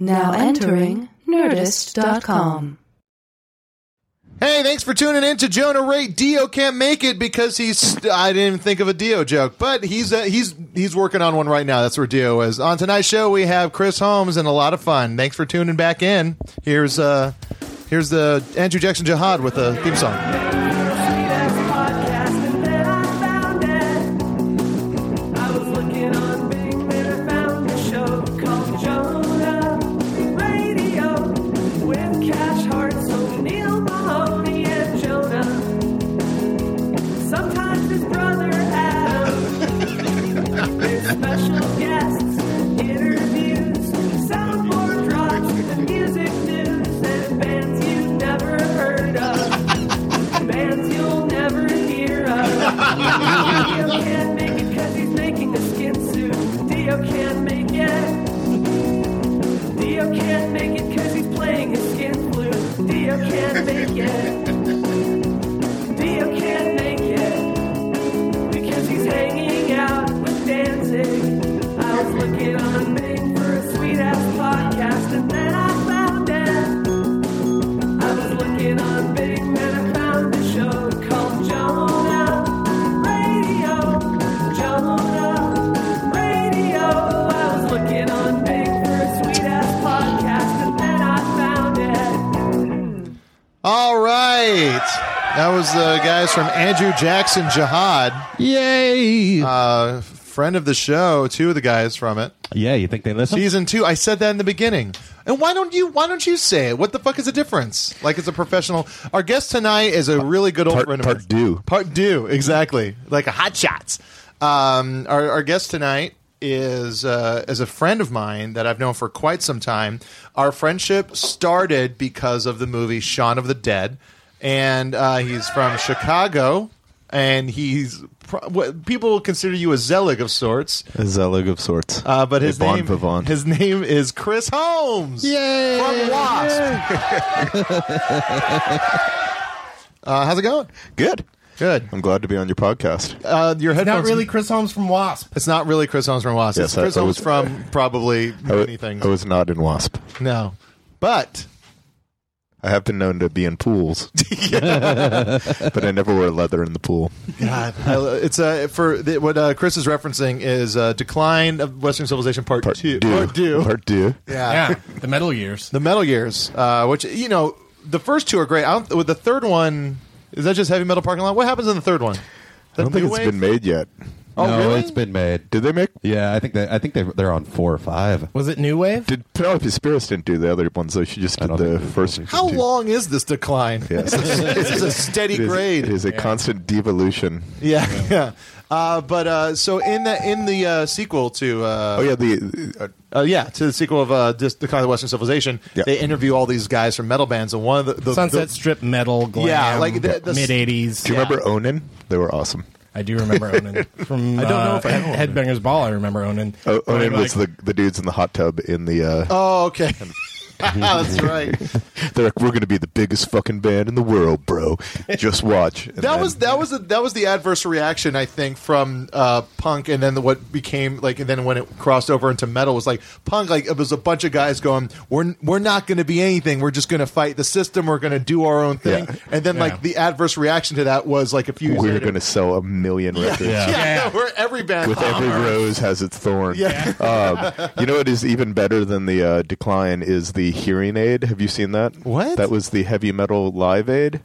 Now entering Nerdist.com. Hey, thanks for tuning in to Jonah Ray. Dio can't make it because he's. I didn't even think of a Dio joke, but he's uh, he's he's working on one right now. That's where Dio is. On tonight's show, we have Chris Holmes and a lot of fun. Thanks for tuning back in. Here's uh, here's the Andrew Jackson Jihad with a theme song. Sometimes his brother Adam. There's special guests, interviews, soundboard drops, the music news, and bands you've never heard of. Bands you'll never hear of. Dio can't make it because he's making a skin suit. Dio can't make it. Dio can't make it because he's playing a skin flute. Dio can't make it. Dio can't make it because he's hanging out with Danzig. I was looking on Bing for a sweet ass podcast and then I found it. I was looking on Bing and I found a show called Jonah Radio. Jonah Radio. I was looking on Bing for a sweet ass podcast and then I found it. All right. That was the guys from Andrew Jackson Jihad. Yay! Uh, friend of the show, two of the guys from it. yeah, you think they listen? Season two. I said that in the beginning. And why don't you? Why don't you say it? What the fuck is the difference? Like, it's a professional. Our guest tonight is a really good old Part- friend. part of mine. due. Part due. Exactly. Like a hot shots. Um, our, our guest tonight is uh, is a friend of mine that I've known for quite some time. Our friendship started because of the movie Shaun of the Dead, and uh, he's from Chicago. And he's pro- what people consider you a zealot of sorts. A zealot of sorts. Uh, but his A bon name, vivant. his name is Chris Holmes. Yay! From Wasp. uh, how's it going? Good. Good. I'm glad to be on your podcast. Uh, your headphones. Not really Chris Holmes from Wasp. It's not really Chris Holmes from Wasp. Yes, it's I- Chris I Holmes was- from probably I wa- many things. I was not in Wasp. no, but I have been known to be in pools, but I never wear leather in the pool. God, I, it's uh, for the, what uh, Chris is referencing is uh, decline of Western civilization part, Part two. do. Part two. Part do. Yeah, the metal years. The Metal Gears, uh, which you know, the first two are great. I don't, with the third one, is that just heavy metal parking lot? What happens in the third one? I don't think it's been made yet. Oh, no, really? it's been made. Did they make? Yeah, I think they, I think they, they're on four or five. Was it New Wave? Did Penelope Spears didn't do the other ones? So she just I did don't the think they- first. I don't How two. long is this decline? Yeah. This is- this is a steady It is- grade. It is a constant devolution. Yeah, yeah. Uh, but uh, so in the in the uh, sequel to uh, Oh yeah, the uh, uh, yeah to the sequel of uh, Dis- Decline of the Western Civilization, Yeah. they interview all these guys from metal bands, and one of the, the Sunset the- Strip metal, glam, Yeah, like the- the- mid '80s. do you remember Onan? They were awesome. I do remember Onan from. I don't know if I uh, know Head- Onan. Headbangers Ball. I remember Onan. O- Where Onan they were was like, the the dudes in the hot tub in the. Uh, oh okay, that's right. They're like, we're going to be the biggest fucking band in the world, bro. Just watch. And that then- was that was the, that was the adverse reaction I think from uh, punk, and then the, what became like, and then when it crossed over into metal was like punk. Like it was a bunch of guys going, "We're we're not going to be anything. We're just going to fight the system. We're going to do our own thing." Yeah. And then Yeah. like the adverse reaction to that was like a few. years we're later- going to sell a million records. yeah, Yeah. we're every band Uh, With every rose has its thorn. Yeah. Um, you know what is even better than the uh, decline is the hearing aid. Have you seen that? What? That was the heavy metal live aid.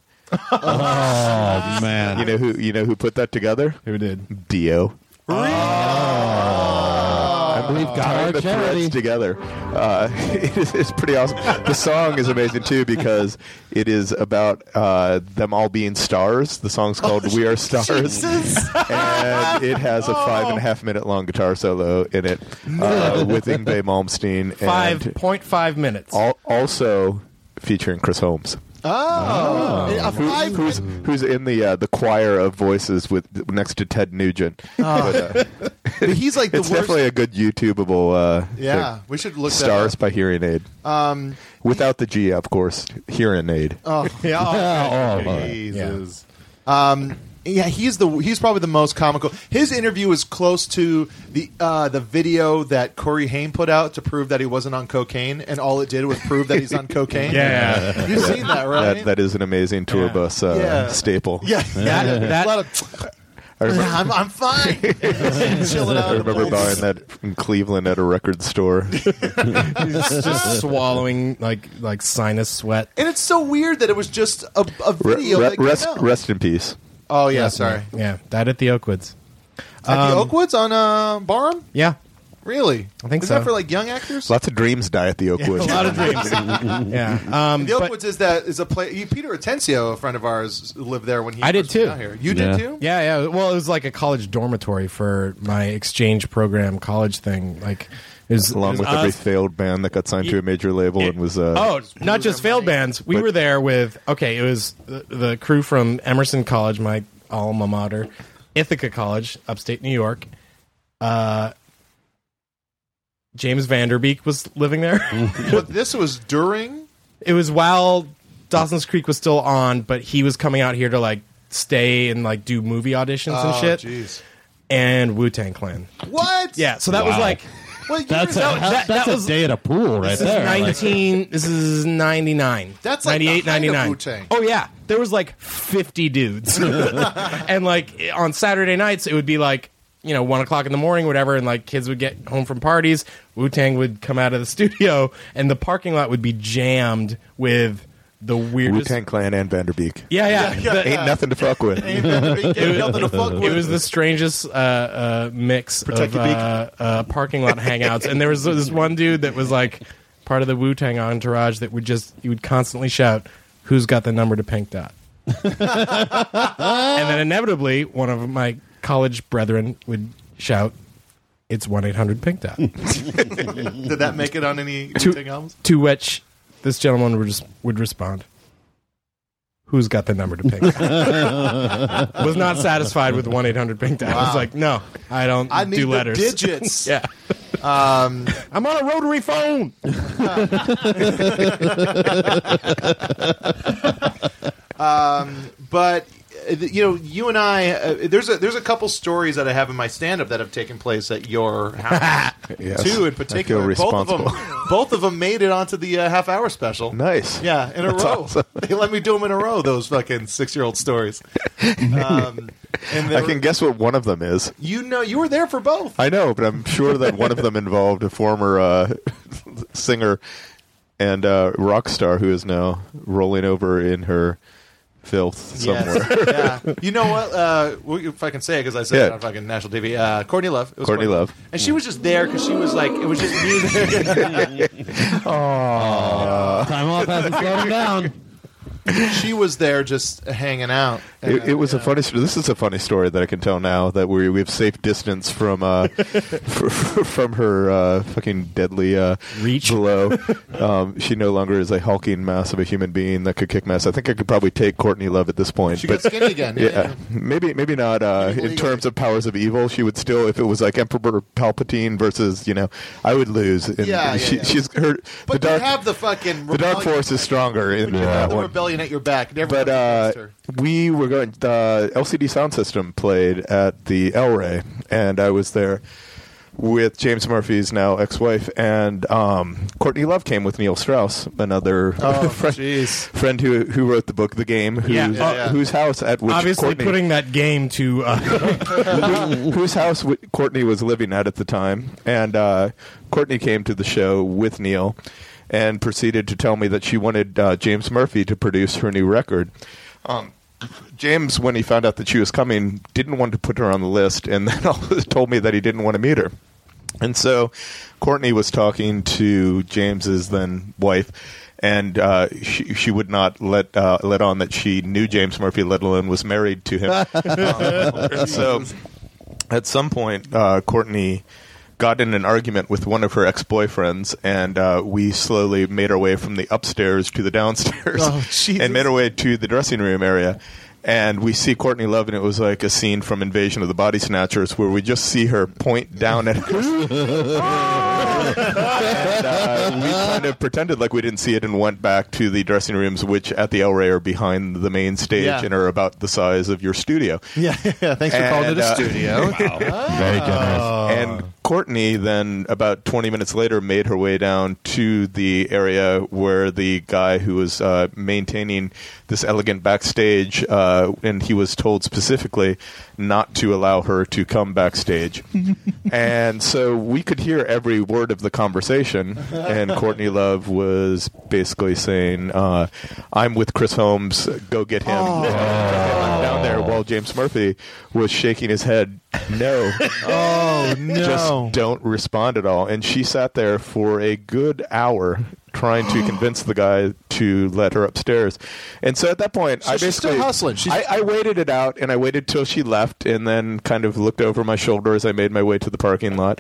Oh man, You know who? You know who put that together? Who did? Dio. Really? I'm We've got tying our Ah. the charity. threads together. Uh, it is, it's pretty awesome. The song is amazing too because it is about uh, them all being stars. The song's called "We Are Stars," and it has a five and a half minute long guitar solo in it uh, with Ingve Malmsteen Five and point five minutes. al- also featuring Chris Holmes. Oh, a Who, five- who's who's in the uh, the choir of voices with next to Ted Nugent? But, uh, but he's like the it's worst. definitely a good YouTubeable. Uh, yeah, thing. we should look that Stars up. by Hearing Aid. Um, Without the G, of course. Hearing Aid. oh, yeah, Oh, all right. Jesus. Um, yeah, he's the he's probably the most comical. His interview is close to the uh, the video that Corey Haim put out to prove that he wasn't on cocaine, and all it did was prove that he's on cocaine. Yeah. you've seen that, right? that, that is an amazing tour Yeah. bus uh, Yeah. staple. yeah, yeah. That- a lot of, I remember, I'm, I'm fine. Chilling out. I remember buying that in Cleveland at a record store. Just swallowing like like sinus sweat. And it's so weird that it was just a, a Re- video. re- that came rest, out. rest in peace. Oh yeah, sorry. Yeah, that at the Oakwoods. At the Oakwoods on uh, Barham. Yeah, Really? I think is so. that for like young actors? Lots of dreams die at the Oakwood. a lot of dreams. yeah, um, the but- Oakwoods is that is a play. Peter Atencio, a friend of ours, lived there when he I did first came too. Out here. You Yeah. did too. Yeah, yeah. Well, it was like a college dormitory for my exchange program college thing. Like, it was, it Along was with every us- failed band that got signed to a major label and was uh, oh, not just failed bands. We But- were there with okay. It was the, the crew from Emerson College, my alma mater, Ithaca College, upstate New York. Uh, James Vanderbeek was living there. Mm. But this was during. it was while Dawson's Creek was still on, but he was coming out here to like stay and like do movie auditions and Oh, shit. jeez. And Wu Tang Clan. What? Yeah, so that was Wow. like What That's a, year is that? that- that's that a was- day at a pool right this is there. Like, 19 this is 99. That's like the 98 height of 99. Wu-Tang. Oh yeah, there was like 50 dudes. and like on Saturday nights it would be like you know, one o'clock in the morning, whatever, and like kids would get home from parties. Wu Tang would come out of the studio, and the parking lot would be jammed with the weirdest. Wu Tang Clan and Vanderbeek. Yeah, uh, yeah. The- Ain't nothing to fuck with. Ain't nothing to fuck it with. was the strangest uh, uh, mix Protect of your beak. uh, uh, parking lot hangouts, and there was this one dude that was like part of the Wu Tang entourage that would just he would constantly shout, "Who's got the number to Pink Dot?" and then inevitably, one of my college brethren would shout, "It's one eight hundred Pink Dot." Did that make it on any Two- Wu-Tang albums? to which this gentleman would, res- would respond, Who's got the number to ping? was not satisfied with 1 800 ping. I was like, No, I don't I need do the letters. digits. yeah. Um, I'm on a rotary phone. but uh, you know, you and I, uh, there's a there's a couple stories that I have in my stand up that have taken place at your house. Yes. Two I in feel particular. both of them, responsible. both of them made it onto the uh, half hour special. Nice. Yeah, in a That's row. awesome. They let me do them in a row. Those fucking six year old stories. Um, and they I were- can guess what one of them is. You know, you were there for both. I know, but I'm sure that one of them involved a former uh, singer and uh, rock star who is now rolling over in her filth somewhere. Yes. yeah. You know what? Uh, well, if I can say it, because I said Yeah. it on fucking national TV. Uh, Courtney Love. It was Courtney Love. And she was just there because she was like, it was just music. time off hasn't slowed him down. she was there just hanging out. And, It, it was a funny. sto- This is a funny story that I can tell now that we we have safe distance from uh, fr- fr- from her uh, fucking deadly uh, Reach. Below, um, she no longer is a hulking mass of a human being that could kick mass. I think I could probably take Courtney Love at this point. She but got skinny again. yeah, maybe maybe not uh, in terms of powers of evil. She would still, if it was like Emperor Palpatine versus you know, I would lose. And Yeah, yeah, she, yeah. she's her. But the dark, you have the fucking the dark rebellion- force is stronger in, But you in have that the one rebellion at your back. Never but uh, we were going. The LCD sound system played at the El Rey, and I was there with James Murphy's now ex-wife, and um, Courtney Love came with Neil Strauss, another Oh, friend, jeez. friend who who wrote the book The Game, whose, Yeah. Yeah, yeah. whose house at which Obviously, Courtney, putting that game to. Uh, whose house w- Courtney was living at at the time, and uh, Courtney came to the show with Neil and proceeded to tell me that she wanted uh, James Murphy to produce her new record. Um, James, when he found out that she was coming, didn't want to put her on the list, and then told me that he didn't want to meet her. And so Courtney was talking to James's then wife, and uh, she, she would not let uh, let on that she knew James Murphy, let alone was married to him. Um, so at some point, uh, Courtney got in an argument with one of her ex boyfriends, and uh, we slowly made our way from the upstairs to the downstairs Oh, Jesus. and made our way to the dressing room area. And we see Courtney Love, and it was like a scene from Invasion of the Body Snatchers where we just see her point down at us. and, uh, we kind of pretended like we didn't see it and went back to the dressing rooms, which at the El Rey are behind the main stage Yeah. and are about the size of your studio. Yeah, yeah. Thanks for calling it And, a uh, studio. Very generous. Uh, And Courtney then, about 20 minutes later, made her way down to the area where the guy who was uh, maintaining this elegant backstage, uh, and he was told specifically not to allow her to come backstage. and so we could hear every word of the conversation, and Courtney Love was basically saying, uh, I'm with Chris Holmes, go get him. Down Oh. there, while James Murphy was shaking his head, no. Oh no! just don't respond at all. And she sat there for a good hour trying to convince the guy to let her upstairs. And so at that point, I she's still basically hustling. She's- I, I waited it out and I waited till she left, and then kind of looked over my shoulder as I made my way to the parking lot,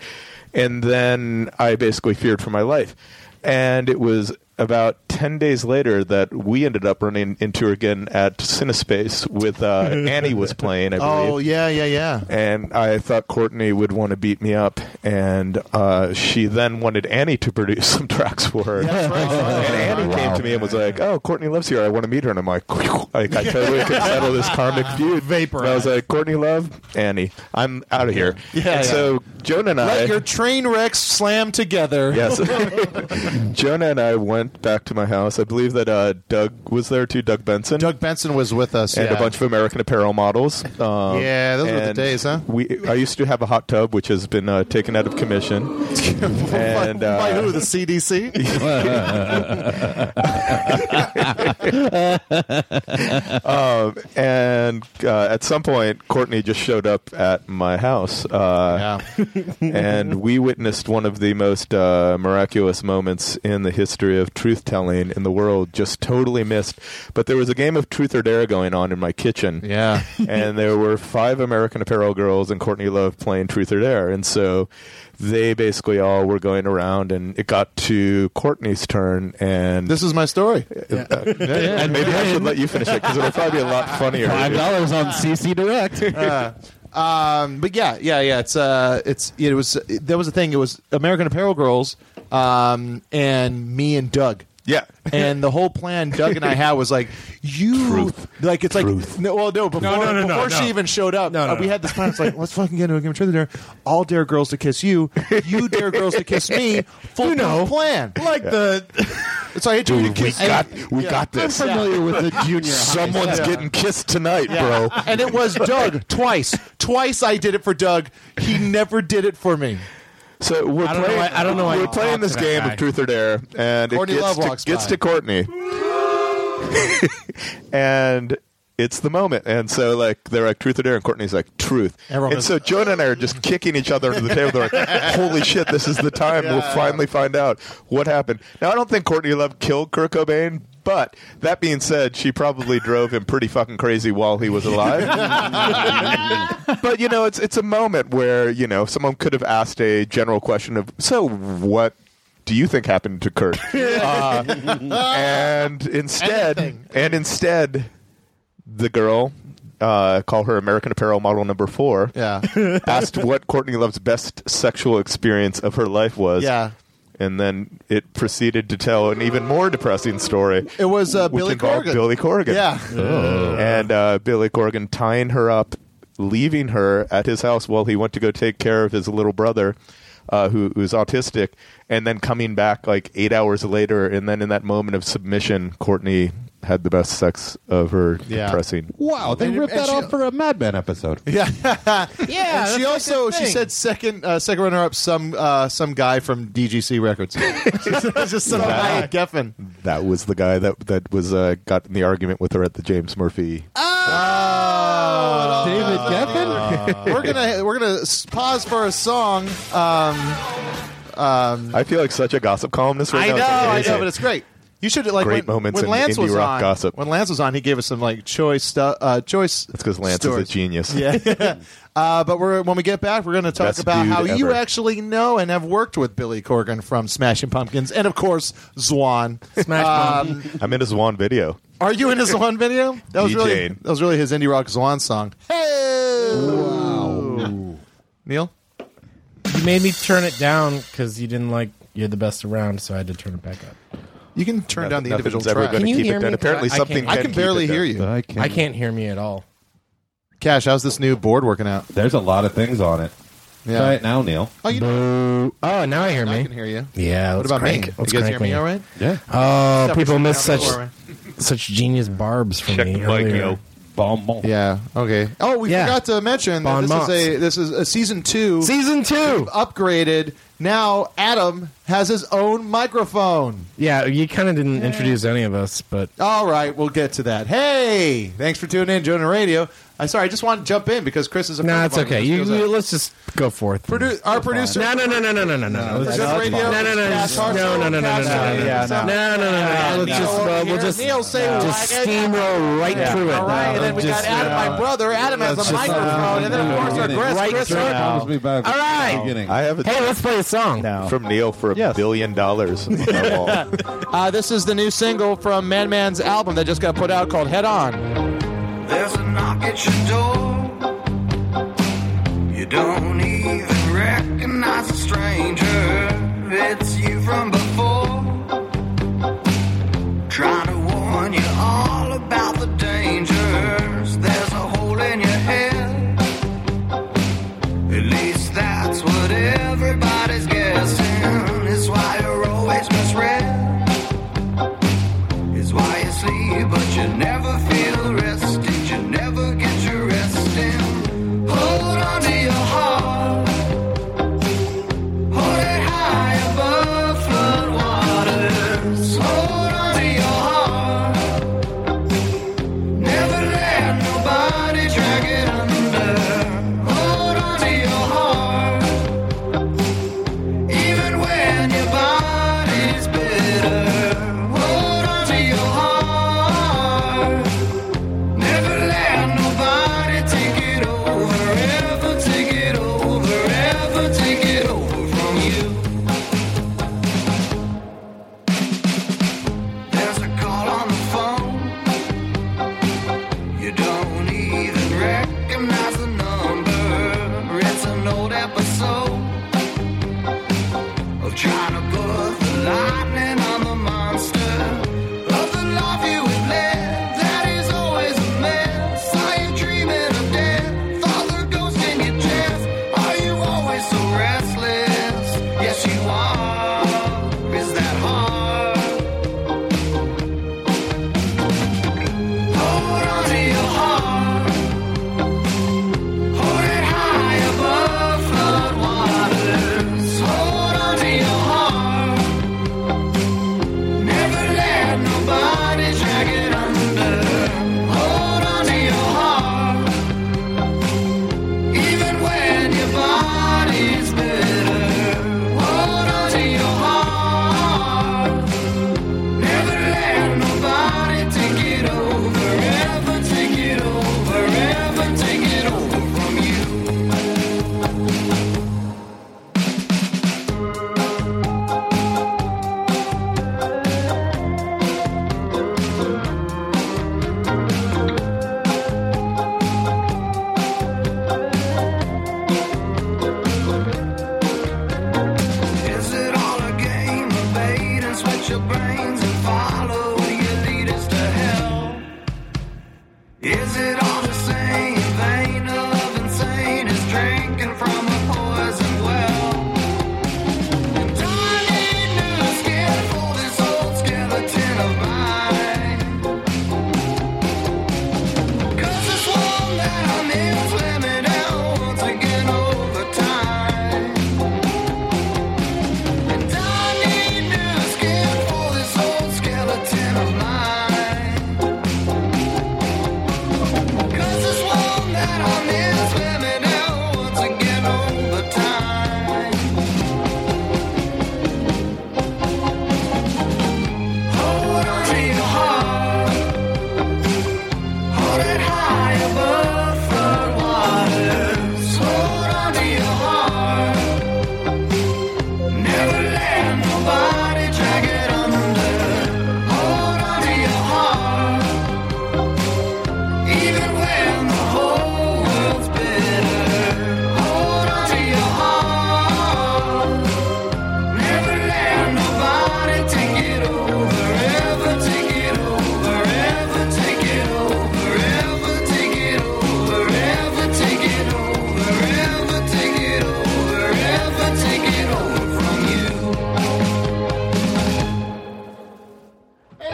and then I basically feared for my life. And it was about ten days later that we ended up running into her again at CineSpace with uh, Annie was playing. I believe oh yeah, yeah, yeah. and I thought Courtney would want to beat me up, and uh, she then wanted Annie to produce some tracks for her. and Annie came to me and was like, "Oh, Courtney lives here. I want to meet her." And I'm like, "Like I totally could settle this karmic feud." Vapor. I was like, "Courtney Love, Annie, I'm out of here." Yeah, And yeah. So Jonah Uh, and I Let your train wrecks slam together. yes, Jonah and I went back to my house. I believe that uh, Doug was there too. Doug Benson. Doug Benson was with us, and yeah. a bunch of American Apparel models. Um, Yeah, those were the and days, huh? We I used to have a hot tub, which has been uh, taken out of commission. and by, by uh, who? The CDC. um, and uh, at some point, Courtney just showed up at my house, uh, yeah. and we witnessed one of the most uh, miraculous moments in the history of truth telling in the world. Just totally missed. But there was a game of truth or dare going on in my kitchen. Yeah. and there were five American Apparel girls and Courtney Love playing Truth or Dare, and so they basically all were going around, and it got to Courtney's turn, and uh, This is my story. and maybe I should let you finish it because it'll probably be a lot funnier. Five dollars on CC Direct. Um, Uh, but yeah, yeah, yeah. It's uh, it's it was there was a thing. It was American Apparel girls, um, and me and Doug. Yeah. And the whole plan Doug and I had was like, you like it's like no, well no before no, no, no, before she no. even showed up, No, uh, no, we no. had this plan. It's like let's fucking get into a game of truth or dare. All dare girls to kiss you, you dare girls to kiss me. Full know. plan. Like the It's like I hate to Dude, we kiss. got we got I'm this. familiar with the junior. Someone's getting kissed tonight, Yeah. bro. And it was Doug twice. Twice I did it for Doug. He never did it for me. So we're I don't know playing. why- I don't know why We're you playing talked this to that game guy. of Truth or Dare, and Courtney it Love gets, walks to, gets by. to Courtney, and it's the moment. And so like they're like Truth or Dare, and Courtney's like Truth. Everyone and is- so Jonah and I are just kicking each other under the table. They're like, "Holy shit, this is the time we'll finally find out what happened." Now I don't think Courtney Love killed Kurt Cobain. But that being said, she probably drove him pretty fucking crazy while he was alive. but you know, it's it's a moment where you know someone could have asked a general question of, so what do you think happened to Kurt? uh, and instead, Anything. and instead, the girl. Uh, call her American Apparel model number four. Yeah. Asked what Courtney Love's best sexual experience of her life was. Yeah. And then it proceeded to tell an even more depressing story. It was uh, which Billy involved Corgan. Billy Corgan Yeah. Oh. and uh, Billy Corgan tying her up, leaving her at his house while he went to go take care of his little brother, uh, who who's autistic, and then coming back like eight hours later, and then in that moment of submission, Courtney had the best sex of her Yeah. depressing. Wow, they And- ripped and that she- off for a Mad Men episode. Yeah. she also she said second uh, second runner up some uh, some guy from DGC Records. just some guy at Geffen. That was the guy that that was uh, got in the argument with her at the James Murphy. Oh. David Geffen? we're gonna we're gonna s- pause for a song. Um, um, I feel like such a gossip columnist right I know, now. I It's amazing. know, but it's great. You should like Great when, moments when in Lance indie was rock on. gossip. When Lance was on, he gave us some like choice stuff. Uh, choice. That's because Lance is a genius. Yeah. uh, but we're when we get back, we're going to talk Best about dude how you ever. actually know and have worked with Billy Corgan from Smashing Pumpkins, and of course Zwan. Smash Um, I'm in his one video. Are you in his Zwan video? That was really DJ'd. that was really his indie rock Zwan song. Hey, Neil. You made me turn it down because you didn't like you're the best around, so I had to turn it back up. You can turn down the Nothing's individual ever track. gonna Can you keep hear it down. me? Apparently, I something can't- I I can can keep barely it down. hear you. I can't. I can't hear me at all. Cash, how's this new board working out? There's a lot of things on it. Yeah. Try it now, Neil. Oh, you know, Oh, now I hear I me. can hear you. Yeah. What let's about crank me? it. Let's you guys hear crank me all right? Yeah. Oh, Separate people from miss now, such don't worry. such genius barbs from me earlier. Bon bon. Yeah. Okay. Oh, we Yeah. forgot to mention that Bon this mots. is a this is a season two Season two. upgraded. Now Adam has his own microphone. Yeah, you kind of didn't introduce any of us, but All right, we'll get to that. Hey, thanks for tuning in, joining the radio. I'm sorry, I just want to jump in because Chris is a no, friend it's of mine. okay. He You, goes you- out. let's just go forth. Produ- our producer. No, no, no, no, no, no, no, no. Let's Producer just- of the radio, No, no, no, no, Cash no, Hartzell, no, no, no, Cash no, Hartzell, no, Calet's no. No, no, no, no. Let's just over uh, here. we'll just Neil say just wag it. steamroll right through it. All right, and then we Just- got Adam, my brother. Adam has a uh, microphone, and then of course our Chris. Chris Hart- Promise me back. All right. Beginning. I have a Hey, let's play a song. from Neil for a Yes. billion dollars. on my wall. Uh, this is the new single from Madman's album that just got put out called Head On. There's a knock at your door. You don't even recognize a stranger. It's you from before. Trying to warn you all about the dangers. There's a hole in your head. At least that's what everybody's guessing. It's why you're always misread is why you sleep, but you never feel rested. You never get your rest in. Hold on to your heart. Hold it high above flood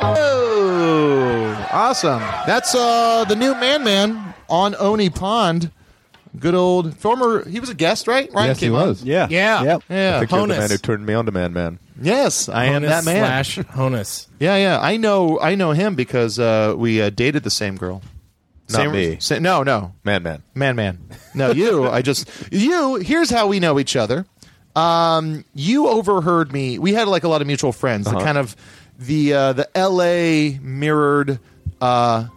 Oh, awesome. That's uh, the new Man Man on Oni Pond. Good old former. He was a guest, right? Ryan Yes, he came on. was. Yeah. Yeah. Yep. Yeah, I think you're the man Honus. who turned me on to Man Man. Yes, I am Honus that man. slash Honus. Yeah, yeah. I know. I know him because uh, we uh, dated the same girl. Not same, me. sa- no, no. Man Man. Man, man. No, you. I just you. Here's how we know each other. Um, you overheard me. We had like a lot of mutual friends. The kind of the uh, the L.A. mirrored, uh,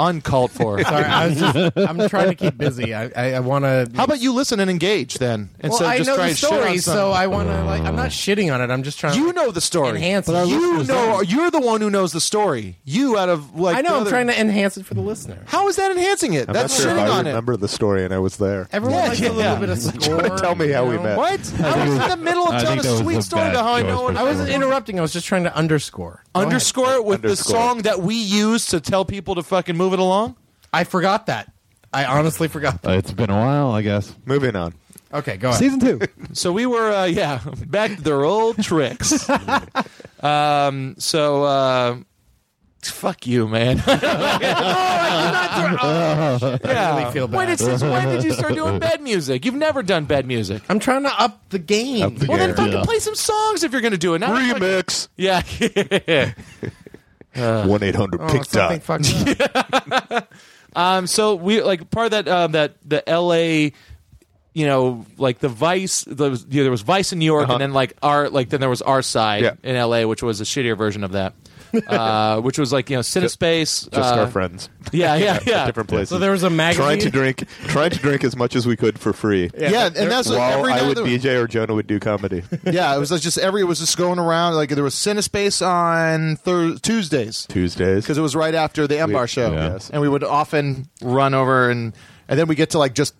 uncalled for. Sorry, I was just, I'm trying to keep busy. I, I, I want to. How about you listen and engage then Well, instead of I just know trying the to shit story, on so someone? I want to. Like, I'm not shitting on it. I'm just trying. you to know the story. enhance. it. You know. You're the one who knows the story. You out of like. I know. the I'm other- trying to enhance it for the listener. How is that enhancing it? I'm That's not sure shitting if I on it. remember the story, and I was there. Everyone Yeah, likes yeah. a little bit of score. tell me you how we know? met. What? I was in the middle of I telling think that a was sweet the story bad to how I choice know. for it. I wasn't Sure. interrupting. I was just trying to underscore. Go ahead. underscore it with Underscore. the song that we use to tell people to fucking move it along. I forgot that. I honestly forgot. That. It's been a while, I guess. Moving on. Okay, go ahead. Season two. So we were, uh, yeah, back to their old tricks. um, so, uh, fuck you, man. oh, I cannot do- yeah. really feel When bad. did, since when did you start doing bed music? You've never done bed music. I'm trying to up the game. Up the Well, then Yeah. fucking play some songs if you're going to do it. Not fucking- Remix. Yeah. Uh, One eight hundred Oh, pick something dot. fucked up. Um, so we like part of that um, that the L.A. You know, like the Vice, there was, you know, there was Vice in New York, and then like our like then there was our side Uh-huh. Yeah. in L.A., which was a shittier version of that, uh, which was like you know CineSpace. Just uh, our friends. Yeah, yeah, yeah. At different places. So there was a magazine. trying to drink, trying to drink as much as we could for free. Yeah, and that's what While every I night would there- DJ or Jonah would do comedy. yeah, it was like just every it was just going around. Like there was CineSpace on thir- Tuesdays Tuesdays. because it was right after the Embar We- show, yeah. Yes. and we would often run over and and then we get to like just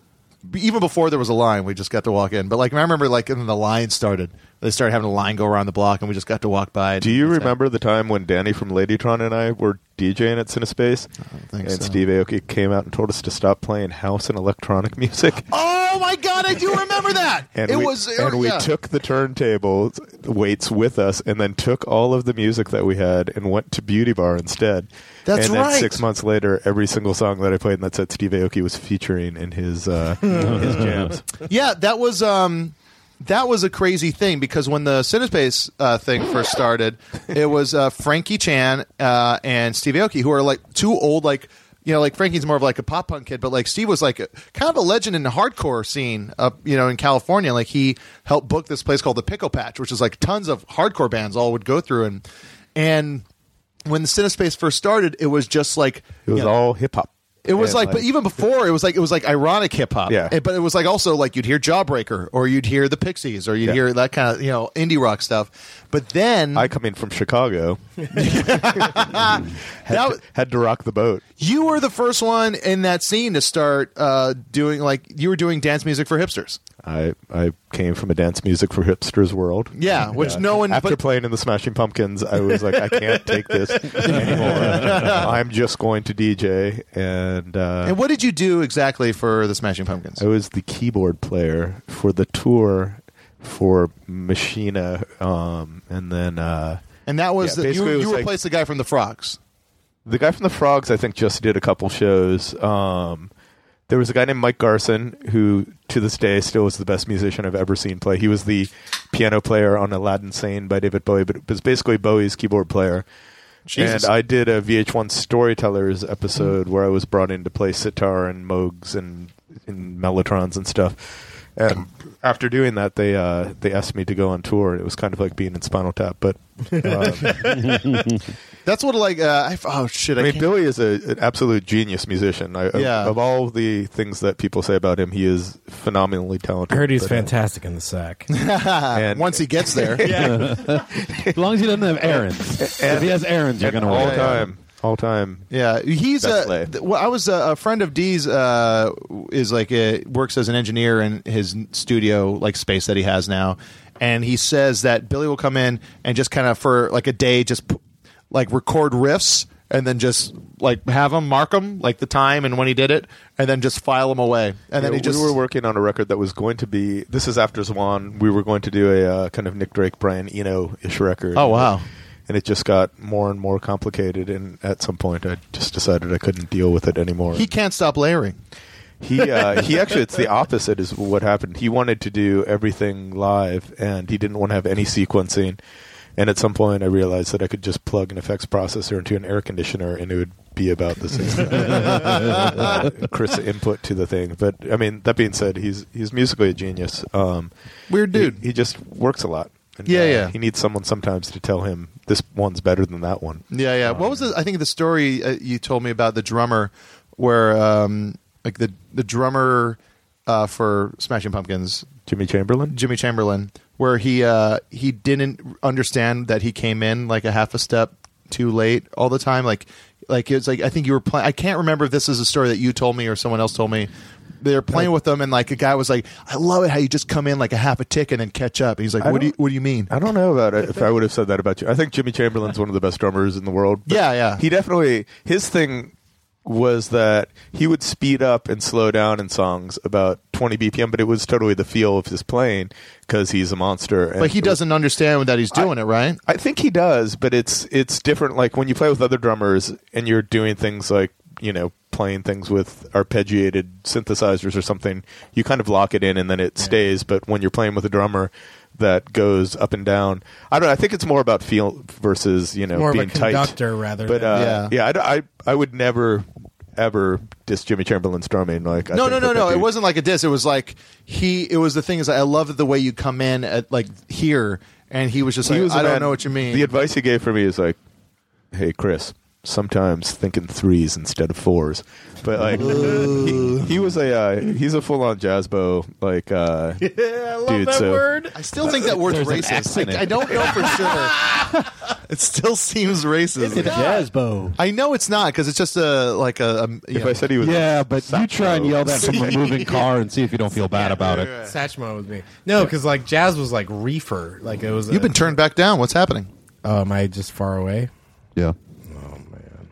even before there was a line, we just got to walk in. But like I remember, like and then the line started. They started having a line go around the block, and we just got to walk by. Do you remember the time when Danny from Ladytron and I were DJing at CineSpace? think and so. Steve Aoki came out and told us to stop playing house and electronic music. Oh my god, I do remember that. And it we, was and we yeah. took the turntable weights with us, and then took all of the music that we had and went to Beauty Bar instead. That's and then right. Six months later, every single song that I played in that set, Steve Aoki was featuring in his uh, his jams. yeah, that was um that was a crazy thing because when the CineSpace uh, thing first started, it was uh, Frankie Chan uh, and Steve Aoki who are like two old like you know like Frankie's more of like a pop punk kid, but like Steve was like a, kind of a legend in the hardcore scene up you know in California. Like he helped book this place called the Pickle Patch, which is like tons of hardcore bands all would go through and and when the CineSpace first started, it was just like It was you know, all hip hop. it was And, like, but even before, it was like it was like ironic hip hop. Yeah. It- but it was like also like you'd hear Jawbreaker or you'd hear the Pixies or you'd Yeah. hear that kind of you know indie rock stuff. But then I coming from Chicago, had, That to- was- had to rock the boat. you were the first one in that scene to start uh, doing like you were doing dance music for hipsters. I I came from a dance music for hipsters world. Yeah, which no one. After but- playing in the Smashing Pumpkins, I was like, I can't take this anymore. I'm just going to DJ, and uh, and what did you do exactly for the Smashing Pumpkins? I was the keyboard player for the tour for Machina, um, and then uh, And that was Yeah, that you, basically it was you like- replaced the guy from the Frogs. the guy from the Frogs. I think just did a couple shows. Um, there was a guy named Mike Garson who, to this day, still is the best musician I've ever seen play. He was the piano player on Aladdin Sane by David Bowie, but it was basically Bowie's keyboard player. Jesus. And I did a VH1 Storytellers episode where I was brought in to play sitar and moogs and, and mellotrons and stuff. And after doing that, they uh, they asked me to go on tour. It was kind of like being in Spinal Tap, but um, That's what like uh, I, oh shit! I, I mean, can't- Billy is a, an absolute genius musician. I, of- Yeah. of, all the things that people say about him, he is phenomenally talented. I heard he's But, uh, fantastic in the sack. And, uh, once he gets there, As long as he doesn't have errands. if he has errands, you're and going to all work. time, all time. Yeah, he's Best a. lay. th- Well, I was a, a friend of D's. Uh, is like a, works as an engineer in his studio like space that he has now, and he says that Billy will come in and just kind of for like a day just p- like record riffs and then just like have them mark them like the time and when he did it and then just file them away and then Yeah, he just we were working on a record that was going to be. This is after Swan. We were going to do a uh, kind of Nick Drake, Brian Eno ish record. Oh, wow. and it just got more and more complicated. And at some point, I just decided I couldn't deal with it anymore. He can't stop layering. He uh, he actually it's the opposite is what happened. He wanted to do everything live and he didn't want to have any sequencing. And at some point I realized that I could just plug an effects processor into an air conditioner and it would be about the same. Chris input to the thing. But I mean that being said, he's he's musically a genius. Um, Weird dude. He, he just works a lot. And, uh, Yeah, yeah. He needs someone sometimes to tell him this one's better than that one. Yeah, yeah. What was the, I think the story uh, you told me about the drummer, where um, like the the drummer uh, for Smashing Pumpkins, Jimmy Chamberlain. Jimmy Chamberlain, where he uh, he didn't understand that he came in like a half a step too late all the time. Like like it's like I think you were playing. I can't remember if this is a story that you told me or someone else told me. They were Uh, playing with them, and like a guy was like, "I love it how you just come in like a half a tick and then catch up." He's like, I "What do you don't- What do you mean?" I don't know about it, if I would have said that about you. I think Jimmy Chamberlain's one of the best drummers in the world. but Yeah, yeah. He definitely his thing was that he would speed up and slow down in songs about 20 BPM, but it was totally the feel of his playing because he's a monster. and But he it was- doesn't understand that he's doing it right. I think he does, but it's it's different. Like when you play with other drummers and you're doing things like you know playing things with arpeggiated synthesizers or something, you kind of lock it in and then it stays. But when you're playing with a drummer that goes up and down, I don't. know. I think it's more about feel versus you know More of a being tight. conductor rather But than- uh, Yeah. yeah, I d- I, I would never ever diss Jimmy Chamberlain's drumming. Like I no, no, think that no, that no. It dude- wasn't like a diss. It was like he. It was the thing is I love the way you come in at like here, and he was just like, He was a I don't man- know what you mean. The advice he gave for me is like, "Hey, Chris, sometimes think in threes instead of fours. But like, he, he was a uh, he's a full on jazzbo like uh, I love Dude, that so- word. I still think that word's There's an racist. accent in I, I it. don't know for sure. it still seems racist. It's Jazzbo. I know it's not because it's just a like a. a you if know. I said he was Yeah, but you try and Sappho. yell that from a moving car and see if you don't feel bad about it. Satchmo was me. No, because like jazz was like reefer. Like it was. you've been turned back down. What's happening? Oh, am I just far away? Yeah. Oh man,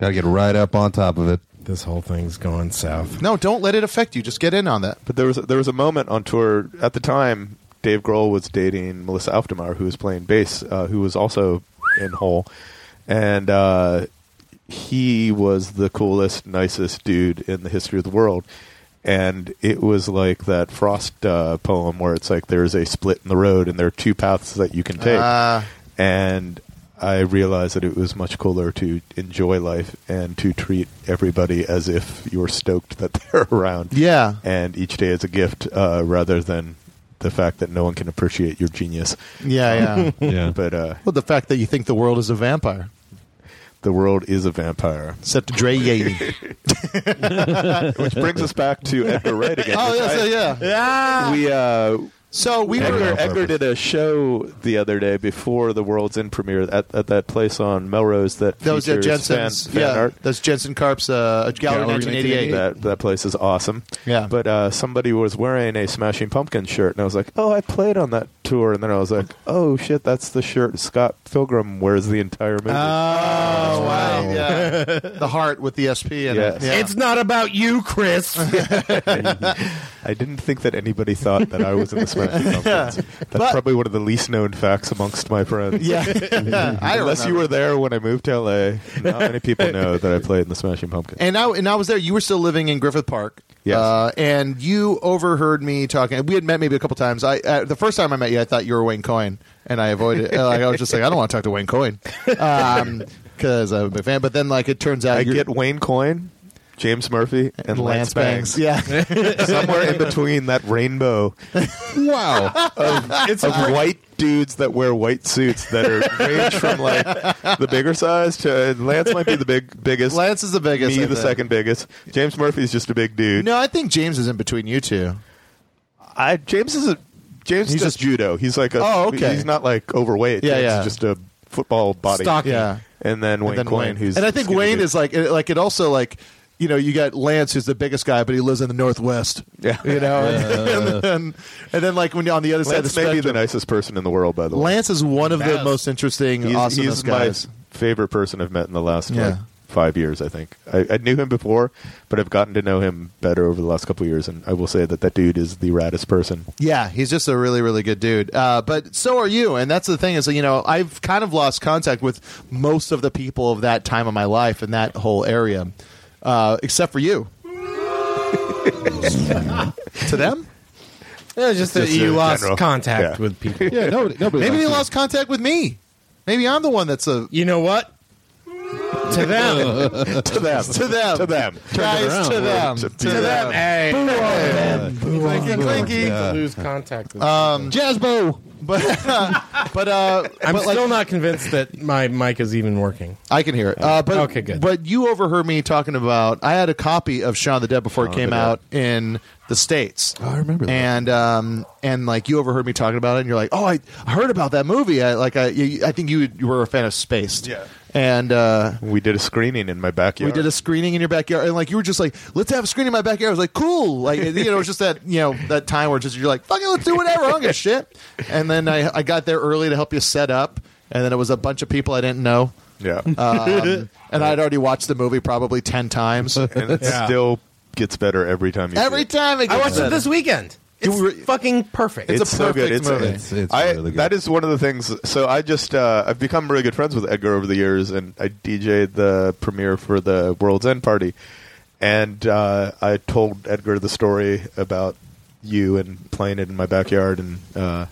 Got to get right up on top of it. this whole thing's going south. No, don't let it affect you. Just get in on that. But there was there was a moment on tour at the time. Dave Grohl was dating Melissa Auftemar, who was playing bass, uh, who was also in Hole, and uh, he was the coolest, nicest dude in the history of the world. And it was like that Frost uh, poem where it's like there is a split in the road, and there are two paths that you can take Ah. and I realized that it was much cooler to enjoy life and to treat everybody as if you're stoked that they're around. Yeah. and each day is a gift uh, rather than the fact that no one can appreciate your genius. Yeah, yeah. Yeah. But uh, well, the fact that you think the world is a vampire, the world is a vampire, except Dre Yeti. which brings us back to Edgar Wright again. oh which yeah, so, I- yeah, We uh, So we were. Edgar, on Edgar purpose. did a show the other day before the World's End premiere at, at that place on Melrose that That was uh, features Jensen's. fan, fan yeah, art. that's Jensen Karp's uh, Gallery, 1988. That that place is awesome. Yeah. But uh, somebody was wearing a Smashing Pumpkins shirt, and I was like, "Oh, I played on that tour." And then I was like, "Oh shit, that's the shirt Scott Pilgrim wears the entire movie." Uh, Oh, wow. Yeah. the heart with the SP in Yes. it. Yeah. It's not about you, Chris. I didn't think that anybody thought that I was in the Smashing Pumpkins. That's But- probably one of the least known facts amongst my friends. yeah. I Unless you remember. were there when I moved to LA, not many people know that I played in the Smashing Pumpkins. And I, and I was there. You were still living in Griffith Park. Yes. Uh, and you overheard me talking. We had met maybe a couple times. I uh, the first time I met you, I thought you were Wayne Coyne, and I avoided. uh, like, I was just like, I don't want to talk to Wayne Coyne because I'm a big fan. But then, like, it turns out I you're get Wayne Coyne, James Murphy, and Lance, Bangs. Yeah. somewhere in between that rainbow Wow. of white dudes that wear white suits that are range from like the bigger size to and Lance might be the big biggest. Lance is the biggest. me I the think. second biggest. James Murphy's just a big dude. No, I think James is in between you two. I James is a James He's does just- judo. He's like a Oh, okay. He's not like overweight. Yeah, James yeah. is just a football body. Stocky. Yeah. And then Wayne and then Coyne, Wayne. who's and I think skinny Wayne dude. is like it, like it also like you know you got Lance who's the biggest guy but he lives in the northwest Yeah. you know and, and then and then like when you're on the other side of the Lance may be spectrum the nicest person in the world, by the way. Lance is one of the Yes. most interesting he's, awesomest he's my guys favorite person I've met in the last Yeah. like, five years. I think I, I knew him before, but I've gotten to know him better over the last couple of years, and I will say that that dude is the raddest person. Yeah, he's just a really, really good dude. Uh, but so are you, and that's the thing is, you know, I've kind of lost contact with most of the people of that time of my life in that whole area, uh, except for you. to them, Yeah, just that Just you in lost general. Yeah. contact with people. Yeah, nobody- nobody maybe they lost lost contact with me. Maybe I'm the one that's a. You know what? to them, to them, to them, to them, guys, to them, to, them. Hey, Clinky, clinky. lose contact. With Um, Jazbo. but but uh, I'm but, like, still not convinced that my mic is even working. I can hear it. Uh, but Okay, good. But you overheard me talking about. I had a copy of Shaun of the Dead before it Shaun of came the Dead. out in the states. I remember that. And um and like you overheard me talking about it, and you're like, oh, I I heard about that movie. I like I you- I think you you were a fan of Spaced. Yeah. And uh, We did a screening in my backyard. we did a screening in your backyard, and like you were just like, let's have a screening in my backyard. I was like, cool. Like you know, it was just that you know that time where just you're like, fuck it, let's do whatever. I don't give a shit. And then I I got there early to help you set up, and then it was a bunch of people I didn't know. yeah, Um, and I'd already watched the movie probably ten times. and it Yeah. still gets better every time. You see Every it. time it I gets watched it better. this weekend. It's were- fucking perfect. It's a so good. perfect It's, movie. It's, It's- it's I- really good. That is one of the things. So I just uh, I've become really good friends with Edgar over the years, and I DJ'd the premiere for the World's End party, and uh, I told Edgar the story about you and playing it in my backyard, and uh,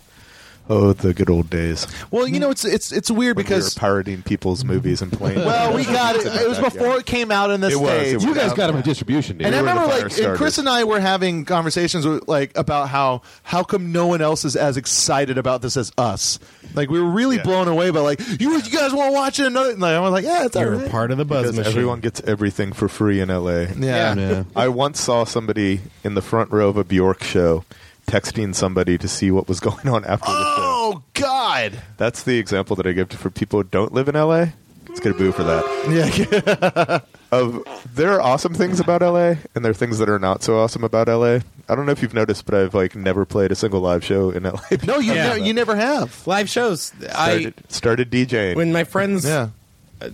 oh, the good old days Well, you know, it's it's it's weird when because we were parodying people's movies and playing. well, we got it. in my It was backyard. before it came out in the It was, it states. was. You guys got him a distribution deal. And I were the remember, fire like, and Chris starters. and I were having conversations with, like about how how come no one else is as excited about this as us? Like, we were really Yeah. blown away by like you you guys want to watch it another? And like, I was like, yeah, it's all You're a right. part of the buzz Because machine. everyone gets everything for free in LA. Yeah. Yeah. I once saw somebody in the front row of a Bjork show texting somebody to see what was going on after the show. Oh God. That's the example that I give to, for people who don't live in LA. Let's get a boo for that. Yeah. Of there are awesome things about LA, and there are things that are not so awesome about LA. I don't know if you've noticed, but I've like never played a single live show in LA. no, you Yeah. ne- you never have. live shows. I started, started DJing. when my friends Yeah.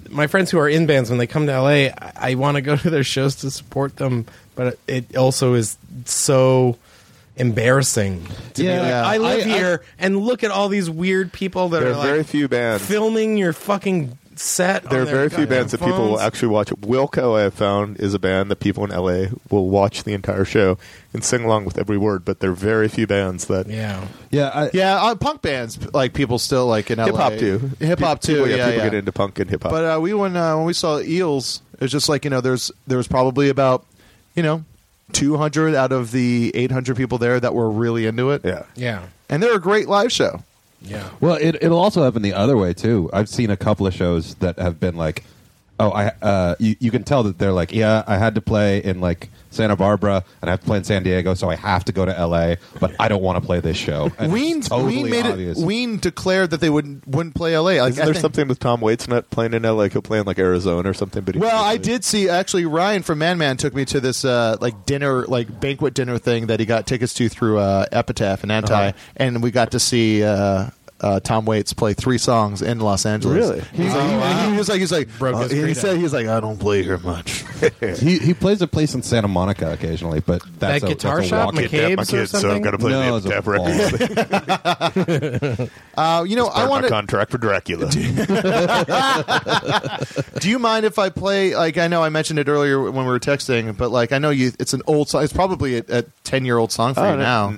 my friends who are in bands when they come to LA, I, I want to go to their shows to support them, but it also is so embarrassing. To Yeah. be like, Yeah. I live I- I- here and look at all these weird people that there are are like very few bands. filming your fucking set. Oh, there are on their very few goddamn bands that people will phones. actually watch. Wilco, I have found, is a band that people in LA will watch the entire show and sing along with every word, but there are very few bands that. Yeah, Yeah, I, Yeah, uh, punk bands like people still like in LA. Hip hop too. Hip hop People- too. Yeah, yeah, people yeah. get into punk and hip hop. But uh, we when uh, when we saw eels, it was just like you know, there's there was probably about you know, two hundred out of the eight hundred people there that were really into it. yeah. yeah, and they're a great live show. yeah. Well, it, it'll also happen the other way too. I've seen a couple of shows that have been like, oh, I uh, you, you can tell that they're like, yeah, I had to play in like Santa Barbara and I have to play in San Diego, so I have to go to L.A., but I don't want to play this show. And Ween it's totally Ween made obvious. it. Ween declared that they wouldn't wouldn't play L.A. Like, Isn't I there think- something with Tom Waits not playing in LA? He'll play in like Arizona or something. But he Well, I really- did see actually Ryan from Man Man took me to this uh, like dinner, like banquet dinner thing that he got tickets to through uh, Epitaph and Anti, Uh-huh. and we got to see uh, uh, Tom Waits play three songs in Los Angeles. Really? He's like, he- he, was like, he's like, Broke uh, his he freedom. said, he's like, I don't play here much. he, he plays a place in Santa Monica occasionally, but that's That a, guitar that's a shop, walk-in. McCabe's or something? play No, it's the a ball. Epitaph record. uh, you know, I Part of want to. contract for Dracula. Do you mind if I play? Like, I know I mentioned it earlier when we were texting, but like, I know you. It's an old song. It's probably a- a ten year old song for Oh, you no. now.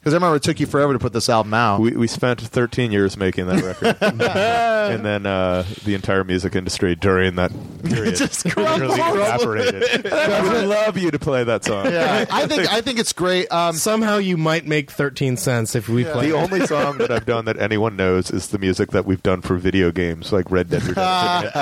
Because I remember it took you forever to put this album out. we, we spent 13 years making that record, and then uh, the entire music industry during that period Just really evaporated. I would love you to play that song. yeah, I think I think it's great. Um, Somehow you might make thirteen cents if we play. The only song that I've done that anyone knows is the music that we've done for video games, like Red Dead Redemption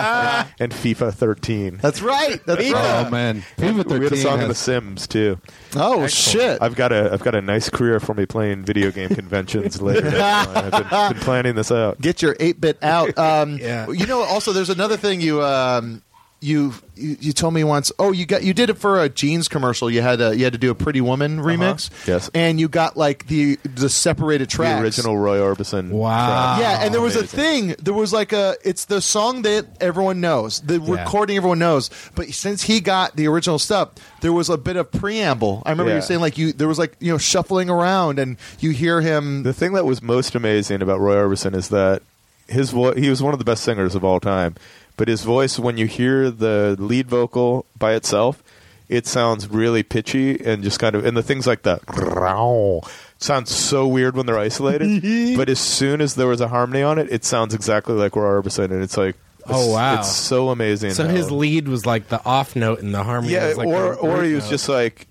and FIFA 13. That's right. That's right. Oh man, FIFA we had a 13 song in The has- Sims too. Oh shit! I've got a I've got a nice career for me playing video game conventions later. down the line. I've been, been planning this out. Get your eight bit out. Um, Yeah. You know, also there's another thing you um, you, you you told me once. Oh, you got you did it for a jeans commercial. You had a, you had to do a Pretty Woman remix. Uh-huh. Yes. and you got like the the separated tracks. The original Roy Orbison. Wow. track. Yeah, and there was a Oh, Amazing. thing. There was like a. It's the song that everyone knows, the Yeah. recording everyone knows. But since he got the original stuff, there was a bit of preamble. I remember you Yeah. saying like you there was like you know shuffling around, and you hear him. The thing that was most amazing about Roy Orbison is that his vo- he was one of the best singers of all time, but his voice when you hear the lead vocal by itself, it sounds really pitchy and just kind of and the things like that sounds so weird when they're isolated, but as soon as there was a harmony on it, it sounds exactly like Roy Orbison and it's like Oh, it's- wow. It's so amazing. So how- his lead was like the off note in the harmony. yeah, was like or the or root he was note. just like,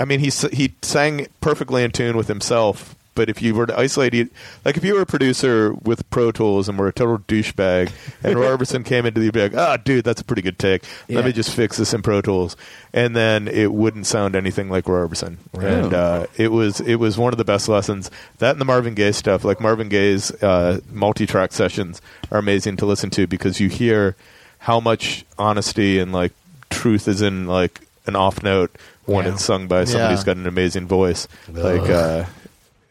I mean, he s- he sang perfectly in tune with himself. But if you were to isolate it, like if you were a producer with Pro Tools and were a total douchebag, and Roy Orbison came into the bag, ah, dude, that's a pretty good take. Let Yeah. me just fix this in Pro Tools, and then it wouldn't sound anything like Roy Orbison. And uh, it was it was one of the best lessons. That and the Marvin Gaye stuff, like Marvin Gaye's uh, multi-track sessions, are amazing to listen to because you hear how much honesty and like truth is in like an off note when Yeah. it's sung by somebody who's Yeah. got an amazing voice. Like, uh,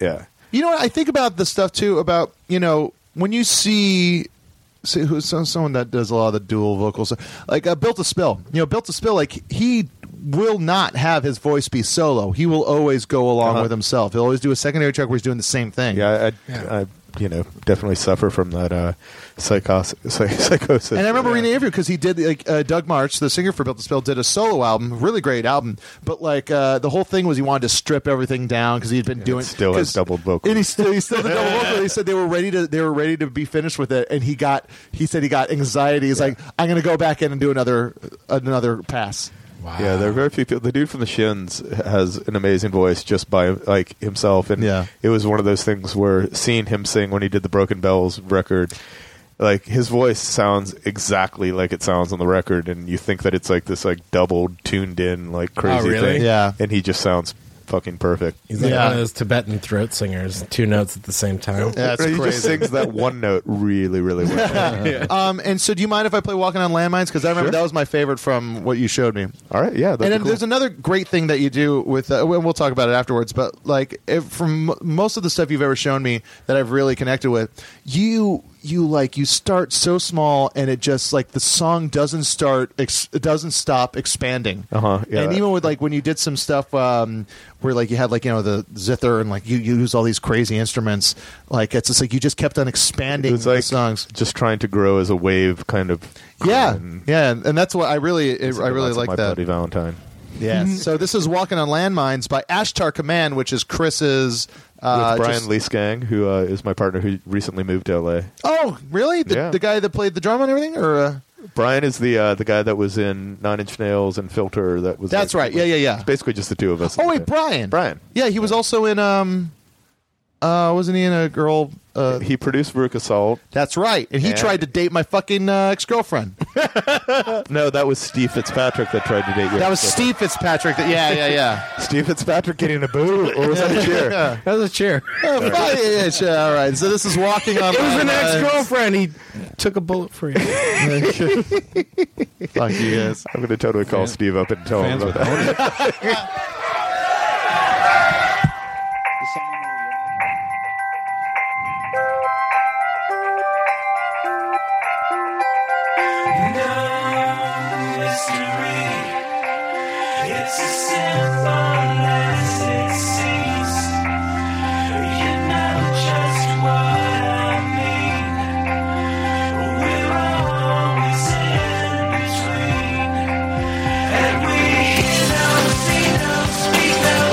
yeah, You know what? I think about the stuff too about you know when you see. See, who's so- someone that does a lot of the dual vocals, like uh, Built to Spill. You know, Built to Spill. Like he will not have his voice be solo. He will always go along Uh-huh. with himself. He'll always do a secondary track where he's doing the same thing. yeah, I, I, you know, definitely suffer from that uh, psychos- psych- psychosis. And I remember Yeah. reading an interview because he did like uh, Doug March, the singer for Built to Spill, did a solo album, really great album. But like uh, the whole thing was he wanted to strip everything down because he had been doing still has 'cause- double vocals. And he still he still had double vocal. He said they were ready to they were ready to be finished with it, and he got he said he got anxiety. He's like, I'm going to go back in and do another another pass. Yeah, there are very few people. The dude from the Shins has an amazing voice just by like himself, and Yeah. it was one of those things where seeing him sing when he did the Broken Bells record, like his voice sounds exactly like it sounds on the record, and you think that it's like this like doubled tuned in like crazy really? thing, Oh, Yeah. and he just sounds fucking perfect. He's like Yeah. one of those Tibetan throat singers, two notes at the same time. That's he crazy. just sings that one note really, really well. Um, and so, do you mind if I play Walking on Landmines? Because I remember Sure. that was my favorite from what you showed me. All right, yeah, and that'd then be cool. there's another great thing that you do with, uh, and we'll talk about it afterwards. But like if, from m- most of the stuff you've ever shown me that I've really connected with, you you like you start so small and it just like the song doesn't start ex- it doesn't stop expanding. Uh-huh, yeah. And even with like when you did some stuff um, where like you had like you know the zither and like you, you use all these crazy instruments, like it's just like you just kept on expanding it was like the songs. just trying to grow as a wave, kind of. Yeah, and- yeah, and and that's what I really, it, I really Lots of like my that. Bloody Valentine. Yes. so this is Walking on Landmines by Ashtar Command, which is Chris's. Uh, with Brian just- Lee's gang, who uh, is my partner, who recently moved to LA. Oh, really? The, Yeah. the guy that played the drum and everything? Or uh, Brian is the uh, the guy that was in Nine Inch Nails and Filter. That was That's right. Yeah, yeah, yeah. It's basically just the two of us. oh wait, Brian. Brian. Yeah, he was also in. Um, uh, wasn't he in a girl? Uh, He produced Veruca Salt. that's right. And he Yeah. tried to date my fucking uh, ex girlfriend. No, that was Steve Fitzpatrick that tried to date you. That was Steve Fitzpatrick. That, yeah, yeah, yeah. Steve Fitzpatrick getting a boo, or was that a cheer? That was a cheer. Oh, fuck, yeah, yeah, sure, all right. So this is Walking on. It was an Landmines. ex girlfriend. He took a bullet for you. Fuck you guys. I'm going to totally call Steve up and tell him Fans about would that. own it. Between, and we know, see, know,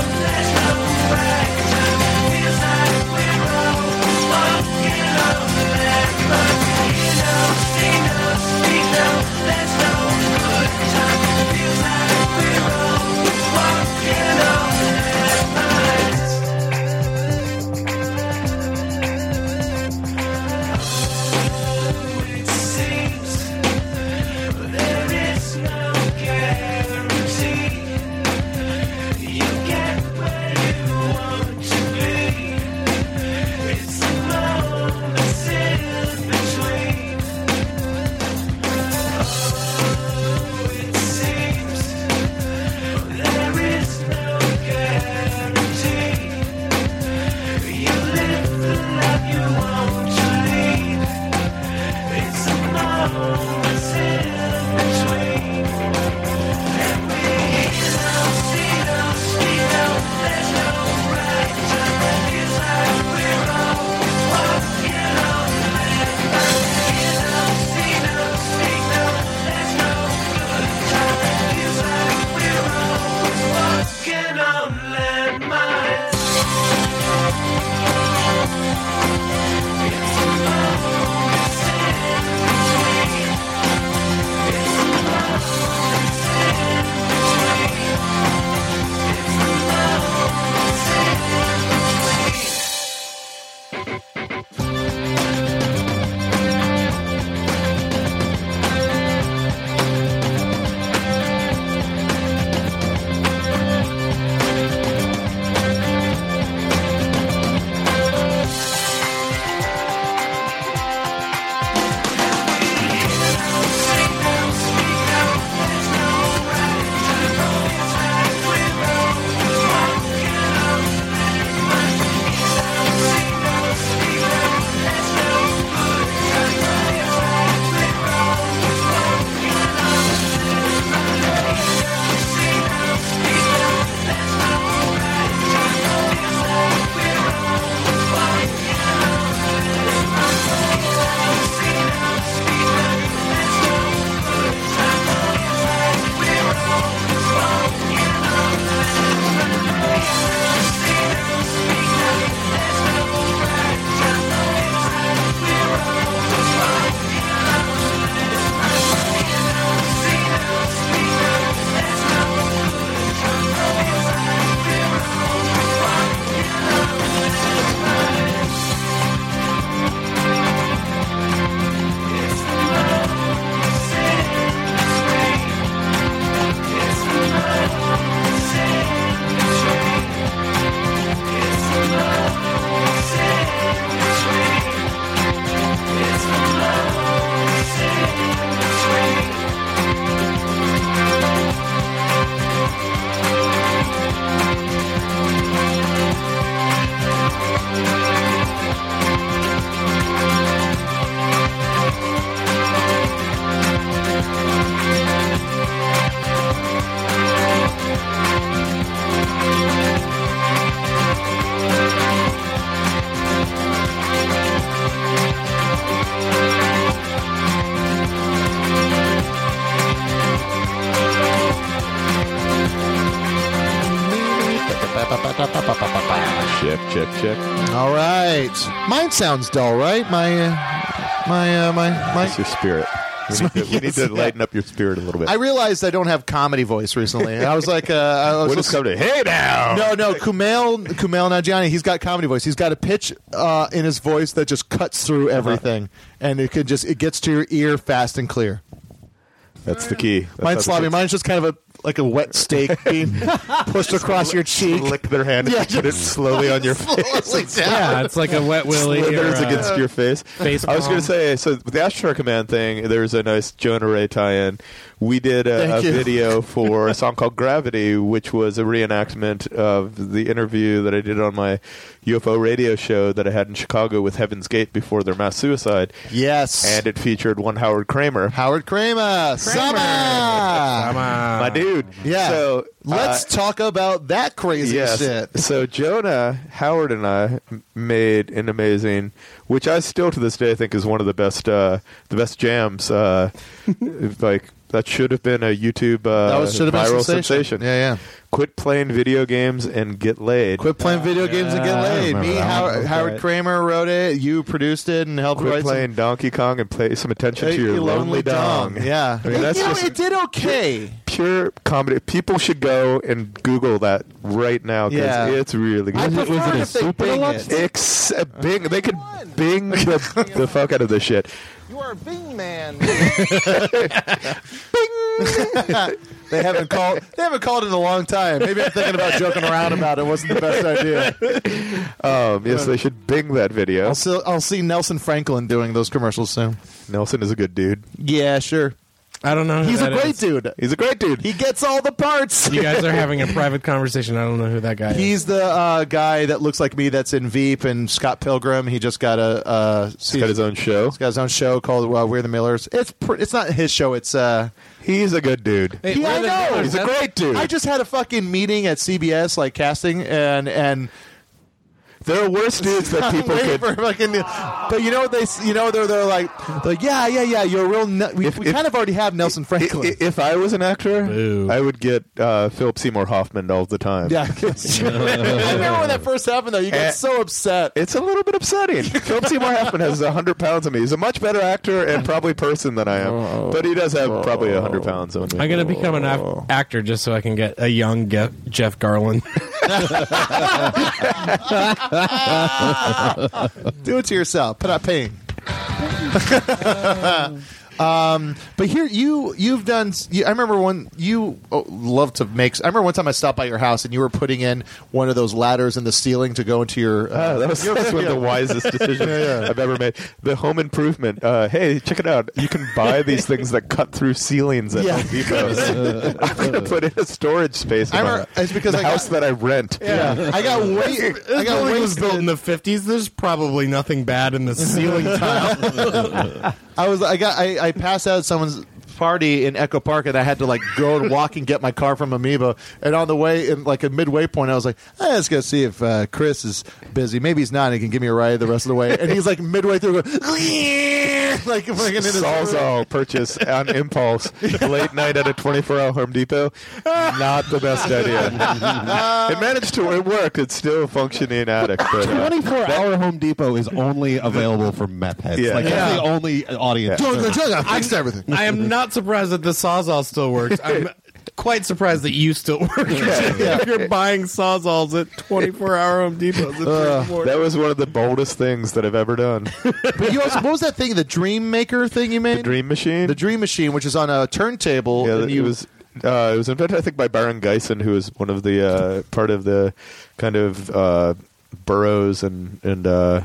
Check, check, check. All right. Mine sounds dull, right? My, uh, my, uh, my, That's my. your spirit. We need to, we need Yes, to yeah. lighten up your spirit a little bit. I realized I don't have comedy voice recently. I was like, uh, I was What is listening- coming? Hey now! No, no, Kumail Kumail Nanjiani. He's got comedy voice. He's got a pitch uh, in his voice that just cuts through Uh-huh. everything, and it could just it gets to your ear fast and clear. That's the key. That's Mine's how the sloppy. kids Mine's just kind of a like a wet steak being pushed across your cheek. Lick their hand and Yeah, put it slowly on your face. Slowly down. it's like a wet willy. or, Slithers uh, against your face. face I was going palm. to say, so with the Astronaut Command thing, there was a nice Jonah Ray tie-in. We did a, Thank a you. video for a song called Gravity, which was a reenactment of the interview that I did on my UFO radio show that I had in Chicago with Heaven's Gate before their mass suicide. Yes. And it featured one Howard Kramer. Howard Kramer, Summer. my dude. Ah. Yeah. So uh, let's talk about that crazy yes. shit. So Jonah Howard and I m- made an amazing, which I still to this day think is one of the best, uh, the best jams. Uh, like that should have been a YouTube uh, That was should have been viral sensation. Yeah, yeah. Quit playing video games and get laid. Quit playing video games and get laid. Me, Howard, Howard Kramer wrote it. You produced it and helped Quit write some- playing Donkey Kong and pay some attention to your lonely dong. Yeah, I mean, that's it, did- just it did okay. pure comedy. People should go and Google that right now because Yeah. it's really good. I prefer it if they bing it. Ex- uh, Bing. They could Bing the, the fuck out of this shit. You are a Bing man. they haven't called. They haven't called in a long time. Maybe I'm thinking about joking around about it. Wasn't the best idea. Um, yes, they should Bing that video. I'll see, I'll see Nelson Franklin doing those commercials soon. Nelson is a good dude. Yeah, sure. I don't know. Who He's a that great is. dude. He's a great dude. He gets all the parts. You guys are having a private conversation. I don't know who that guy is. He's the uh, guy that looks like me that's in Veep and Scott Pilgrim. He just got a uh, He's got his own show. He's got his own show called well, We're the Millers. It's pr- it's not his show. It's uh, He's a good dude. Hey, Yeah, we're I the know. Millers. He's a That's- great dude. I just had a fucking meeting at CBS, like casting, and and there are worse dudes that people waiting could. for fucking. But you know what they? s- You know they're they're like they're like yeah yeah yeah. You're a real. Ne- we If- we if- kind of already have Nelson I- Franklin. i- If I was an actor, Boo. I would get uh, Philip Seymour Hoffman all the time. yeah, I remember when that first happened though. You got Eh. so upset. It's a little bit upsetting. Philip Seymour Hoffman has 100 pounds on me. He's a much better actor and probably person than I am. But he does have probably 100 pounds on me. I'm gonna become an ac- actor just so I can get a young Ge- Jeff Garland. Do it to yourself. Put out pain. um, but here you you've done. s- You, I remember one you oh, love to make. I remember one time I stopped by your house and you were putting in one of those ladders in the ceiling to go into your. Uh, Ah, that was that's one of the wisest decisions I've ever made. The home improvement. Uh, hey, check it out. You can buy these things that cut through ceilings at Yeah. Home Depot. I'm going to put in a storage space. in I my- remember- it's because the I got- house that I rent. yeah, I got way. I got Building was wasted. built in the 50s. There's probably nothing bad in the ceiling tile. I was. I got. I, I passed out at someone's party in Echo Park, and I had to like go and walk and get my car from Amoeba. And on the way, in like a midway point, I was like, eh, "Let's go see if uh, Chris is busy. Maybe he's not. and He can give me a ride the rest of the way." And he's like midway through, going, like fucking in his Salzol purchase on impulse late night at a 24-hour Home Depot. Not the best idea. it managed to it worked. It's still a functioning attic. But, uh, 24 hour Home Depot is only available for meth heads. Yeah. Like, that's Yeah. the only audience. Jungle, jungle, fixed everything. I am not surprised that the sawzall still works. I'm quite surprised that you still work. if you're buying sawzalls at 24 hour Home Depots, at three in the morning. that was one of the boldest things that I've ever done. But you also, what was that thing? The Dream Maker thing you made? The Dream Machine. The Dream Machine, which is on a turntable. Yeah, and that- you, it was. Uh, it was invented, I think, by Baron Geisen, who was one of the uh, part of the kind of uh, Burroughs and and uh,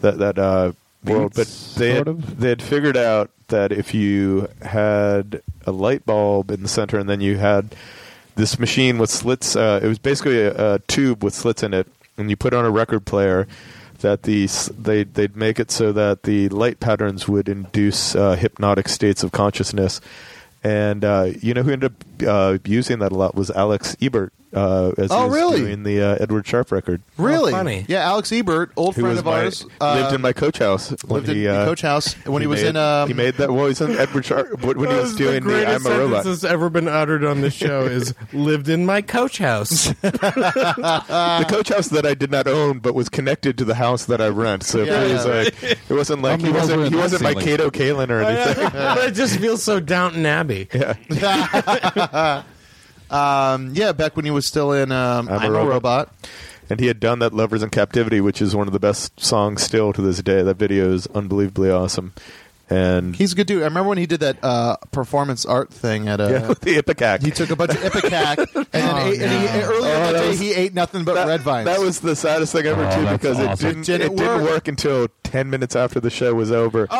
that that uh, world. But Beats, they sort had, of? they had figured out that if you had a light bulb in the center, and then you had this machine with slits. Uh, it was basically a, a tube with slits in it, and you put on a record player. That the s- they they'd make it so that the light patterns would induce uh, hypnotic states of consciousness, and uh, you know who ended up uh, using that a lot was Alex Ebert, uh, as Oh, he was really? doing the uh, Edward Sharp record. Really? Oh, funny. Yeah, Alex Ebert, old Who friend was of my, ours, uh, lived in my coach house. When lived in he, the uh, coach house when he, was made- in. Um, he made that. Well, he was in Edward Sharp when he was doing the, I'm a robot. that's ever been uttered on this show is lived in my coach house. the coach house that I did not own, but was connected to the house that I rent. So Yeah. it was like it wasn't like How he many wasn't holes were he in wasn't that my ceiling? Cato Kalin Oh, or anything. but it just feels so Downton Abbey. um, yeah, back when he was still in. Um, I'm, a robot. and he had done that "Lovers in Captivity," which is one of the best songs still to this day. That video is unbelievably awesome. And He's a good dude. I remember when he did that uh, performance art thing at uh, a. yeah, with the ipecac. He took a bunch of ipecac Oh, and then ate, and he, and earlier that, day he ate nothing but that, red vines. That was the saddest thing ever, too, Oh, that's because awesome. it didn't Did it, it Oh! didn't work? work until ten minutes after the show was over. And Oh.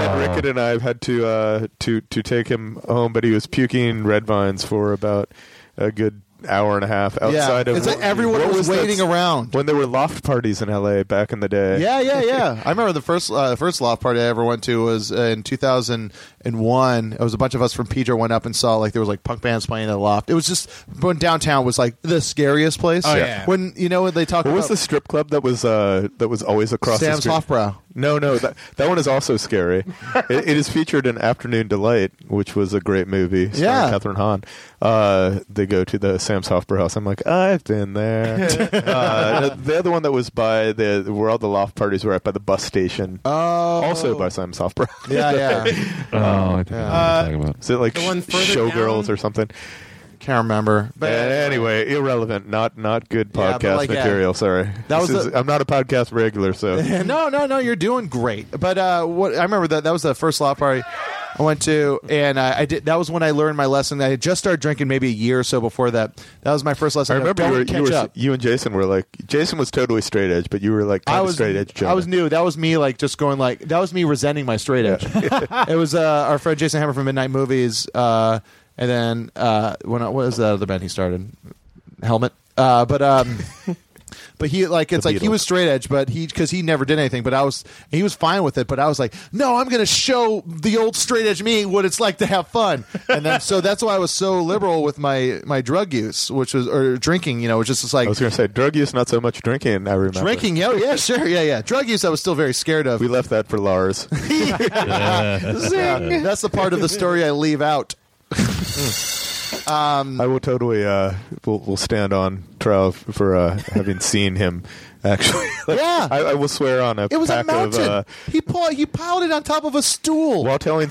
then Rickett and I have had to uh, to to take him home, but he was puking red vines for about a good hour and a half outside of. it's like everyone what was that- waiting around. when there were loft parties in L.A. back in the day. Yeah, yeah, yeah. I remember the first uh, first loft party I ever went to was uh, in 2001. It was a bunch of us from Pedro went up and saw like there was like punk bands playing in the loft. It was just when downtown was like the scariest place. Oh, yeah. When you know when they talk What was about the strip club that was uh, that was always across Sam's the street? Hofbräu. No, no, that, that one is also scary. it, it is featured in Afternoon Delight, which was a great movie. starring Yeah. Catherine Hahn. Uh, they go to the Sam's Hofbräu house. I'm like, I've been there. uh, no, the other one that was by the where all the loft parties were at by the bus station, Oh, also by Sam's Hofbräu. yeah, yeah. Oh, I think I know what you're talking about. Is it like The one sh- further showgirls down? or something? Uh, Can't remember. But anyway, irrelevant. Not not good Yeah, podcast but like, yeah. material. Sorry, That was This is- a- I'm not a podcast regular, so uh, no, no, no. You're doing great. But uh, what I remember that that was the first law party I went to, and I, I did. That was when I learned my lesson. I had just started drinking maybe a year or so before that. That was my first lesson. I remember Don't you, were, catch you, were, up. you and Jason were like Jason was totally straight edge, but you were like I kind of was straight edge. I Jonah. was new. That was me like just going like that was me resenting my straight edge. it was uh, our friend Jason Hammer from Midnight Movies, uh, and then uh, when I, what was that other band he started? Helmet. Uh, but um, but he like it's The like he Beatles. was straight edge, but he because he never did anything. But I was he was fine with it. But I was like, no, I'm gonna show the old straight edge me what it's like to have fun. And then so that's why I was so liberal with my my drug use, which was or drinking, you know, which is just like I was going to say drug use, not so much drinking. I remember Drinking, yeah, yeah, sure, yeah, yeah. Drug use, I was still very scared of. We left that for Lars. Zing. That's the part of the story I leave out. I will totally. Uh, will will stand on trial f- for uh, having seen him. Actually, Like, Yeah. I, I will swear on a It was pack a mountain. of. Uh, he pulled, he piled it on top of a stool. while telling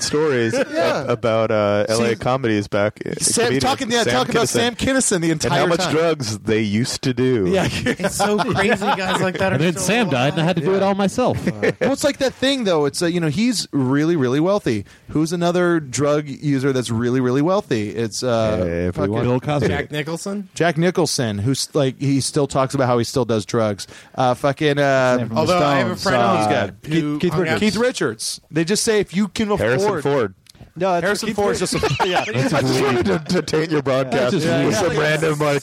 stories Yeah. ab- about uh, LA See, comedies back, uh, Sam, comedians, talking, yeah, talking about Kinison, Sam Kinison the and entire how much time. drugs they used to do. Yeah. It's so crazy guys like that are And then so Sam died, and I had to do it all myself. well, it's like that thing though. It's uh, you know he's really really wealthy. Who's another drug user that's really really wealthy? It's uh, fucking- Everyone- Bill Cosby. Jack Nicholson? Jack Nicholson, who's like he still talks about how he still does drugs. Uh, fucking uh, Although I have a Stones, friend who's uh, got who Keith, Keith, hung Richards. out- Keith Richards. They just say if you can afford Harrison Ford. No, Harrison Ford's just a, yeah. I just wanted to, to taint your broadcast That's just with weird. some random like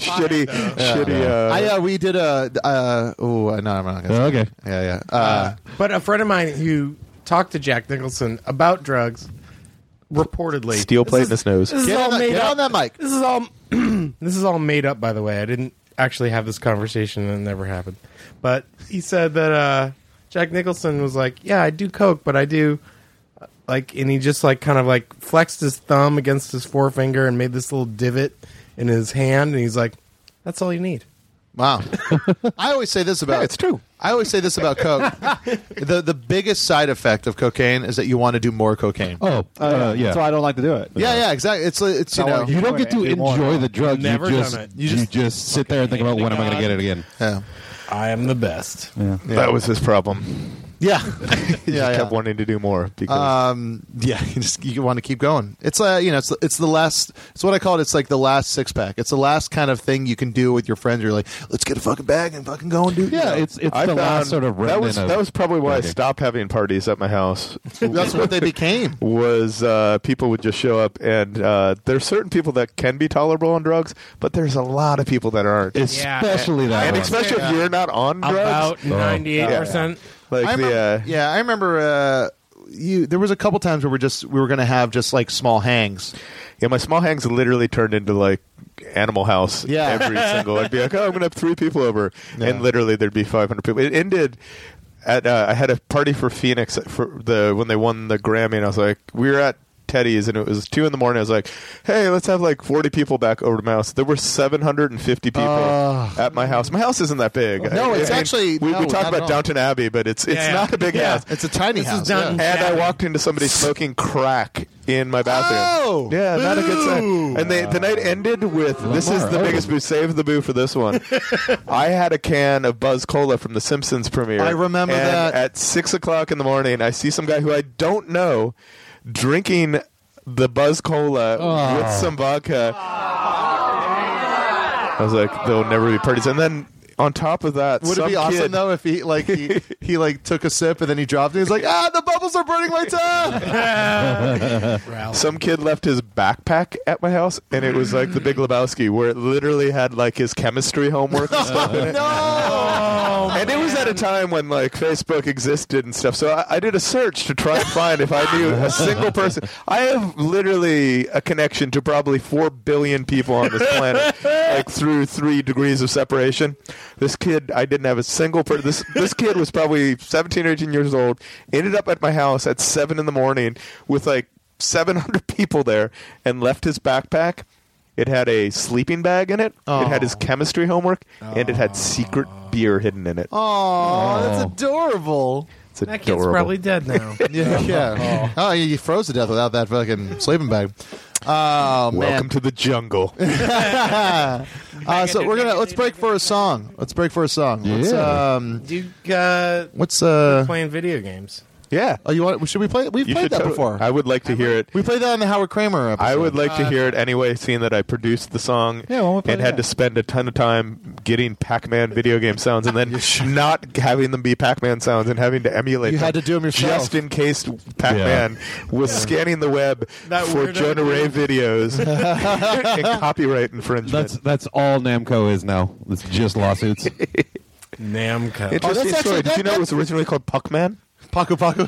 shitty, shitty. Uh, I uh, we did a uh, oh no, I'm not gonna. Okay. Yeah, yeah. Uh, But a friend of mine who talked to Jack Nicholson about drugs reportedly steel plate in his nose. This is Get all on that- made get up. on that mic. This is all this is all made up by the way. I didn't actually have this conversation and it never happened. But he said that uh Jack Nicholson was like, "Yeah, I do coke, but I do uh, like and he just like kind of like flexed his thumb against his forefinger and made this little divot in his hand and he's like, "That's all you need." wow. I always say this about it's true. I always say this about coke. the the biggest side effect of cocaine is that you want to do more cocaine. Oh, uh, yeah. That's why I don't like to do it. Yeah, yeah, exactly. It's it's you Not know. like You don't get to Anymore. enjoy the drug. Never you just, done it. You just, sit there and think about when am I going to get it again. yeah. I am the best. That was his problem. Yeah. He Yeah, just yeah. kept wanting to do more because Um. Yeah. You just you want to keep going. It's uh. You know. It's it's the last. It's what I call it. It's like the last six pack. It's the last kind of thing you can do with your friends. You're like, let's get a fucking bag and fucking go and do. Yeah, it's it's I the found last sort of that was remnant of- that was probably why I Okay. stopped having parties at my house. that's what they became. was uh, people would just show up, and uh, there's certain people that can be tolerable on drugs, but there's a lot of people that aren't. especially that. and one. especially Oh, if you're not on drugs, About 98%. like I the remember, uh, yeah, I remember uh, you there was a couple times where we're just we were going to have just like small hangs. Yeah, my small hangs literally turned into like Animal House. Yeah. every single. I'd be like, oh, I'm gonna have three people over, and literally there'd be 500 people. It ended. At, uh, I had a party for Phoenix for the when they won the Grammy, and I was like, we were at Teddy's, and it was two in the morning. I was like, hey, let's have like 40 people back over to my house. There were 750 people at my house. My house isn't that big. No, I- it's I mean, actually- we, no, we not talk at all. about Downton Abbey, but it's it's Yeah. not a big Yeah. house. It's a tiny This is house. Downton yeah. And I Abbey. walked into somebody smoking crack in my bathroom. Oh! yeah, not a good Boo! sign. And they, the night ended with this is the biggest boo. Save the boo for this one. I had a can of Buzz Cola from the Simpsons premiere. I remember and that. At six o'clock in the morning, I see some guy who I don't know drinking the Buzz Cola with some vodka. I was like, there'll never be parties. And then on top of that, Would it some be awesome kid- though if he like he, he like took a sip and then he dropped it? He's like, ah, the bubbles are burning my tongue. Some kid left his backpack at my house, and it was like the Big Lebowski, where it literally had like his chemistry homework and stuff in it. no. And it was at a time when like Facebook existed and stuff. So I, I did a search to try and find if I knew a single person. I have literally a connection to probably four billion people on this planet, like through three degrees of separation. This kid, I didn't have a single person. This this kid was probably 17 or 18 years old. Ended up at my house at seven in the morning with like 700 people there, and left his backpack. It had a sleeping bag in it. It had his chemistry homework, and it had secret beer hidden in it. Oh, Aw, that's adorable. It's adorable. That kid's probably dead now. Yeah, yeah. Oh, you you froze to death without that fucking sleeping bag. Oh man. Welcome to the jungle. Uh, so we're gonna let's break for a song. Let's break for a song. Let's, um, you uh, what's uh? playing video games? yeah, Oh, you want? Should we play? it? We've you played should that to- before. I would like to hear it. we played that on the Howard Kramer episode. I would like uh, to hear it anyway, seeing that I produced the song Yeah, why don't we play and had that? to spend a ton of time getting Pac-Man video game sounds, and then not having them be Pac-Man sounds and having to emulate. You them had to do 'em yourself. just in case Pac-Man was scanning the web That for weirdo Jonah Ray videos and copyright infringement. Oh, That's that's all Namco is now. It's just lawsuits. Namco. Interesting that's actually- story. Did that- you know it was originally called Puckman? Paco Paco.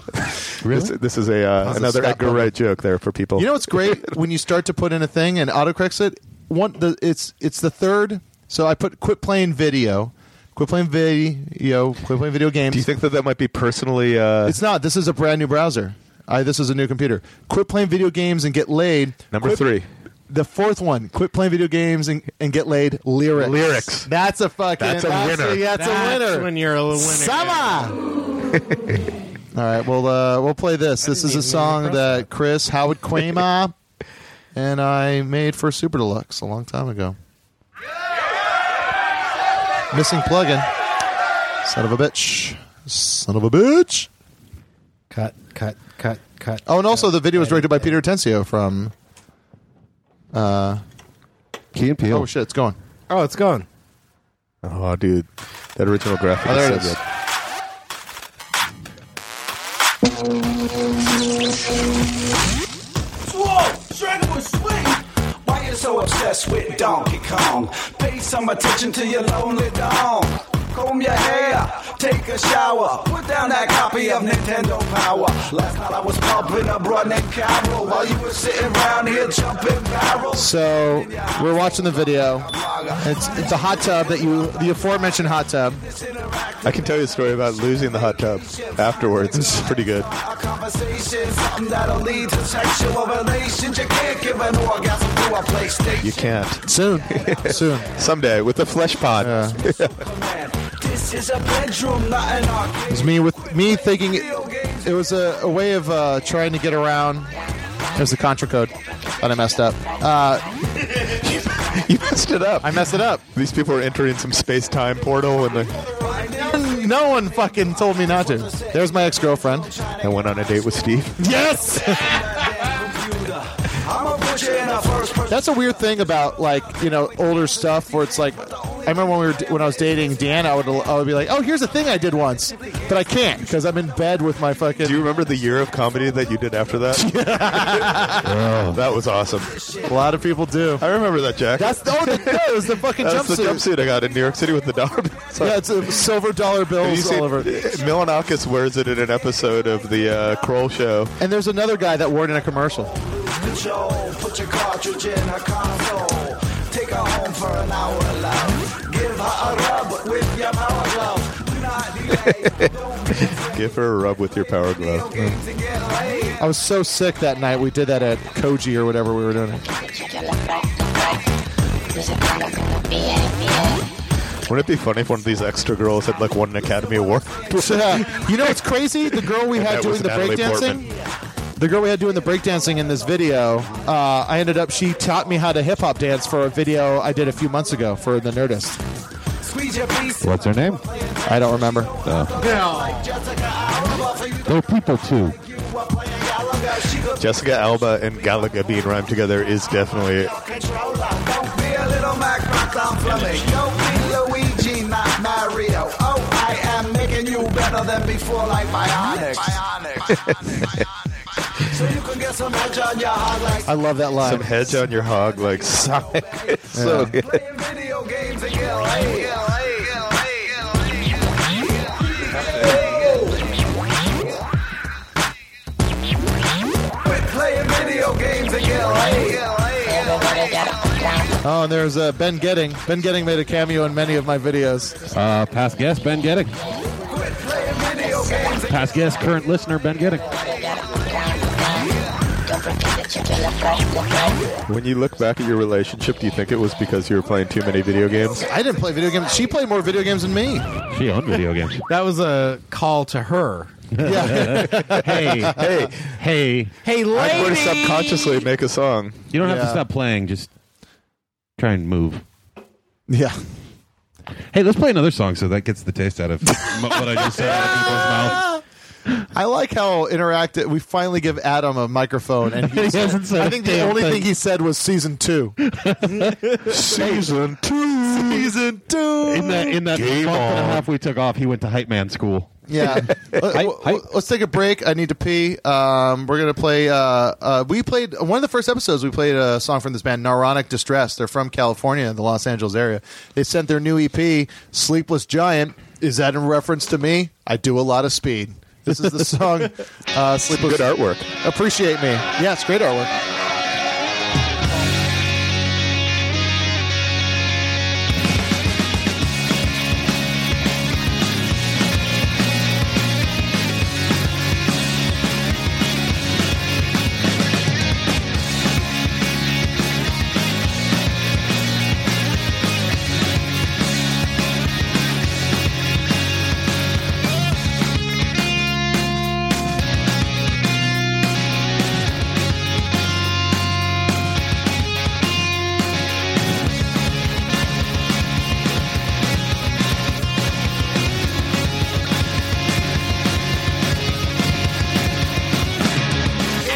This, this is a uh, How's it another stop Edgar Puckman? Wright joke there for people. You know what's great when you start to put in a thing and autocorrects it. One, the, it's it's the third. So I put quit playing video, quit playing video, quit playing video games. Do you think that that might be personally? Uh, It's not. This is a brand new browser. I, this is a new computer. Quit playing video games and get laid. Number Quit- three. The fourth one. Quit playing video games and, and get laid. Lyrics. Lyrics. That's a fucking. That's a winner. that's, a winner. When you're a winner. Summer. All right. Well, uh, we'll play this. This is a song that Chris Howard Quema and I made for Super Deluxe a long time ago. Missing plugin. Son of a bitch. Son of a bitch. Cut, cut, cut, cut. Oh, and also the video was directed by Peter Tensio from. Key and Peele. Oh shit, it's going. Oh, it's gone. oh, dude, that original graphic. Oh, there it is so is. good. Whoa, strangle swing. Why you so obsessed with Donkey Kong? Pay some attention to your lonely dong. Comb your hair, take a shower, put down that copy of Nintendo Power. Last night I was pumping a broad named Carol while you were sitting round here jumping barrels. So we're watching the video. It's it's a hot tub that you the aforementioned hot tub. I can tell you a story about losing the hot tub afterwards. It's pretty good. Our conversation, something that'll lead to sexual relations. You can't give an orgasm to a PlayStation. You can't Soon, soon. someday with a flesh pod. Man, This is a bedroom, not an arcade. It's me with me thinking it, it was a, a way of uh, trying to get around. There's the contra code, but I messed up. Uh, you messed it up. I messed it up. These people are entering some space-time portal, and they- No one fucking told me not to. There's my ex girlfriend. I went on a date with Steve. Yes. I'm a butcher in a first person. That's a weird thing about like you know older stuff where it's like I remember when we were when I was dating Deanna, I would I would be like, "Oh, here's a thing I did once, but I can't because I'm in bed with my fucking." Do you remember the year of comedy that you did after that? That was awesome. A lot of people do. I remember that, Jack. That's oh, the, no, it was the fucking That's jumpsuit. the jumpsuit I got in New York City with the dollar bills. Yeah, it's a silver dollar Have bills all over. Milanakis wears it in an episode of the uh, Kroll show. And there's another guy that wore it in a commercial. Put your cartridge in her console. Take her home for an hour, love. Give her a rub with your power glove. Do not delay. Give her a rub with your power glove. Mm. I was so sick that night. We did that at Koji or whatever we were doing. Wouldn't it be funny if one of these extra girls had like won an Academy Award? Yeah. You know what's crazy? The girl we And had that doing was the Natalie breakdancing. The girl we had doing the breakdancing in this video, uh, I ended up. She taught me how to hip hop dance for a video I did a few months ago for the Nerdist. Squeeze your piece. What's her name? I don't remember. They're people too. Jessica Alba and Galaga being rhymed together is definitely Controller. Don't be a little Mac Rock, I'm Fleming. Don't be Luigi, not Mario. Oh, I am making you better than before, like bionics. so you can get some edge on your heart, like I love that some line. hedge on your hog like Sonic. It's So good. playing video games in LA. LA, LA, Quit Playing video games in LA. Oh, and there's uh, Ben Getting. Ben Getting made a cameo in many of my videos. Uh, past guest Ben Geddick. Past guest, current listener Ben Geddick. When you look back at your relationship, do you think it was because you were playing too many video games? I didn't play video games. She played more video games than me. She owned video games. That was a call to her. Yeah. hey, hey, hey! Hey, I'm going lady. to subconsciously make a song. You don't have to Yeah. stop playing. Just try and move. yeah. Hey, let's play another song so that gets the taste out of m- what I just said out of people's mouth. I like how interactive. We finally give Adam a microphone, and he, He said- hasn't said I a think the damn only thing. thing he said was season two. Season two. season two. In that in that Game month and a on. half we took off, he went to hype man school. Yeah. Let- w- w- Let's take a break. I need to pee. Um, we're going to play. Uh, uh, we played one of the first episodes. We played a song from this band, Naronic Distress. They're from California in the Los Angeles area. They sent their new EP, Sleepless Giant. Is that in reference to me? I do a lot of speed. This is the song, uh, Sleepless Good artwork. Appreciate Me. Yeah, it's great artwork.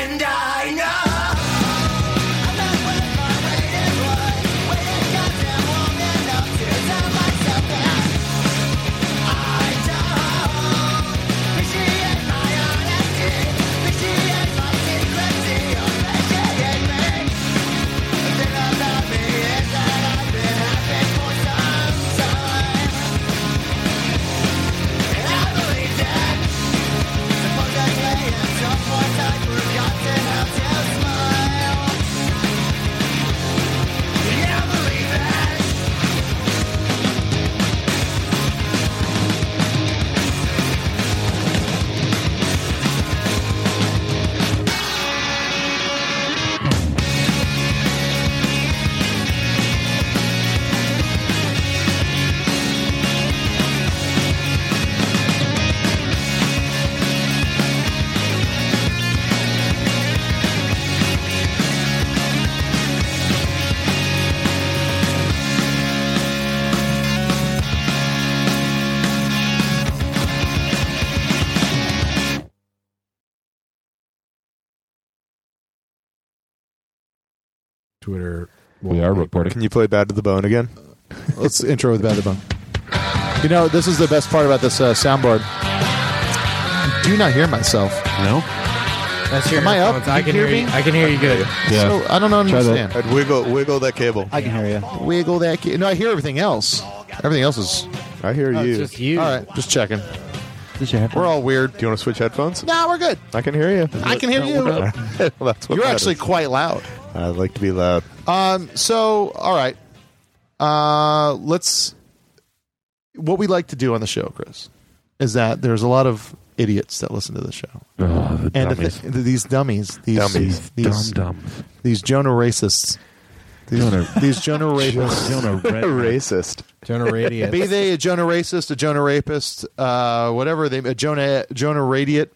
And I know. Twitter. We are reporting. Can you play Bad to the Bone again? Let's intro with Bad Bone. You know, this is the best part about this uh, soundboard. I do not hear myself. No. That's your Am I up? headphones. I You can hear you. I can hear you good. Yeah. So, I don't understand. I'd wiggle, wiggle that cable. I can hear you. Wiggle that. Ki- no, I hear everything else. Everything else is. I hear Oh, you. it's just you. All right, just checking. We're all weird. Do you want to switch headphones? No, we're good. I can hear you. I can hear you. well, that's what You're actually matters. quite loud. I like to be loud. Um, so, all right. Uh, let's. What we like to do on the show, Chris, is that there's a lot of idiots that listen to the show. Oh, and the thi- these dummies, these Ah, Dummies. these Dum-dums. these Jonah racists, these Jonah- these Jonah rapists. Racist. Jonah Radius. Be they a Jonah racist, a Jonah rapist, uh, whatever they, a Jonah Jonah radiate,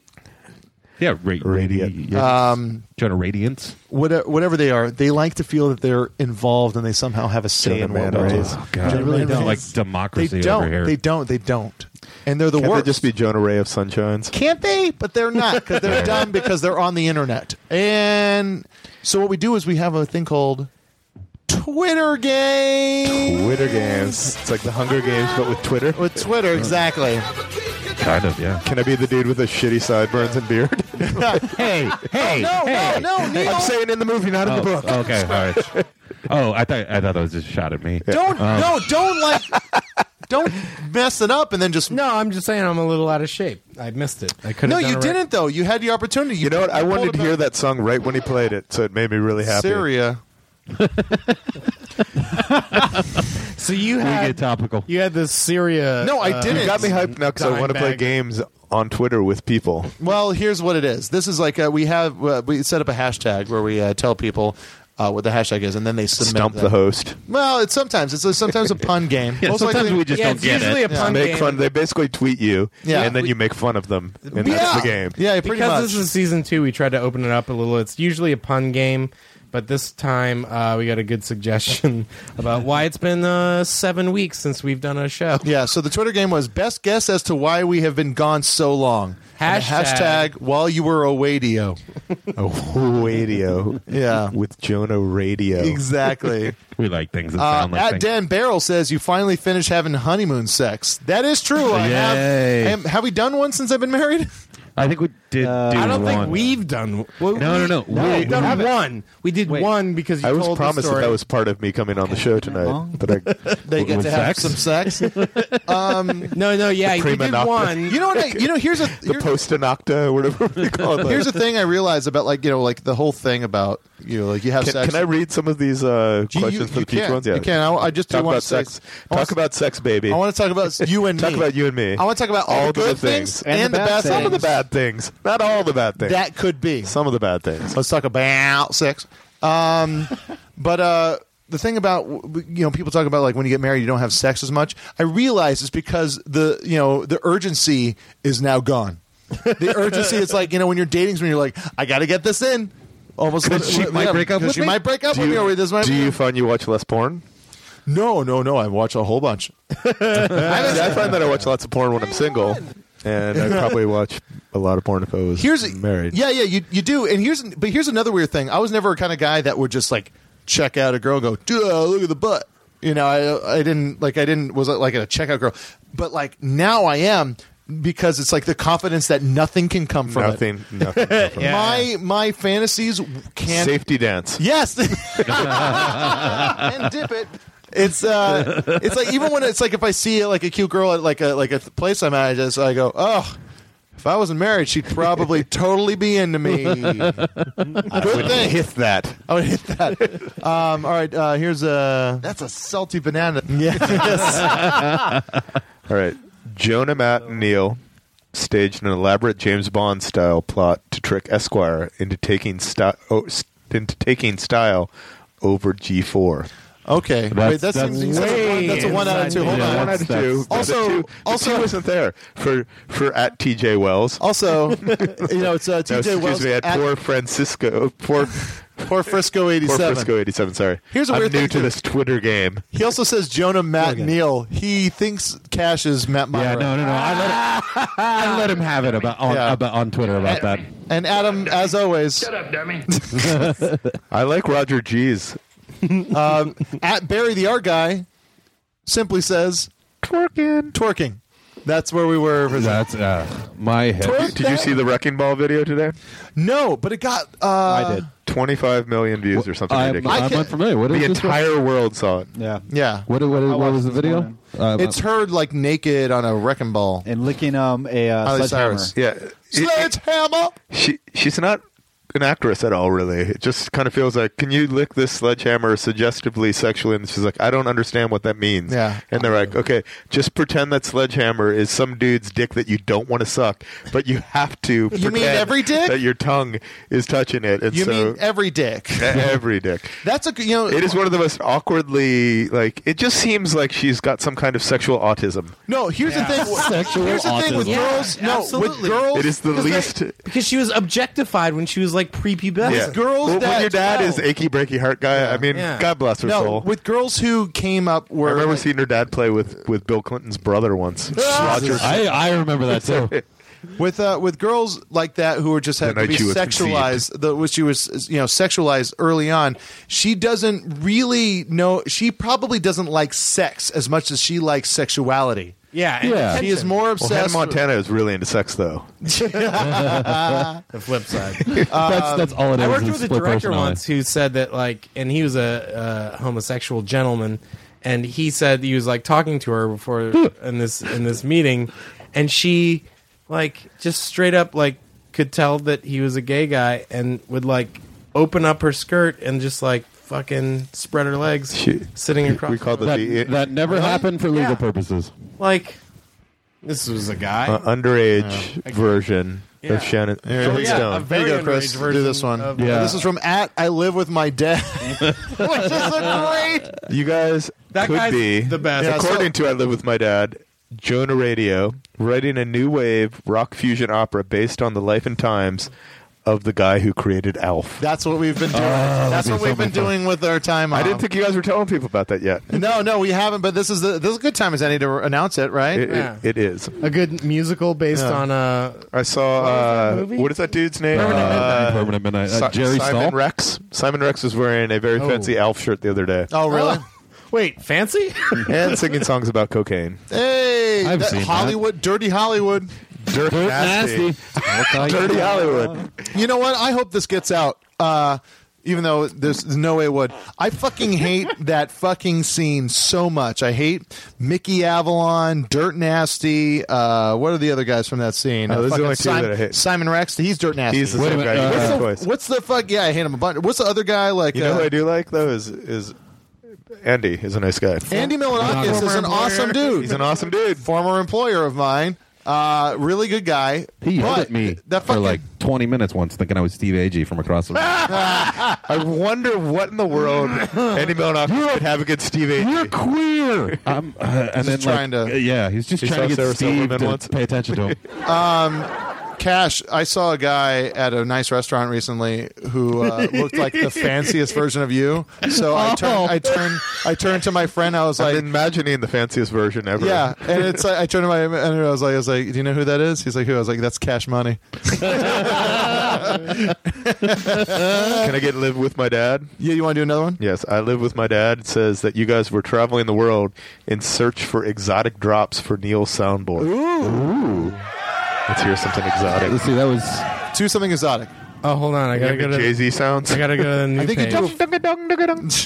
Yeah, ra- Radiant. um, Jonah Radiance. whatever, whatever they are, they like to feel that they're involved and they somehow have a say in Jonah what Man we do. Rays. Oh, God. They really It's don't. like They democracy over don't. here. They don't. They don't. And they're the Can't that worst. just be Jonah Ray of Sunshines? Can't they? But they're not because they're dumb because they're on the internet. And so what we do is we have a thing called Twitter game Twitter games. It's like the Hunger Games, but with Twitter. with Twitter. Exactly. kind of, yeah. Can I be the dude with the shitty sideburns and beard? Hey, hey, No, no, no, Neil. I'm saying in the movie, not in the book. okay, all right. Oh, I thought I thought that was just a shot at me. Don't Um, Um, no, don't like, don't mess it up and then just. No, No, I'm just saying I'm a little out of shape. I missed it. I couldn't. you didn't though. You had the opportunity. You know what? I wanted to hear that. that song right when he played it, so it made me really happy. Syria. So you We had get topical. you had this Syria. No, I uh, didn't. You got me hyped now because I want to play Dimebag. games on Twitter with people. Well, here's what it is. This is like uh, we have uh, we set up a hashtag where we uh, tell people uh, what the hashtag is, and then they submit. Stump that. the host. Well, it's sometimes it's a, sometimes a pun game. Yeah, Most sometimes likely- we just Yeah, don't it's get usually it. a pun make game. fun. They basically tweet you, Yeah. and then you make fun of them, and yeah. that's the game. Yeah, pretty because much. this is season two, we tried to open it up a little. It's usually a pun game, but this time uh, we got a good suggestion about why it's been uh, seven weeks since we've done a show. yeah, so the Twitter game was best guess as to why we have been gone so long. And the Hashtag- hashtag while you were away, Dio. Oh, radio. Yeah. with Jonah Radio. Exactly. We like things that Uh, sound like at things. Dan Barrel says you finally finished having honeymoon sex. That is true. I have, Yay. I am- have we done one since I've been married? I think we did. do I don't one. think we've done. Well, No, no, no. We- we've done one. We did one because you I was told the promised that story. that was part of me coming on the show tonight, but I, They get With to have sex? some sex. um, no, no, yeah, we did Premonopter. one. you know what? I, you know, here's a the here- post or whatever we call it. here's the thing I realized about like you know like the whole thing about you know like you have can, sex. can I read some of these uh, You- you- questions for you the future can. ones? Yeah, You can. I- I just do talk wanna about say- sex. I wanna Talk about sex, baby. I want to talk about you and talk me. about you and me. I want to talk about all, the good things, and, the bad things. Some of the bad things, not all the bad things. that could be. some of the bad things. Let's talk about sex. Um, but uh, the thing about you know people talk about like when you get married you don't have sex as much. I realize it's because the you know the urgency is now gone. The urgency is like you know when you're dating someone you're like I got to get this in. Almost Because she might break up because with she me? might break up Do with me. you, Or this might do you find you watch less porn? No, no, no. I watch a whole bunch. See, I find that I watch lots of porn when I'm single, and I probably watch a lot of porn if I was Here's a, married. Yeah, yeah. You you do. And here's but here's another weird thing. I was never a kind of guy that would just like check out a girl, and go, dude, look at the butt. You know, I I didn't like I didn't was like a checkout girl, but like now I am because it's like the confidence that nothing can come from nothing. nothing. It. My my fantasies can't Safety dance. Yes. and dip it. It's uh, it's like even when it's like if I see like a cute girl at like a like a th- place I'm at, I just I go, oh, if I wasn't married, she'd probably totally be into me. Good thing. Hit that. I would hit that. Um, all right, uh, here's a that's a salty banana. Yes. All right. Jonah, Matt, and Neil staged an elaborate James Bond style plot to trick Esquire into taking style oh, st- into taking style over G4. okay. That's- Wait, that that's seems that's a one, that's a one out of two. Hold Yeah, on. one out that's- of two. that's- Also- the two, the also- two wasn't there for for at TJ Wells. Also, you know it's uh, No, TJ excuse Wells me, at, at- poor Francisco, poor poor Frisco eighty poor seven. Frisco eighty seven. Sorry, Here's a I'm weird new thing, to too. this Twitter game. He also says Jonah, Matt, Neil. He thinks Cash is Matt Myra. Yeah, no, no, no. I let him, I let him have it about on, Yeah. about, on Twitter about that. And Adam, as always, I like Roger G's. at Barry the Art Guy, simply says twerking. Twerking. That's where we were. For That's uh, my Twerk head. Did you see the wrecking ball video today? No, but it got. Uh, I did. 25 million views or something I'm- ridiculous. I'm I can't- unfamiliar. What the is this entire world saw it. Yeah. Yeah. What, what, what, was the video? Uh, it's her like naked on a wrecking ball and licking um a uh, Miley sledgehammer. Cyrus. Yeah. Sledgehammer. She she's not an actress at all, really. It just kind of feels like, can you lick this sledgehammer suggestively sexually? And she's like, I don't understand what that means. Yeah. And they're like, okay, just pretend that sledgehammer is some dude's dick that you don't want to suck, but you have to. You mean every dick? That your tongue is touching it, and You so mean every dick? E- every dick. That's a you know. It is one of the most awkwardly like. It just seems like she's got some kind of sexual autism. No, here's the thing. Sexual here's the thing with autism. Yeah, girls. No, absolutely. with girls. It is the because they- least. because she was objectified when she was like prepubescent. Yeah. girls Well, that- when your dad no. is achy breaky heart guy, I mean, Yeah. God bless her no, soul. with girls who came up I were remember seeing her dad play with, with Bill Clinton's brother Ah, once. Roger. I, I remember that too. with uh, with girls like that who are just had The to night be she was sexualized, the, which she was you know sexualized early on. She doesn't really know. She probably doesn't like sex as much as she likes sexuality. Yeah, and Yeah. She is more Well, Hannah obsessed. Montana is really into sex, though. the flip side. That's- that's all it I is, worked is with a split personality. director once who said that like, and he was a, uh homosexual gentleman, and he said he was like talking to her before in this in this meeting, and she like just straight up like could tell that he was a gay guy and would like open up her skirt and just like fucking spread her legs sitting across. we called from that him. the uh, That never Really? happened for legal Yeah. purposes. like this was a guy. uh, underage version Yeah. of Shannon, Yeah. Sharon Yeah, Stone. a very Here you go, underage Chris. Do version this one. of- uh, Yeah. This is from at I live with my dad, which is a great. You guys That could guy's be the best. Yeah, According to I Live with My Dad, Jonah Radio writing a new wave rock fusion opera based on the life and times of the guy who created Alf. That's what we've been doing. That's that'd Oh, be what we've so been much fun. doing with our time. I didn't off. think you guys were telling people about that yet. No, no, we haven't. But this is the this is a good time as any to announce it, right? It, it- it is. a good musical based Yeah. on uh, a I saw. What was uh, that movie? what is that dude's name? Permanent Uh, Midnight. Permanent Midnight. Uh, Si- Jerry Simon Stahl? Rex. Simon Rex was wearing a very Oh. fancy Alf shirt the other day Oh, really? wait fancy. and singing songs about cocaine. Hey, I've that seen that. Hollywood, dirty Hollywood. Dirt, nasty. Dirty Hollywood. You know what? I hope this gets out. Uh, even though there's no way it would. I fucking hate that fucking scene so much. I hate Mickey Avalon, Dirt Nasty. Uh, what are the other guys from that scene? Oh, those are the Fucking only two Simon, that I hate. Simon Rex. He's Dirt Nasty. He's the Wait a same minute, guy. you uh, guys what's voice. What's the fuck? Yeah, I hate him a bunch. What's the other guy like? You know uh, who I do like though is is Andy is a nice guy. Andy Milonakis is an awesome dude. He's an awesome dude. former employer of mine. Uh, really good guy. He but yelled at me That for fucking like 20 minutes once, thinking I was Steve Agee from across the room. I wonder what in the world Andy Milonakis could have against Steve Agee. queer. Um, uh, and then Just like, trying to- uh, yeah, he's just He trying to get saw Sarah Steve Silverman to once. pay attention to him. Cash, I saw a guy at a nice restaurant recently who uh, looked like the fanciest version of you. So Oh. I turned, I turned, I turned to my friend. I was I'm like, imagining the fanciest version ever. "Yeah," and it's like I turned to my and I was like, "I was like, do you know who that is?" He's like, "Who?" I was like, "That's Cash Money." Can I get live with my dad? Yeah, you want to do another one? Yes, I live with my dad. It says that you guys were traveling the world in search for exotic drops for Neil's soundboard. Ooh. Let's hear something exotic. Let's see, that was Do something exotic. Oh, hold on. I gotta go to. Jay Z sounds. I gotta go to the new I think you page. do.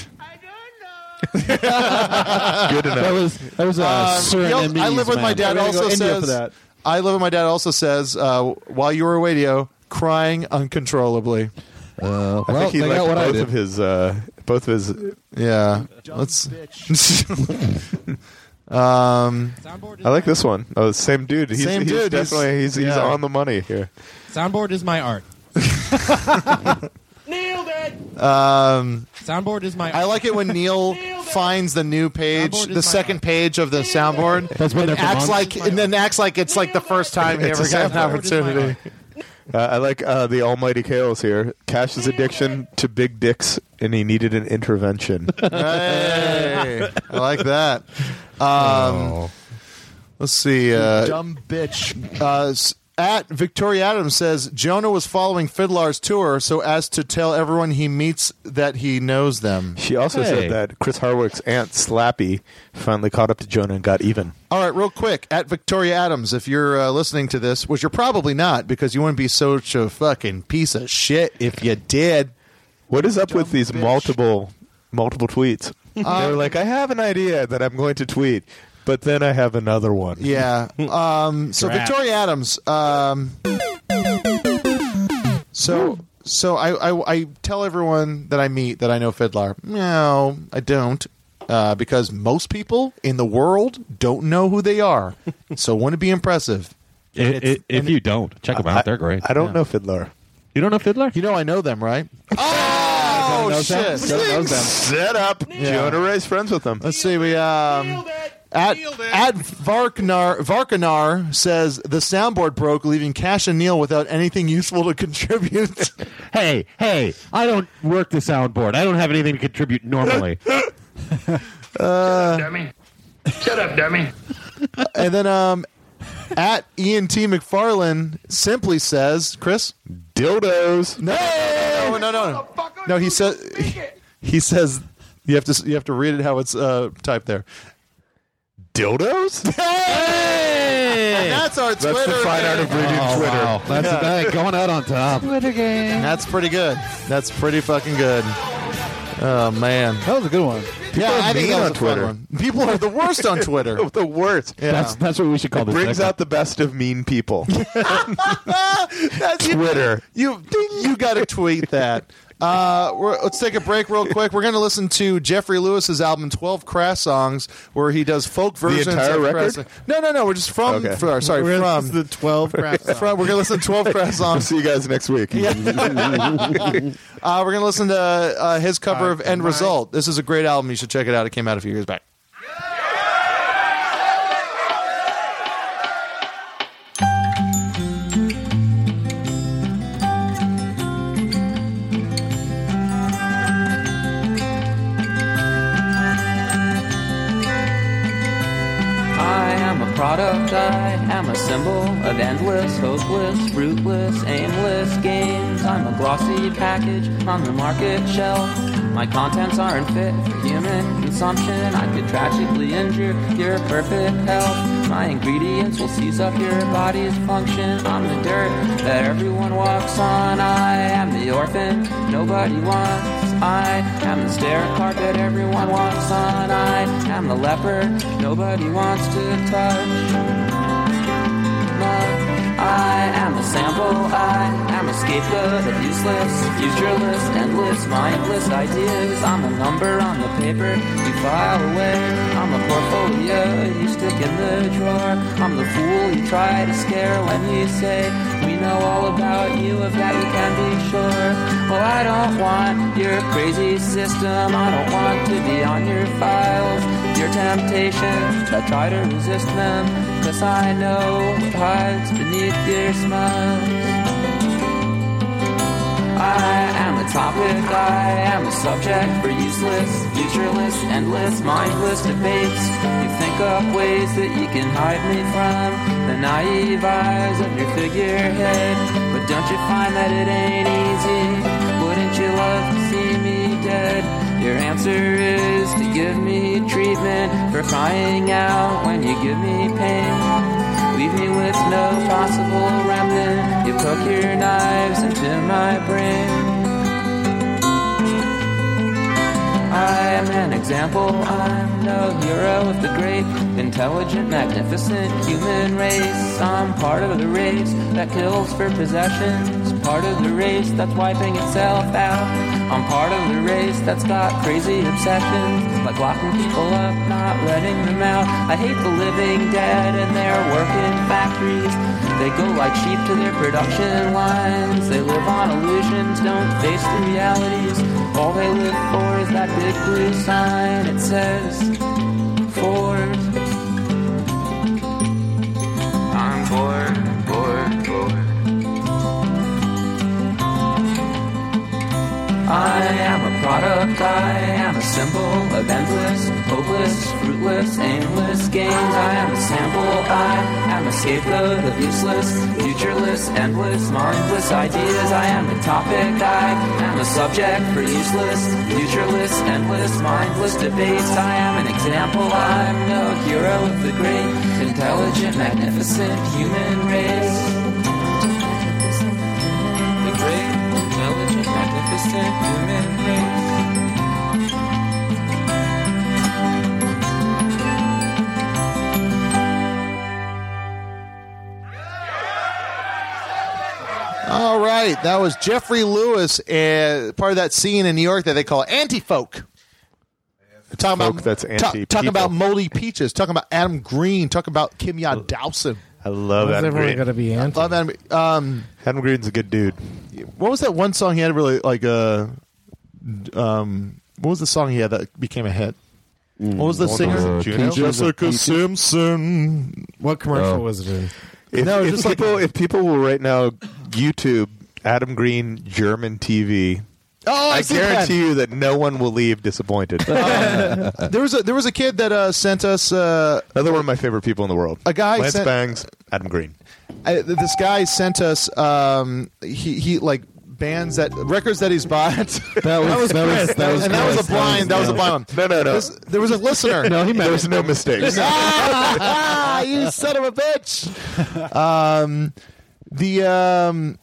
Good that enough. was that uh, was a Um, he also- I live with my dad. We're gonna go Also India says for that. I live with my dad. Also says uh, while you were away, Dio, crying uncontrollably. Uh, I well, think he they liked got what I both did. of his uh, both of his Yeah, let's. um, I like this one. Oh, the same dude. He's, Same he's dude. He's- Definitely, he's, he's yeah. on the money here. Soundboard is my art. um, Soundboard is my I art. like it when Neil finds the new page, Soundboard is the my second page of the soundboard. That's been there for Acts months. like and then acts like it's like the first time he It's ever got an a soundboard. opportunity. Uh, I like uh, the almighty Kales here. Cash's addiction to big dicks, and he needed an intervention. Hey, I like that. Um, Let's see. Uh, Dumb bitch. uh, s- At Victoria Adams says Jonah was following Fiddlar's tour so as to tell everyone he meets that he knows them. She also Hey. said that Chris Harwick's aunt Slappy finally caught up to Jonah and got even. All right, real quick, at Victoria Adams, if you're uh, listening to this, which you're probably not because you wouldn't be such a fucking piece of shit if you did. What is up with these multiple multiple tweets? Uh, they were like, I have an idea that I'm going to tweet, but then I have another one. Yeah. Um, so Crap. Victoria Adams. Um, so so I, I I tell everyone that I meet that I know Fiddler. No, I don't. Uh, because most people in the world don't know who they are, so wouldn't it be impressive? If- if- if you don't, check 'em out. They're great. I don't Yeah. know Fiddler. You don't know Fiddler? You know I know them, right? Oh, shit. Set up. Jonah Ray's friends with them. Let's see. We um, at at Varknar Varkanar says the soundboard broke, leaving Cash and Neil without anything useful to contribute. hey, hey, I don't work the soundboard. I don't have anything to contribute normally. Uh, dummy. Shut up, dummy. and then um, at Ian T McFarlane simply says, Chris dildos. No, no, no, no, no. No, he says he, he says you have to you have to read it how it's uh, typed there. Dildos. Hey! That's our Twitter. Oh, wow. That's Yeah. that going out on top. Twitter game. That's pretty good. That's pretty fucking good. Oh man, that was a good one. yeah, are I think mean that was on a fun Twitter. one. People are the worst on Twitter. the worst. Yeah. That's- that's what we should call it this Brings segment. out the best of mean people. That's Twitter. You you got to tweet that. Uh, we're, let's take a break real quick. We're going to listen to Jeffrey Lewis's album Twelve Crass Songs, where he does folk versions. entire of record? Crass. No, no, no. We're just from. Okay. for- sorry, We're gonna from listen the Twelve Crass. From, we're going to listen to Twelve Crass Songs. See you guys next week. Yeah. uh, we're going to listen to uh, his cover of End Result. This is a great album. You should check it out. It came out a few years back. I am a product, I am a symbol of endless, hopeless, fruitless, aimless games. I'm a glossy package on the market shelf. My contents aren't fit for human consumption. I could tragically injure your perfect health. My ingredients will seize up your body's function. I'm the dirt that everyone walks on. I am the orphan nobody wants. I am the stair carpet everyone walks on. I am the leopard nobody wants to touch. I am a sample, I am a scapegoat of useless, futureless, endless, mindless ideas. I'm a number on the paper you file away. I'm a portfolio you stick in the drawer. I'm the fool you try to scare when you say, We know all about you, of that you can be sure. Well, I don't want your crazy system, I don't want to be on your files, your temptations that try to resist them. Cause I know what hides beneath your smiles. I am a topic, I am a subject for useless, futureless, endless, mindless debates. You think up ways that you can hide me from the naive eyes of your figurehead. But don't you find that it ain't easy? Wouldn't you love to see me dead? Your answer is to give me treatment for crying out when you give me pain. Leave me with no possible remnant. You poke your knives into my brain. I am an example, I'm no hero of the great, intelligent, magnificent human race. I'm part of the race that kills for possessions, part of the race that's wiping itself out. I'm part of the race that's got crazy obsessions, like locking people up, not letting them out. I hate the living dead and their work in factories. They go like sheep to their production lines, they live on illusions, don't face the realities. All they live for is that big blue sign. It says Ford. I'm bored, bored, bored. I am a product, I am a symbol of endless, hopeless, fruitless, aimless gains. I am a sample, I am a scapegoat of useless, futureless, endless, mindless ideas. I am a topic, I am a subject for useless, futureless, endless, mindless debates. I am an example, I'm no hero of the great, intelligent, magnificent human race. The great, intelligent, magnificent human race. All right, that was Jeffrey Lewis, uh, part of that scene in New York that they call anti-folk. Talking Folk about that's ta- anti-people. talking about moldy peaches. Talking about Adam Green. Talking about Kimya Dowson. I love Why is Adam everyone Green. gotta be anti? Love Adam. Um, Adam Green's a good dude. What was that one song he had? Really like uh, um, what was the song he had that became a hit? Mm, What was the What singer? was it, Juno? Jessica Simpson. What commercial Oh. was it in? If, No, if just like- people, if people will right now YouTube Adam Green German TV, Oh, I, I see that. guarantee you that no one will leave disappointed. there was a there was a kid that uh, sent us uh, another one of my favorite people in the world. A guy Lance sent- Bangs, Adam Green. I, th- this guy sent us um, he he like bands that records that he's bought. That was- that was- Chris. that was and that was Chris. a blind. That was a blind one. No, no, no. This- there was a listener. No, he meant There was it. no mistakes. Ah, you son of a bitch. Um, the um,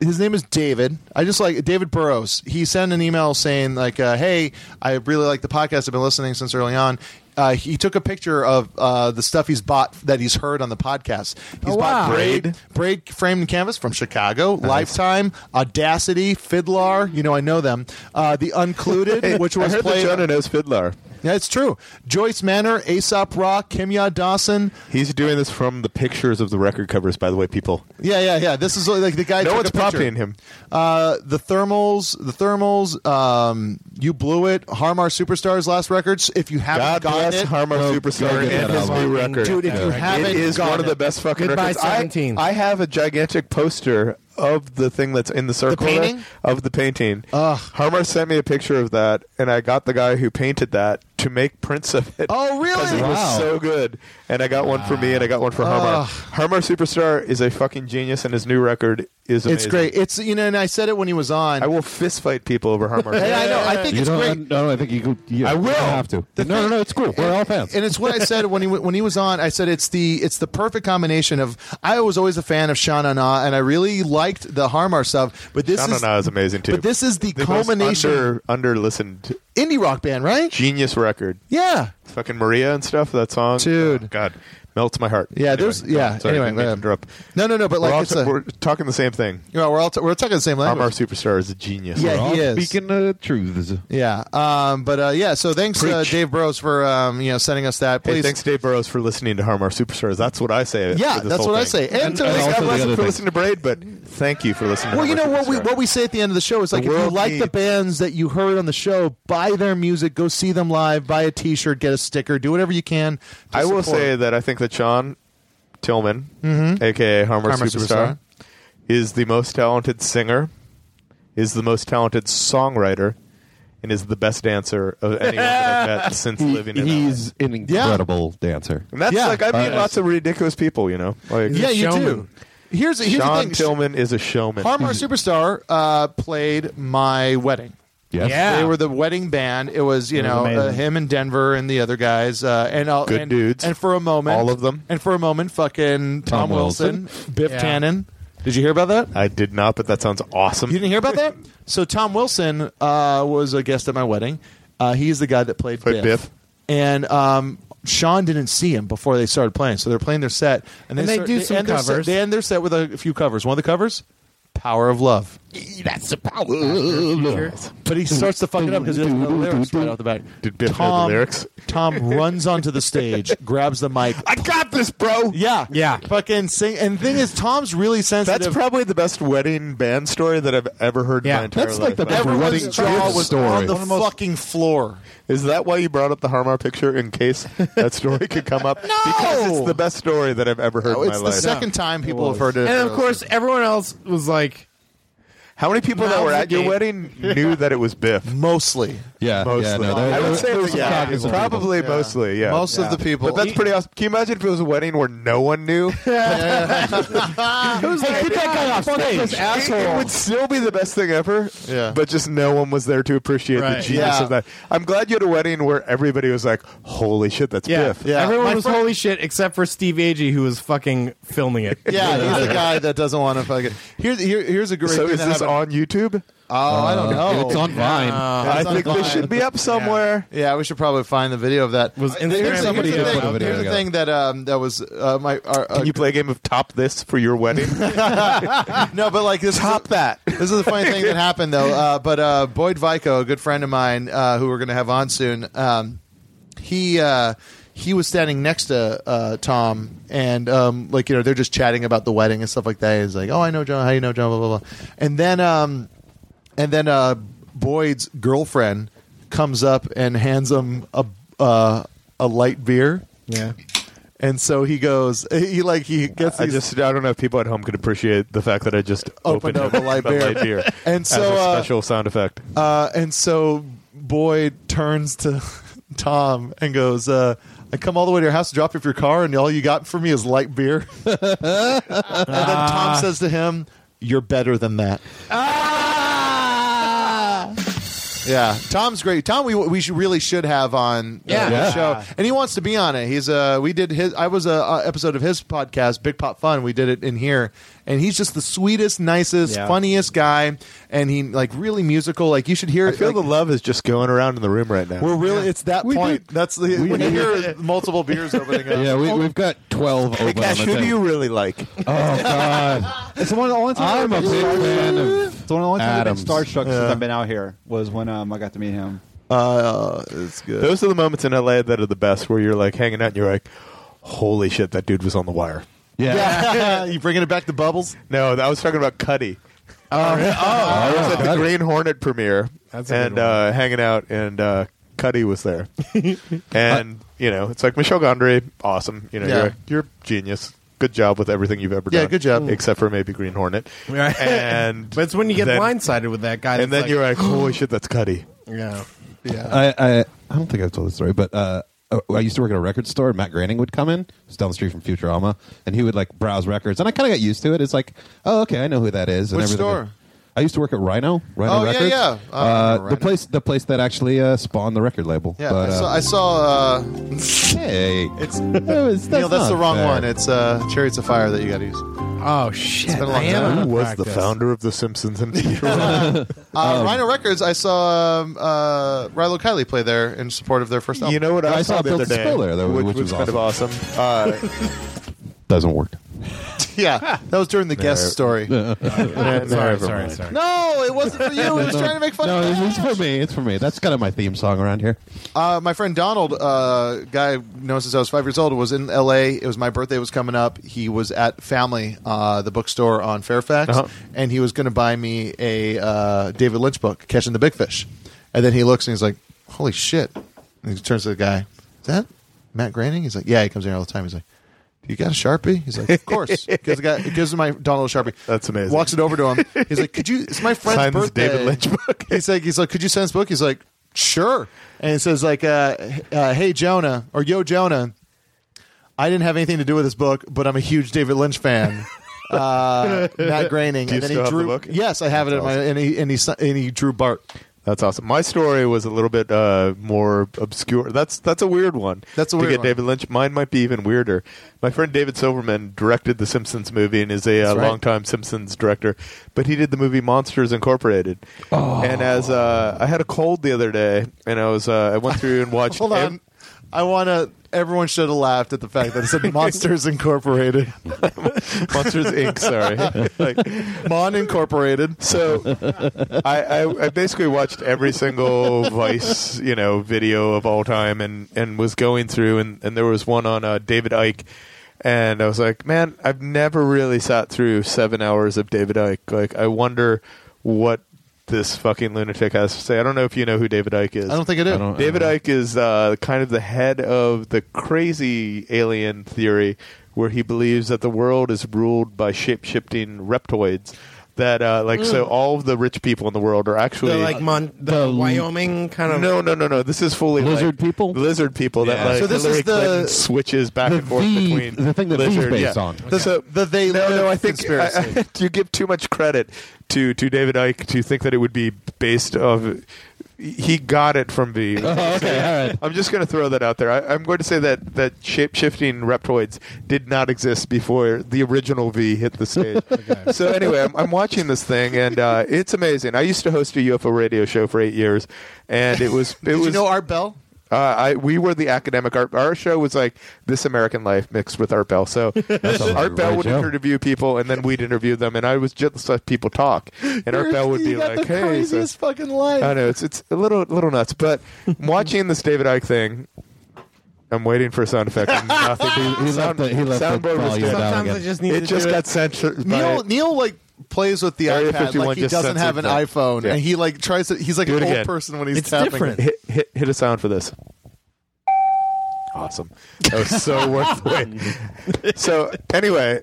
his name is David. I just like David Burrows. He sent an email saying like, uh, "Hey, I really like the podcast. I've been listening since early on." Uh, he took a picture of uh, the stuff he's bought that he's heard on the podcast. He's Oh, bought wow. braid, braid framed and canvas from Chicago, Lifetime, Audacity, Fiddlar. You know, I know them. Uh, the Uncluded, which was I heard played. that Jonah knows Fiddler. yeah, it's true. Joyce Manor, Aesop Rock, Kimya Dawson. He's doing this from the pictures of the record covers, by the way, people. Yeah, yeah, yeah. This is like the guy. No took one's a picture. copying him. Uh, the thermals, the thermals. Um, you blew it. Harmar Superstars last records. If you haven't God gotten bless it, Harmar Oh, Superstar go get that and his album. new record. dude. If you haven't, it is gotten one of the it- best fucking records. I- I, have a gigantic poster of the thing that's in the circle there, painting? of the painting. Harmer sent me a picture of that, and I got the guy who painted that to make prints of it. Oh, really? Because it Wow. was so good. And I got one for me, and I got one for Harmer. Ugh. Harmer Superstar is a fucking genius, and his new record is amazing. It's great. It's you know, and I said it when he was on. I will fist fight people over Harmer. Hey, I know. I think You it's don't- great. No, I think you. could- You I will have to. no, no, no. It's cool. We're all fans. and it's what I said when he when he was on. I said it's the it's the perfect combination of I was always a fan of Sha Na Na, and I really liked the Harmar stuff, but this is Shanana is amazing too. but this is the culmination- under listened indie rock band, right? genius record. Yeah, fucking Maria and stuff. That song, dude, God, melts my heart. Yeah, there's- Anyway, yeah, Sorry, anyway, I didn't mean to yeah. interrupt. No, no, no, but like, we're, all it's ta- a- we're talking the same thing. Yeah, we're all t- we're talking the same Armar language. Superstar is a genius. Yeah, We're all he is. Speaking uh, of truths. Yeah, um, but uh, yeah. So thanks, uh, Dave Burrows, for um, you know sending us that. Hey, Please, thanks, Dave Burrows, for listening to Harmar Superstars. That's what I say. Yeah, for this that's whole what I say. thing. And to- And thanks, also God the bless other you for thing. listening to Braid, but thank you for listening. Well, to you know Harmar what we Superstar. what we say at the end of the show is The like if you world like the needs- bands that you heard on the show, buy their music, go see them live, buy a T-shirt, get a sticker, do whatever you can. to I will support. say that I think that Sean Tillman, Mhm. aka Harmer, Harmer Superstar, Superstar. is the most talented singer, is the most talented songwriter, and is the best dancer of anyone that I've met since He- living in. LA. he's an incredible dancer. And that's Yeah. like I meet Uh, lots of ridiculous people, you know. Like Yeah, you do. Here's here's Sean the thing. Tillman is a showman. Harmar Superstar uh, played my wedding. Yes. Yeah. they were the wedding band. It was you It was know uh, amazing. him and Denver and the other guys uh, and all, Good and, dudes. And for a moment, All of them. And for a moment, fucking Tom, Tom Wilson, Wilson. Biff Yeah. Tannen. Did you hear about that? I did not, but that sounds awesome. You didn't hear about that? So Tom Wilson uh, was a guest at my wedding. Uh, he's the guy that played, Played Biff. Biff. And um, Sean didn't see him before they started playing, so they're playing their set, and they, And they start- do some end their set- covers. they end their set with a few covers. One of the covers, "Power of Love." That's the power. But he starts to fuck it up because he doesn't know the lyrics right off the bat. Did Biff know the lyrics? Tom runs onto the stage, grabs the mic. I got this, bro. Yeah, yeah. Fucking sing. And the thing is, Tom's really sensitive. That's probably the best wedding band story that I've ever heard in my entire that's life. like the best wedding jaw was on the fucking floor. Is that why you brought up the Harmar picture in case that story could come up? No, because it's the best story that I've ever heard No, in my it's the life. second time people have heard it. And of course, everyone else was like, How many people that were Now's at the your game. wedding knew that it was Biff? Mostly. Yeah. Mostly. no, there- I there- would say there that, was some yeah, cognizant people. probably Yeah. mostly, yeah. Most of the people- But that's pretty awesome. Can you imagine if it was a wedding where no one knew? Who's Hey, that? get that guy off Fuck stage. this It- asshole. It, would still be the best thing ever. Yeah. But just no one was there to appreciate the Right. genius Yeah. of that. I'm glad you had a wedding where everybody was like, "Holy shit, that's Yeah, Biff." everyone My was friend- holy shit except for Steve Agee, who was fucking filming it. Yeah, he's the guy that doesn't want to fucking. Here's here, here's a great. So thing is that this happened. on YouTube? Oh, I don't know. Uh, Yeah, I It's on think Vine. this should be up somewhere. Yeah. we should probably find the video of that. Was Instagram somebody here's the did thing, put a video here's the together. thing that um that was uh, my our, uh, Can you play a game of Top This for your wedding? no, but like this top that. This is the funny thing that happened though. Uh, but uh, Boyd Vico, a good friend of mine, uh, who we're going to have on soon, um, he uh, he was standing next to uh, Tom, and um, like you know they're just chatting about the wedding and stuff like that. He's like, "Oh, I know John. How you know John?" Blah blah blah. And then um, and then uh, Boyd's girlfriend comes up and hands him a uh, a light beer. Yeah. And so he goes. He like he gets. I these- just I don't know if people at home could appreciate the fact that I just Opened opened, up a light beer. And as so, a uh, special sound effect. Uh, and so Boyd turns to Tom and goes, uh, I come all the way to your house to drop you off your car, and all you got for me is light beer. and then Ah. Tom says to him, You're better than that. Ah. Yeah, Tom's great. Tom, we we should, really should have on uh, Yeah. the Yeah. show, and he wants to be on it. He's uh, we did his. I was a uh, episode of his podcast, Big Pop Fun. We did it in here, and he's just the sweetest, nicest, Yeah. funniest guy, and he like really musical. Like you should hear. I feel like, the love is just going around in the room right now. we're really it's that point. That's the We when you did. hear multiple beers opening up. Yeah, we, we've got twelve Hey, open. Cash, on who the do table. you really like? Oh God! it's one of the only I'm a big fan of. It's one of the only times I've been Adams. starstruck Yeah. since I've been out here was when um, I got to meet him. Uh, it's good. Those are the moments in LA that are the best, where you're like hanging out and you're like, "Holy shit, that dude was on the wire." Yeah. you bringing it back to bubbles? No, I was talking about Cuddy. Oh, I was at the Green Hornet premiere That's a good and uh, hanging out, and uh, Cuddy was there. and you know, it's like Michel Gondry, awesome. You know, Yeah. you're, a- you're a genius. Good job with everything you've ever Yeah, done. good job. except for maybe Green Hornet. Right. And But it's when you get then- blindsided with that guy. and then that's you're like, "Holy shit, that's Cuddy." yeah, I, I I don't think I've told this story, but uh, I used to work at a record store. and Matt Groening would come in, it's down the street from Futurama, and he would like browse records, and I kind of got used to it. It's like, oh, okay, I know who that is. And Which everything. store? I used to work at Rhino. Rhino Oh, yeah, Records. yeah. Oh, I Uh, remember the place, the place that actually uh, spawned the record label. Yeah, But, I saw. uh, I saw uh, hey, it's was- Neil. that's That's the not wrong fair. one. It's uh, Chariots of Fire that you got to use. Oh shit! It's been a long I am time. out of Who was the practice. founder of The Simpsons and Uh, Rhino Records. I saw um, uh, Rilo Kiley play there in support of their first album. You know what I, saw, the other day, which, was, kind of awesome. Uh, doesn't work. yeah, that was during the guest story. sorry, sorry, sorry, No, it wasn't for you. It was trying to make fun no, of it's it's for me. It's for me. That's kind of my theme song around here. Uh, my friend Donald, uh, guy I've known since I was five years old, was in L.A. It was my birthday was coming up. He was at Family, uh, the bookstore on Fairfax, Uh-huh. and he was going to buy me a uh, David Lynch book, Catching the Big Fish. And then he looks and he's like, "Holy shit!" And he turns to the guy, "Is that Matt Groening?" He's like, "Yeah." He comes in here all the time. He's like. "Do You got a sharpie? He's like, of course. Gives the guy, gives him my Donald a sharpie. That's amazing. Walks it over to him. He's like, could you? It's my friend's Sign this birthday. David Lynch book. He's like, he's like, could you send this book? He's like, sure. And it says like, uh, uh, hey Jonah or yo Jonah, I didn't have anything to do with this book, but I'm a huge David Lynch fan. Uh, Matt Groening. Do and you then still he have the drew. book? Yes, I have it at my and he and he si- and he drew Bart. That's awesome. My story was a little bit uh, more obscure. That's that's a weird one. That's a to weird get one. David Lynch. Mine might be even weirder. My friend David Silverman directed the Simpsons movie and is a uh, That's right. longtime Simpsons director. But he did the movie Monsters Incorporated. Oh. And as uh, I had a cold the other day, and I was uh, I went through and watched. Hold ev- on. I want to. Everyone should have laughed at the fact that it said Monsters Incorporated. Monsters Inc. Sorry, like, Mon Incorporated. So I, I, I basically watched every single Vice, you know, video of all time, and and was going through, and and there was one on uh, David Icke. And I was like, man, I've never really sat through seven hours of David Icke. Like, I wonder what this fucking lunatic has to say. I don't know if you know who David Icke is. I don't think I do. I don't- I David don't know. Icke is uh, kind of the head of the crazy alien theory, where he believes that the world is ruled by shape shifting reptoids. that uh, like so Mm. all of the rich people in the world are actually The, like, Mon- the Wyoming kind of- no no no no this is fully Lizard people lizard people that Yeah. like So this Hillary is the- Clinton switches back and forth between the thing that V's lizard, based yeah. on. The, so the they no no I think I, conspiracy. I- you give too much credit to to David Icke to think that it would be based of he got it from V. Oh, okay, all right. I'm just going to throw that out there. I, I'm going to say that that shape shifting reptoids did not exist before the original V hit the stage. So anyway, I'm, I'm watching this thing and uh, it's amazing. I used to host a UFO radio show for eight years, and it was it Did was you know Art Bell? uh, I we were the academic art. Our show was like This American Life mixed with Art Bell. So sounds like a Art Bell great would show. interview people, and then we'd interview them, and I was just let people talk, and Art Bell would be You got like, the "Hey, so- craziest fucking life. I know it's it's a little little nuts, but watching this David Icke thing, I'm waiting for a sound effect. And nothing. He left the- he left the soundboard was volume dead. down Sometimes again. I just need it to just do got it. censored. by Neil it. Neil like plays with the Area iPad 51 like he just doesn't have an censored that. iPhone, Yeah. and he like tries to. He's like Do an it old again. person when he's tapping. it. Hit, hit, hit a sound for this. Awesome. That was so worth the wait. So anyway,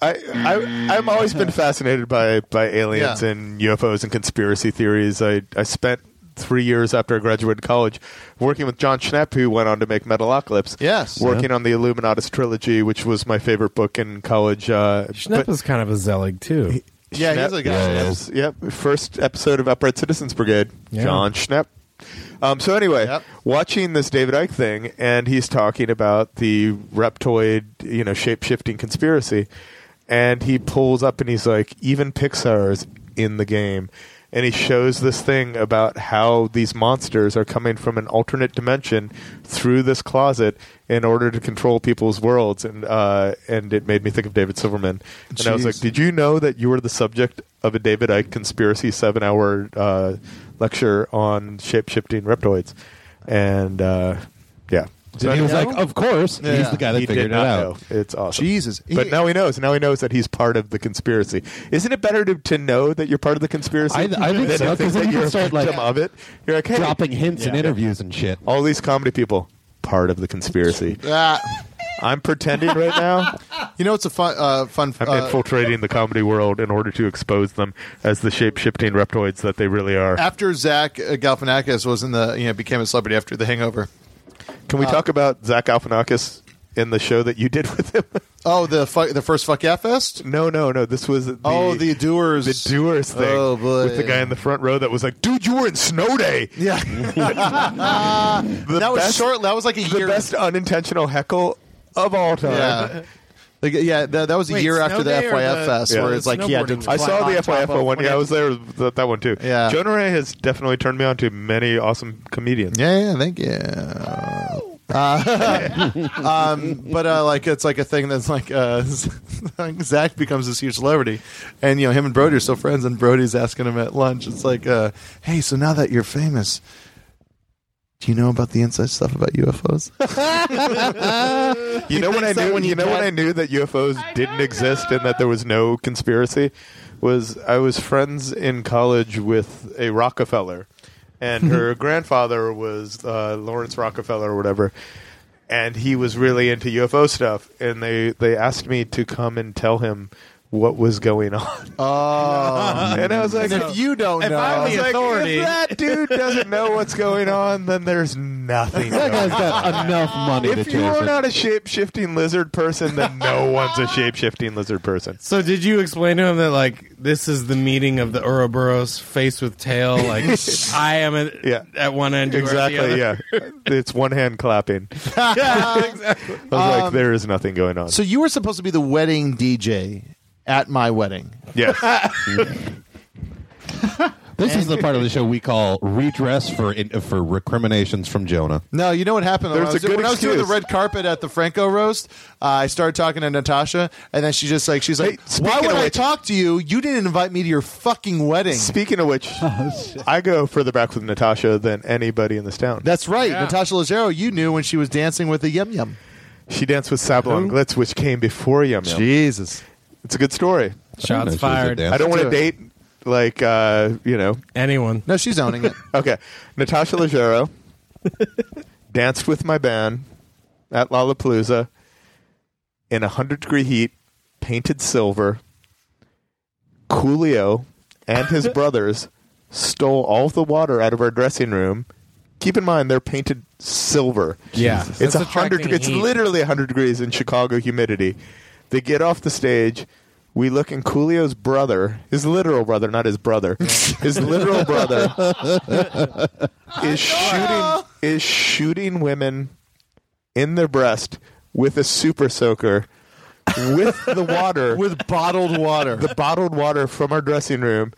I, I I've always been fascinated by by aliens Yeah. and UFOs and conspiracy theories. I I spent three years after I graduated college working with John Schnepp, who went on to make Metalocalypse. Yes. working on the Illuminatus trilogy, which was my favorite book in college. Uh, Schnepp is kind of a Zelig too. Yeah, he's Schnepp. a guy. Yeah, Yep, first episode of Upright Citizens Brigade. Yeah. John Schnepp. Um, so anyway, watching this David Icke thing, and he's talking about the reptoid, you know, shape shifting conspiracy, and he pulls up and he's like, even Pixar is in the game, and he shows this thing about how these monsters are coming from an alternate dimension through this closet in order to control people's worlds, and uh, and it made me think of David Silverman, and I was Jeez. like, did you know that you were the subject of a David Icke conspiracy seven hour uh, lecture on shape shifting reptoids? And uh, yeah. And he was like, of course. He's the guy that He did figured it not out. know. It's awesome. Jesus. But now he knows. Now he knows that he's part of the conspiracy. Isn't it better to, to know that you're part of the conspiracy? I- I think than so, to 'cause then you that can you're a start, like, victim of it. You're like, hey. dropping hints in interviews and shit. All these comedy people, part of the conspiracy. Ah. I'm pretending right now. You know, it's a fun uh, fun. I'm uh, infiltrating the comedy world in order to expose them as the shape shifting reptoids that they really are. after Zach uh, Galifianakis was in the you know became a celebrity after The Hangover. Can we Uh, talk about Zach Galifianakis in the show that you did with him? Oh, the fu- the first fuck yeah fest. No, no, no. This was the, oh the doers the doers thing Oh boy, with the guy in the front row that was like, "Dude, you were in Snow Day." Yeah, that was best- short. That was like a the year. best unintentional heckle of all time. Yeah. Like, yeah, that, that was a Wait, year after Snow the Day or FYF the- fest, Yeah. where it's like, yeah, dude, I saw the FYF one. Yeah, I was there. there. with That, that one too. Yeah. Jonah Ray has definitely turned me on to many awesome comedians. Yeah, yeah, thank you. Uh, um, but uh, like it's like a thing that's like uh, Zach becomes this huge celebrity, and you know him and Brody are still friends, and Brody's asking him at lunch. It's like, uh, hey, so now that you're famous, do you know about the inside stuff about UFOs? you know when think I so knew when you, you know when get- I knew that UFOs didn't exist and that there was no conspiracy was I was friends in college with a Rockefeller, and her grandfather was uh, Lawrence Rockefeller or whatever, and he was really into UFO stuff, and they they asked me to come and tell him what was going on. Oh, And I was like, if you don't know, I was like, if that dude doesn't know what's going on, then there's nothing. That guy's going on." got enough money to If chase you are it. not a shape shifting lizard person, then no one's a shape shifting lizard person. So did you explain to him that like this is the meeting of the Ouroboros face with tail? Like I am at, at one end, you are at the Exactly. Yeah, other? it's one hand clapping. yeah, I was like, Um, there is nothing going on. So you were supposed to be the wedding DJ at my wedding. yes. This is the part of the show we call redress for in, for recriminations from Jonah. No, you know what happened? though? There's when I was, a good when I was doing the excuse. red carpet at the Franco roast, uh, I started talking to Natasha, and then she just like she's like, "Why speaking would of I which- talk to you? You didn't invite me to your fucking wedding." Speaking of which, Oh, I go further back with Natasha than anybody in this town. That's right, Yeah. Natasha Leggero. You knew when she was dancing with the Yum Yum. She danced with Sablon Glitz, which came before Yum Yum. Jesus, it's a good story. Shots know she was a fired. dancer. I don't want to Let's do date it. like uh, you know anyone. No, she's owning it. okay, Natasha Leggero danced with my band at Lollapalooza in hundred degree heat, painted silver, Coolio and his brothers stole all the water out of our dressing room. Keep in mind they're painted silver. Yeah. it's That's a hundred. attracting It's heat. literally hundred degrees in Chicago humidity. They get off the stage. We look, and Coolio's brother, his literal brother, not his brother, his literal brother, is shooting is shooting women in their breast with a super soaker with the water with bottled water the bottled water from our dressing room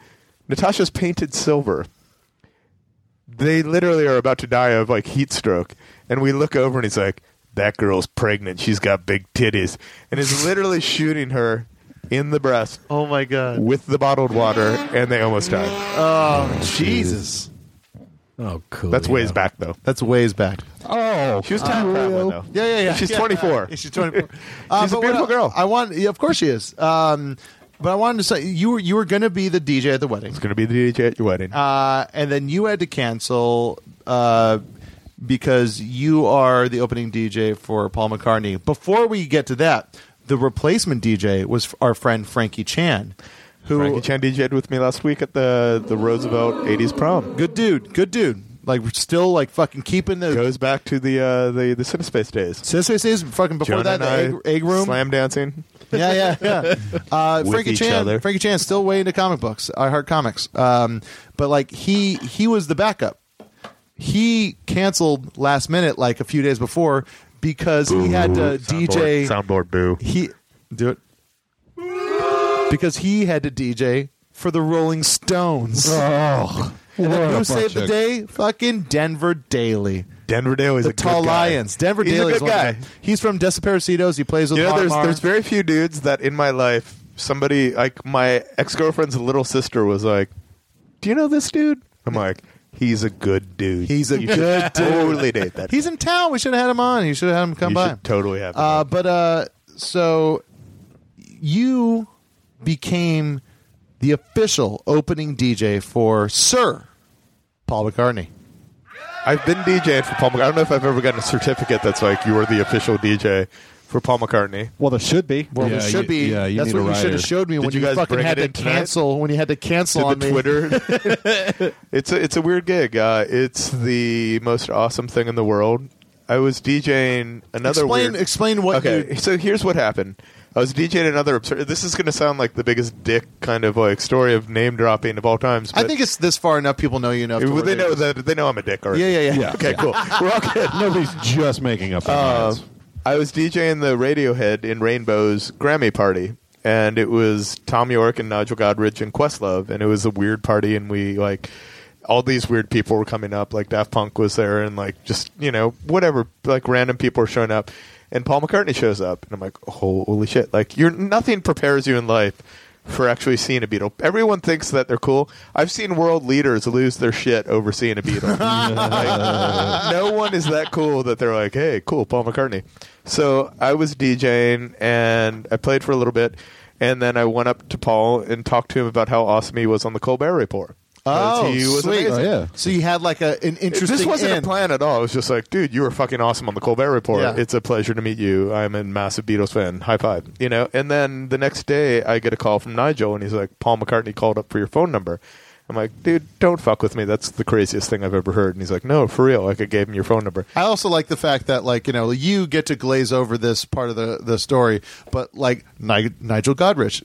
natasha's painted silver they literally are about to die of like heat stroke and we look over and he's like that girl's pregnant she's got big titties and is literally shooting her in the breast oh my god with the bottled water and they almost die oh jesus oh cool that's ways back though that's ways back oh she was time traveling though Yeah, yeah, yeah. she's Yeah, 24 yeah, she's 24. she's a beautiful girl. I want. Yeah, of course she is. Um, but I wanted to say you were you were going to be the DJ at the wedding. It's going to be the DJ at your wedding. Uh, and then you had to cancel uh, because you are the opening DJ for Paul McCartney. Before we get to that, the replacement DJ was f- our friend Frankie Chan. Who Frankie Chan DJ'd with me last week at the the Roosevelt '80s prom. Good dude, good dude. Like we're still like fucking keeping the goes back to the uh, the the CineSpace days. CineSpace days, fucking before John that, the and egg, I egg room, slam dancing. yeah, yeah, yeah. Uh, With Frankie each Chan, other. Frankie Chan, still way into comic books. I heart comics. Um, but like he he was the backup. He canceled last minute, like a few days before, because he had to DJ soundboard boo. He do it because he had to DJ for the Rolling Stones. Oh, and then what who a saved the bunch of- day? Fucking Denver Daily. Denver Daly's the a good tall guy. lions. Denver He's a Daly's good one of guy. them. He's from Desaparecidos. He plays with You know, Bob there's Marley. there's very few dudes that in my life somebody like my ex girlfriend's little sister was like, "Do you know this dude?" I'm like, "He's a good dude. He's a You should good dude. Totally date that. He's in town. We should have had him on. You should have had him come You by. should totally have him Uh, but uh, so you became the official opening DJ for Sir Paul McCartney. I've been DJing for Paul McCartney. I don't know if I've ever gotten a certificate that's like you are the official DJ for Paul McCartney. Well, there should be. Well, there should be. That's what you should have showed me Did when you, you guys fucking bring had it to in tonight? cancel. When you had to cancel To on the me. Twitter. it's a, it's a weird gig. Uh, it's the most awesome thing in the world. I was DJing another. Explain- weird- explain what Okay, you- so here's what happened. I was DJing another absurd. This is going to sound like the biggest dick kind of like story of name dropping of all times. I but- think it's this far enough. People know you know. Well, they know that they know I'm a dick already. Yeah, yeah, yeah. Okay, cool. We're all good. Um, Nobody's just making up. their minds. I was DJing the Radiohead in Rainbow's Grammy party, and it was Tom York and Nigel Godrich and Questlove, and it was a weird party, and we like all these weird people were coming up, like Daft Punk was there, and like just you know whatever, like random people were showing up, and Paul McCartney shows up, and I'm like, holy shit! Like you're nothing prepares you in life. For actually seeing a Beatle, everyone thinks that they're cool. I've seen world leaders lose their shit over seeing a Beatle. Like, no one is that cool that they're like, hey, cool, Paul McCartney. So I was DJing and I played for a little bit. And then I went up to Paul and talked to him about how awesome he was on the Colbert Report. 'Cause Oh, he was sweet. amazing. So you had like a, an interesting. This wasn't end. a plan at all. It was just like, dude, you were fucking awesome on the Colbert Report. Yeah. It's a pleasure to meet you. I'm a massive Beatles fan. High five. You know. And then the next day, I get a call from Nigel, and he's like, Paul McCartney called up for your phone number. I'm like, dude, don't fuck with me. That's the craziest thing I've ever heard. And he's like, no, for real. Like, I gave him your phone number. I also like the fact that like you know you get to glaze over this part of the the story, but like Ni- Nigel Godrich,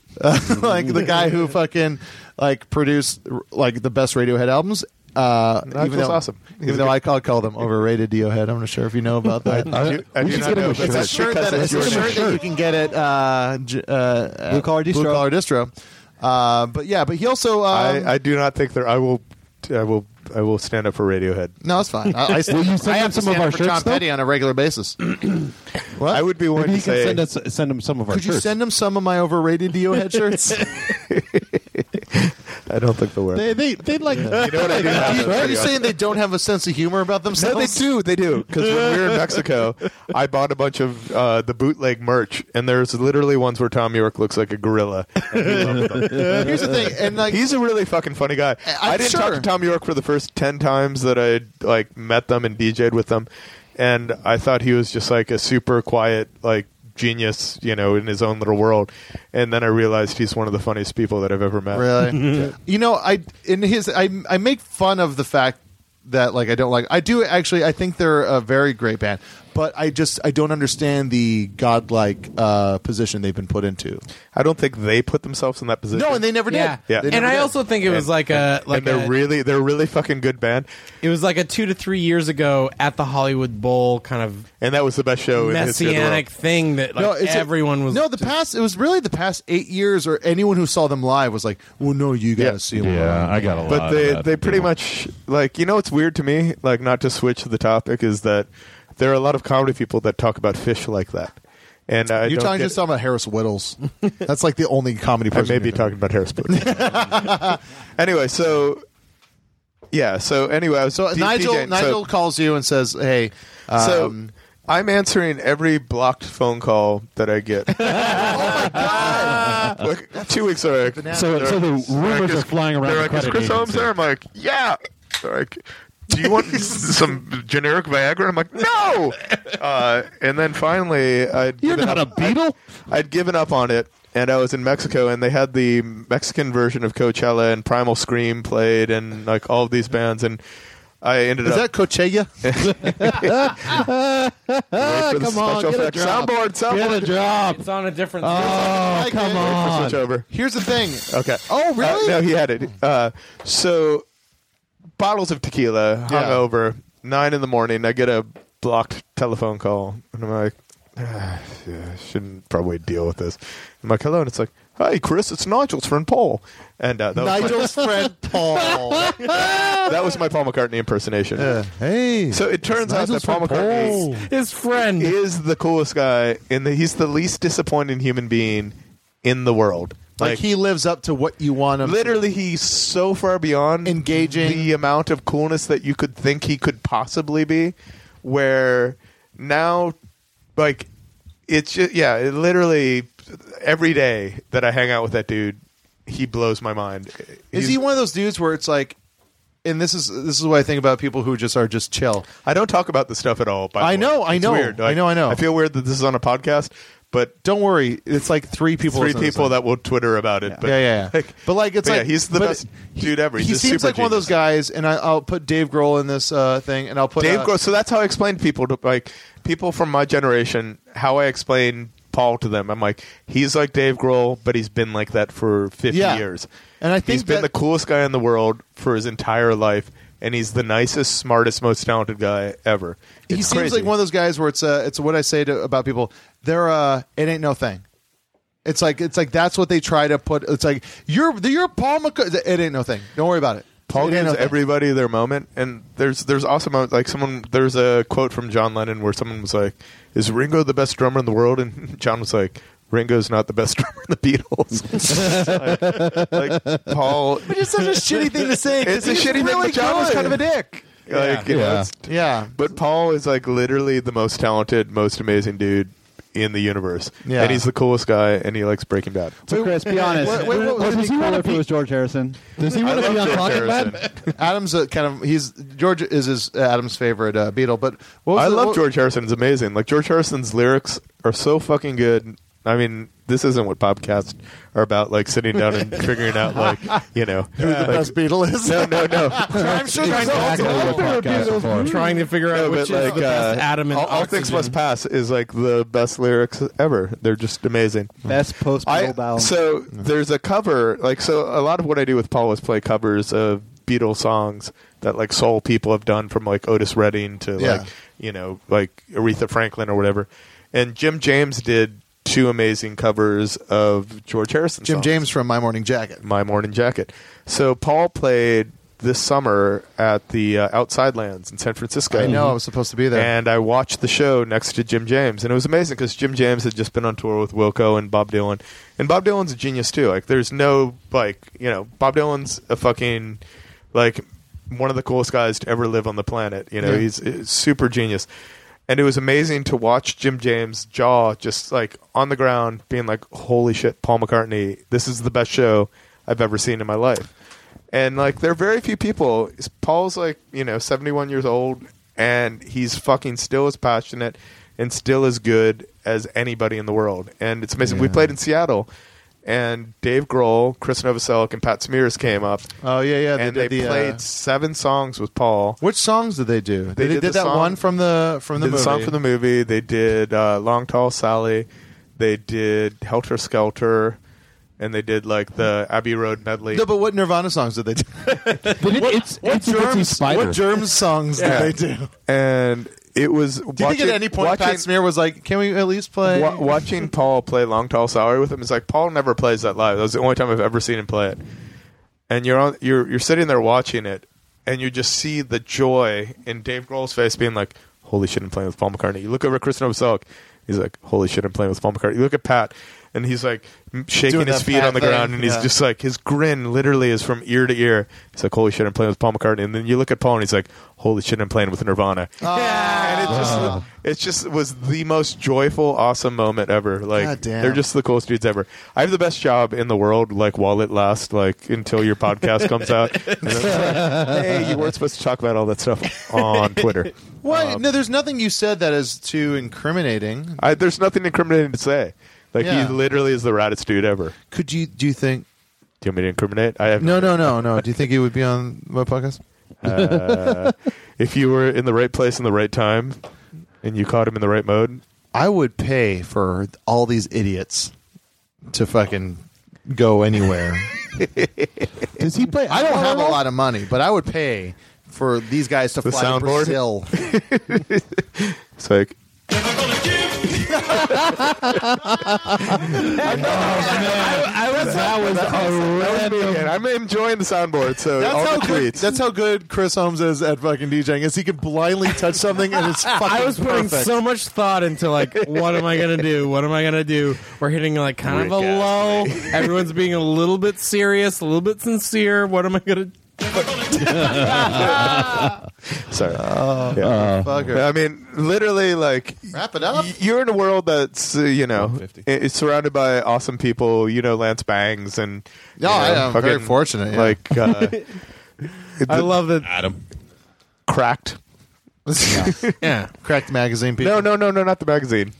like the guy who fucking like produced like the best Radiohead albums. Uh, even Nigel's though, awesome. He's Even a though good- I call, call them overrated Diohead, I'm not sure if you know about that. I- I do- I We do should not get him a know, but It's a shirt. shirt, because that, it's it's a your shirt name. that you can get at uh, j- uh, Blue Collar Distro. Blue Collar Distro. Uh, but yeah, but he also. Um, I, I do not think there. I will. I will. I will stand up for Radiohead. no, it's fine. I, I, Will you send I him have to some stand of our up for Tom shirts, though? Petty on a regular basis. what? I would be willing Maybe to you can say. send us send him some of our Could you shirts. send him some of my overrated Diohead shirts? I don't think the word. they they they like. You know what I do have those Are you videos. saying they don't have a sense of humor about No, they themselves? do. They do. Because when we were in Mexico, I bought a bunch of uh, the bootleg merch, and there's literally ones where Tom York looks like a gorilla. And we loved them. Here's the thing, and like he's a really fucking funny guy. I'm I did not talk Uh, sure. to Tom York for the first ten times that I like met them and DJ'd with them, and I thought he was just like a super quiet like genius, you know, in his own little world. And then I realized he's one of the funniest people that I've ever met. Really? Yeah. You know, I in his I I make fun of the fact that like I don't like I do actually I think they're a very great band, but I just I don't understand the godlike uh, position they've been put into. I don't think they put themselves in that position. No, and they uh, never Yeah. did. Yeah. They And never I did. also think it was like a- like and they're a- really they're a really fucking good band. It was like a two to three years ago at the Hollywood Bowl kind of, and that was the best show messianic thing that like it's a- everyone was. no the past. It was really the past eight years, or anyone who saw them live was like, "Well, no, you got to see them." Yeah, live. I got a But they they pretty much like you know what's weird to me like not to switch the topic is that there are a lot of comedy people that talk about fish like that. And I You're don't talking get- just talking about Harris Whittles. That's like the only comedy I person. may be talking about Harris Whittles. anyway, so yeah, so anyway, I was So Nigel Nigel calls you and says, "Hey, um, so I'm answering every blocked phone call that I get. oh my god! Like, two weeks ago. So- so the rumors are flying around They're the like, "Is credit Chris Holmes agency." there?" I'm like, "Yeah." They're like, "Do you want some generic Viagra?" I'm like, "No." Uh, and then finally, I you're not a beetle. I'd given up on it. And I was in Mexico, and they had the Mexican version of Coachella, and Primal Scream played, and like all of these bands. And I ended is that up Coachella?" the Come on, special get a effects. drop. Soundboard, soundboard. Get a drop. It's on a different. Oh, come on. Switch over. Here's the thing. Okay. Uh, Oh, really? no, he had it. Uh, so, bottles of tequila, Yeah. hungover, nine in the morning. I get a blocked telephone call, and I'm like, "Ah, yeah, I shouldn't probably deal with this. I'm like, hello, and it's like, hey, Chris, it's Nigel's friend Paul, and uh, that was my- Nigel's friend Paul. that was my Paul McCartney impersonation. hey. So it turns out that Nigel's Paul from McCartney his friend is the coolest guy and the, he's the least disappointing human being in the world. Like, he lives up to what you want him. Literally, he's so far beyond engaging the amount of coolness that you could think he could possibly be. Where now, like, it's just, yeah, it literally every day that I hang out with that dude, he blows my mind. Is he one of those dudes where it's like, and this is this is what I think about people who just are just chill. I don't talk about this stuff at all. By the I way. know, I It's know, weird. I know, I know. I feel weird that this is on a podcast, but don't worry, it's like three people, three isn't it? people that will Twitter about it. But yeah, yeah, yeah. Like, but like, it's but like yeah, he's the but best dude ever. He's he just seems super like one of those guys, and I, I'll put Dave Grohl in this uh, thing, and I'll put Dave uh, Grohl. So that's how I explain to people, to, like people from my generation, how I explain Paul to them. I'm like, he's like Dave Grohl, but he's been like that for 50 Yeah. years. And I he's think been that- the coolest guy in the world for his entire life, and he's the nicest, smartest, most talented guy ever. He It's seems crazy. like one of those guys where it's uh, it's what I say to about people. They're uh, it ain't no thing. It's like it's like that's what they try to put. It's like you're you're Paul McCartney. It ain't no thing. Don't worry about it. It Paul ain't gives no thing. everybody their moment, and there's there's also moments like someone there's a quote from John Lennon where someone was like, "Is Ringo the best drummer in the world?" And John was like, "Ringo's not the best drummer in the Beatles." like, like, Paul, But it's such a shitty thing to say. 'cause It's a he's shitty thing. really But John was good. kind of a dick. Like, you know, Yeah. it's- But Paul is like literally the most talented, most amazing dude in the universe, Yeah. and he's the coolest guy, and he likes Breaking Bad. So Chris, be honest. Wait, wait, wait, Would it does be he wanna cooler if it was George Harrison? Does he I want to love be on George Pocket Harrison. Bad? Adam's a kind of he's George is his uh, Adam's favorite uh, Beatle, but what was I the- love what- George Harrison. It's amazing. Like George Harrison's lyrics are so fucking good. I mean, this isn't what podcasts are about. Like sitting down and figuring out, like you know, Who the like- best Beatle is? No, no, no. I'm sure there's Exactly also- what podcasts are for. trying to figure out No, but which is like the best uh, atom and all, all things oxygen. must pass is like the best lyrics ever. They're just amazing. Best post I, Beatle ballad. so there's a cover like so a lot of what I do with Paul is play covers of Beatles songs that like soul people have done from like Otis Redding to like Yeah. you know like Aretha Franklin or whatever. And Jim James did two amazing covers of George Harrison. Jim songs. James from My Morning Jacket. My Morning Jacket. So Paul played this summer at the uh, Outside Lands in San Francisco. I know I was supposed to be there. And I watched the show next to Jim James, and it was amazing because Jim James had just been on tour with Wilco and Bob Dylan, and Bob Dylan's a genius too. Like, there's no like, you know, Bob Dylan's a fucking like one of the coolest guys to ever live on the planet. You know, Yeah. he's, he's super genius, and it was amazing to watch Jim James' jaw just like on the ground, being like, "Holy shit, Paul McCartney! This is the best show I've ever seen in my life." and like there are very few people. Paul's like you know seventy one years old, and he's fucking still as passionate and still as good as anybody in the world, and it's amazing. We played in Seattle, and Dave Grohl, Chris Novoselic, and Pat Smears came up. Oh yeah, yeah. and they did the, uh, played seven songs with Paul. Which songs did they do? They, did, the that song- one from the from the did movie. song from the movie. They did uh, Long Tall Sally. They did Helter Skelter, and they did like the Abbey Road medley. No, but what Nirvana songs did they do? what, what germs? What germs songs Yeah. did they do? And it was. Do you think at any point Pat Smear was like, "Can we at least play?" Wa- watching Paul play Long Tall Salary with him, it's like Paul never plays that live. That was the only time I've ever seen him play it. And you're on, you're you're sitting there watching it, and you just see the joy in Dave Grohl's face, being like, "Holy shit, I'm playing with Paul McCartney." You look over at Chris Novoselic, he's like, "Holy shit, I'm playing with Paul McCartney." You look at Pat, and he's like m- shaking Doing his that feet Pat on the thing, ground, and he's yeah. just like his grin literally is from ear to ear. He's like, "Holy shit, I'm playing with Paul McCartney." And then you look at Paul, and he's like, "Holy shit, I'm playing with Nirvana." and it just it just was the most joyful, awesome moment ever. Like God damn. they're just the coolest dudes ever. I have the best job in the world. Like while it lasts, like until your podcast comes out. And it's like, hey, you weren't supposed to talk about all that stuff on Twitter. Why? no, there's nothing you said that is too incriminating. I, there's nothing incriminating to say. Like Yeah. he literally is the raddest dude ever. Could you? Do you think? Do you want me to incriminate? I have No, no, no, no. Do you think it would be on my podcast? Uh, if you were in the right place in the right time, and you caught him in the right mode, I would pay for all these idiots to fucking go anywhere. Does he play? I don't have a lot of money, but I would pay for these guys to The fly to soundboard? Brazil. it's like that was That was me again. I'm enjoying the soundboard. So That's all how the good, tweets. that's how good Chris Holmes is at fucking DJing. Is he can blindly touch something and it's fucking I was putting perfect. so much thought into like, what am I gonna do? What am I gonna do? We're hitting like kind of a low. Everyone's being a little bit serious, a little bit sincere. What am I gonna? Sorry. Yeah. Fucker. Uh, I mean, literally, like Wrap it up. y- you're in a world that's uh, you know i- it's surrounded by awesome people. You know, Lance Bangs and you No, I know, am very fucking, fortunate, yeah. Like uh, I love that. Adam. cracked. Yeah, Cracked magazine people. No, no, no, no, not the magazine.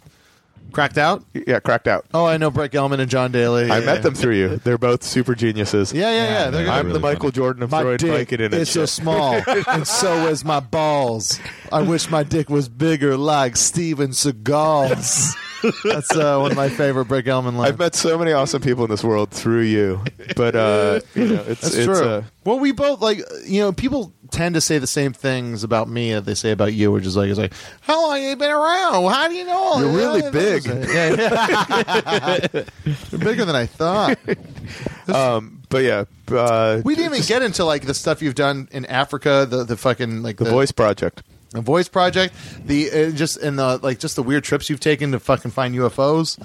Cracked out? Yeah, cracked out. Oh, I know Brett Gelman and John Daly. I Yeah. met them through you. They're both super geniuses. Yeah, yeah, yeah. They're good. I'm the Michael Jordan of my Freud dick Blanket in it. is so small, and so is my balls. I wish my dick was bigger, like Steven Seagal's. That's uh, one of my favorite Brick Elman lines. I've met so many awesome people in this world through you, but uh, you know, it's That's it's true. Uh, well, we both like you know people tend to say the same things about me that they say about you, which is like it's like how long you been around? How do you know? all You're that?" really Yeah, big. yeah. You're bigger than I thought. um, but yeah, uh, We didn't even get into like the stuff you've done in Africa, the the fucking like the voice project. the voice project, the uh, just and the like, just the weird trips you've taken to fucking find UFOs.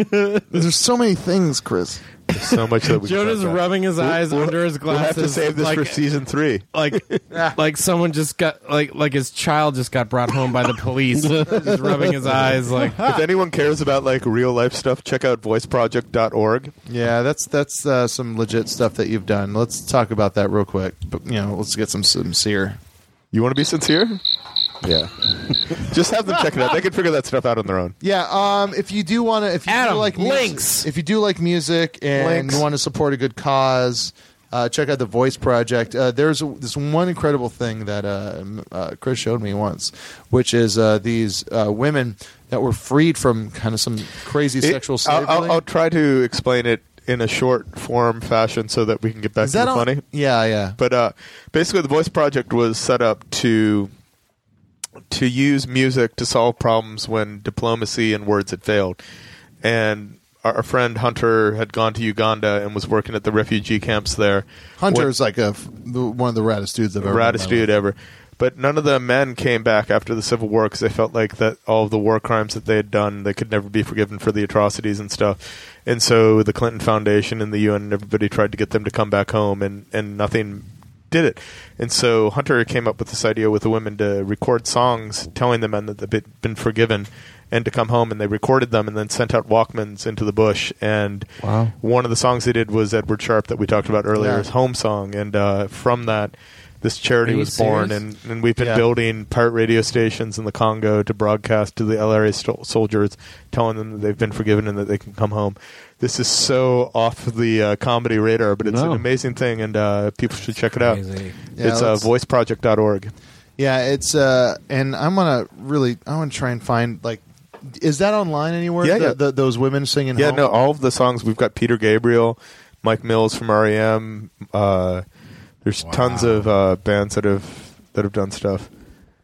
There's so many things, Chris. There's so much that we can Jonah's talk about. rubbing his eyes under his We'll have glasses. to save this like, for season three. like, like someone just got like like his child just got brought home by the police. He's rubbing his eyes like. if anyone cares about like real life stuff, check out voiceproject.org. Yeah, that's that's uh, some legit stuff that you've done. Let's talk about that real quick. But you know, let's get some sincere. You want to be sincere? Yeah. Just have them check it out. They can figure that stuff out on their own. Yeah, um, if you do want to, if you Adam, do like music, links. if you do like music and Links. you want to support a good cause, uh, check out the Voice Project. Uh, there's this one incredible thing that uh, m- uh, Chris showed me once, which is uh, these uh, women that were freed from kind of some crazy It- uh, sexual slavery. I'll, I'll, I'll try to explain it in a short form fashion so that we can get back is to that the on- funny. Yeah, yeah. But uh, basically, the Voice Project was set up to to use music to solve problems when diplomacy and words had failed. And our, our friend Hunter had gone to Uganda and was working at the refugee camps there. Hunter When- is like a f- the, one of the raddest dudes I've ever. met in my raddest dude ever. But none of the men came back after the Civil War because they felt like that all of the war crimes that they had done, they could never be forgiven for the atrocities and stuff. And so the Clinton Foundation and the UN and everybody tried to get them to come back home, and, and nothing did it. And so Hunter came up with this idea with the women to record songs telling the men that they've been- been forgiven and to come home. And they recorded them and then sent out Walkmans into the bush. And Wow. one of the songs they did was Edward Sharp that we talked about earlier, Yeah. his home song. And uh, from that, This charity Are you was born, and, serious? and we've been Yeah. building pirate radio stations in the Congo to broadcast to the LRA sto- soldiers, telling them that they've been forgiven and that they can come home. This is so off the uh, comedy radar, but it's No. an amazing thing, and uh, people should check it out. Crazy. Yeah, It's uh, let's- voiceproject.org. Yeah, it's uh, and I'm gonna really, I want to try and find like, is that online anywhere? Yeah, The- yeah. the- those women singing. Yeah, Help? no, all of the songs we've got Peter Gabriel, Mike Mills from REM. Uh, there's tons of uh, bands that have that have done stuff.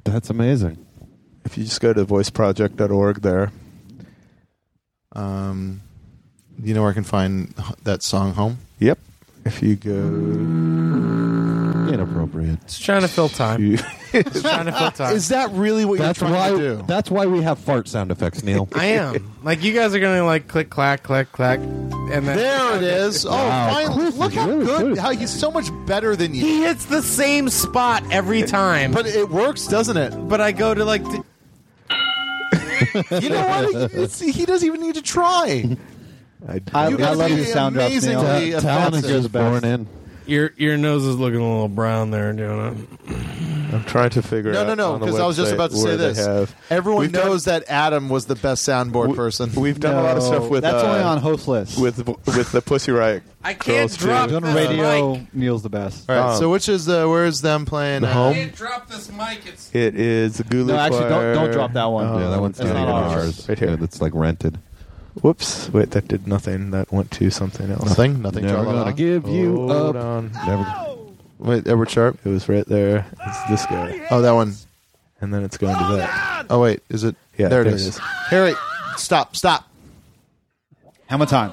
That's amazing. If you just go to voiceproject.org, there. Um, you know where I can find h- that song "Home." Yep. If you go inappropriate. It's trying to fill time. It's trying to fill time. Is that really what that's you're trying why, to do? That's why we have fart sound effects, Neil. I am. Like you guys are gonna like click clack clack clack, and then There it is. Oh, Wow, finally! Look how good. How he's so much better than you. He hits the same spot every time. But it works, doesn't it? But I go to like. th- you know what? It's, he doesn't even need to try. I, I, You guys love are your sound drops, Neil. amazingly Ta- talent is offensive. just born in. Your your nose is looking a little brown there, doing I'm trying to figure No, out. no, no. on the Because I was just website about to say where they this. have- Everyone We've done- knows that Adam was the best soundboard person. We've done a lot of stuff with uh, Hostless. With with the Pussy Riot. I can't drop too. Oh, Done this radio, Neil's the best. All right. Um, so which is the? Where's them playing? The at? home? It is the Gulu No, actually, don't- don't drop that one. yeah, that one's that's not even ours. ours. Right here. that's like rented. Whoops! Wait, that did nothing. That went to something else. Nothing? Nothing, Never Jarlath? gonna Huh? give you Hold up. Never. Wait, Edward Sharp. It was right there. It's this guy. Oh, that one. And then it's going to that. Oh wait, is it? Yeah, there it there is. it is. Harry, stop, stop. How much time?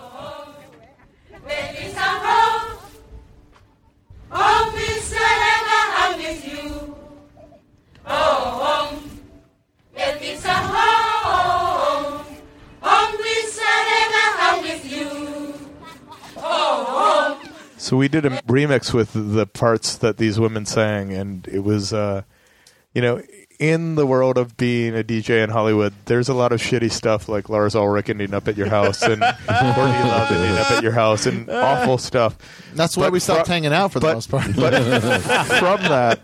So we did a remix with the parts that these women sang, and it was, uh, you know, in the world of being a DJ in Hollywood, there's a lot of shitty stuff like Lars Ulrich ending up at your house and Courtney Love ending up at your house and awful stuff. That's why But we stopped fro- hanging out for the but- most part. But from that,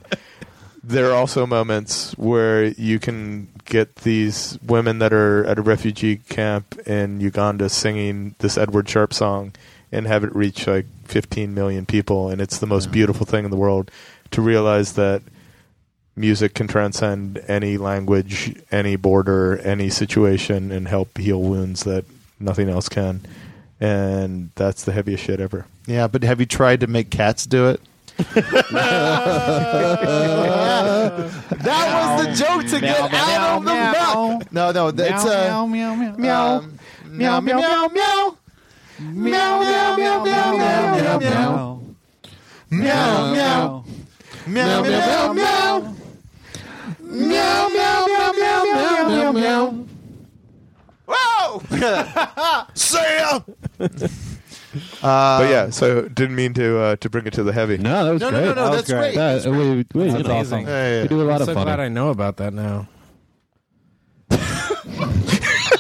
there are also moments where you can get these women that are at a refugee camp in Uganda singing this Edward Sharp song and have it reach like 15 million people. And it's the most beautiful thing in the world to realize that music can transcend any language, any border, any situation, and help heal wounds that nothing else can. And that's the heaviest shit ever. yeah, but have you tried to make cats do it? that was the joke to get out of the muck. No, no, that's uh, meow, meow, meow, meow, meow, meow, meow, meow, meow, meow, meow, meow, meow, meow, meow, meow, meow, meow, meow. Meow, meow, meow, meow, meow, meow, meow. Whoa! Sam! but Um, yeah, so didn't mean to uh, to bring it to the heavy. No, that was No, no, great. no, no, That was that's great. great. That- That's we, we, That's that's amazing. awesome. We do a lot I'm of so fun. glad I know about that now.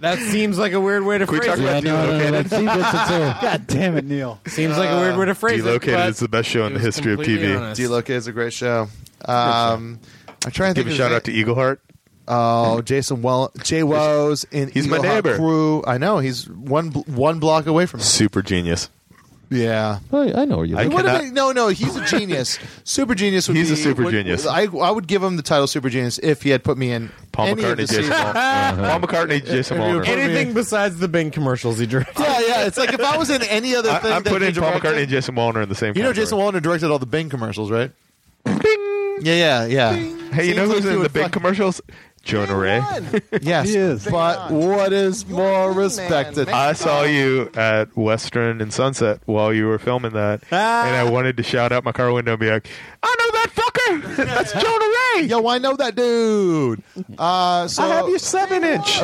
that seems like a weird way to Can we phrase talk it. about Yeah, no, no, no, that's- God damn it, Neil. Seems like a weird way to phrase it. uh, Delocated but- is the best show in the it was history of completely TV. honest. D-Look is a great show. Um, I'm trying to think Give a of shout his out to Eagleheart. Oh, Jason Well, Jay Woes in He's my Eagle Hawk neighbor. Crew. I know he's one bl- one block away from. Me. Super genius. Yeah, I, I know you. I It would've cannot- been- no, no, he's a genius. super genius. Would He's a be- super would- genius. I, I would give him the title super genius if he had put me in Paul any of McCartney, the Jason. seasons. Wal- Paul McCartney, Jason If you Wallner. put me in- Anything besides the Bing commercials he directed. Yeah, yeah. It's like if I was in any other I, thing. I'm that putting he Paul McCartney directed- and Jason Wallner in the same. You know, category. Jason Wallner directed all the Bing commercials, right? Bing. Yeah, yeah, yeah. Hey, you Seems know like who's he in the would big fuck- commercials? Joan Ray. Yes, He is. But what is more respected? I saw you at Western and Sunset while you were filming that, Ah. and I wanted to shout out my car window and be like, "I know that fucker. That's Joan Ray. Yo, I know that dude. Uh, so I have your seven inch,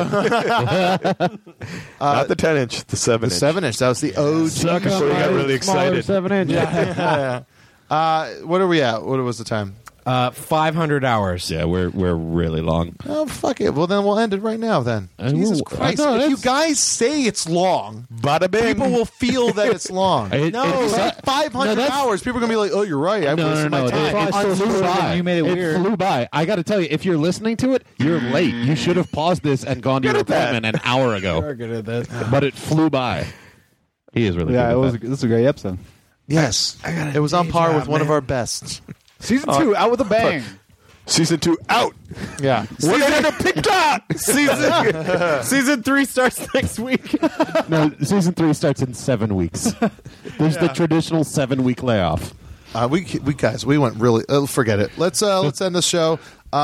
not the ten inch, the seven. uh, the inch. seven inch. That was the OG. Suck on shit. my- got really Smaller excited. Seven inch. Yeah. uh, what are we at? What was the time? Uh, 500 hours. Yeah, we're we're really long. Oh fuck it! Well then we'll end it right now. Then Jesus well, I Christ! thought If you that's- guys say it's long, Bada bing. people will feel that it's long. It- no, it's like not- 500 no, that's- hours. People are gonna be like, "Oh, you're right. I wasted my time." It, it flew by. You made it weird. flew by. I got to tell you, if you're listening to it, you're late. You should have paused this and gone to your appointment an hour ago. Good at that. But it flew by. He is really. yeah, good it at was. that. This is a great episode. yes, it was on par with one of our best. Season Uh, two out with a bang. Season two out. Yeah, We're gonna pick up. Season, season three starts next week. No, season three starts in seven weeks. There's the traditional seven week layoff. Uh, we we guys we went really uh, forget it. Let's uh, let's end the show. Uh,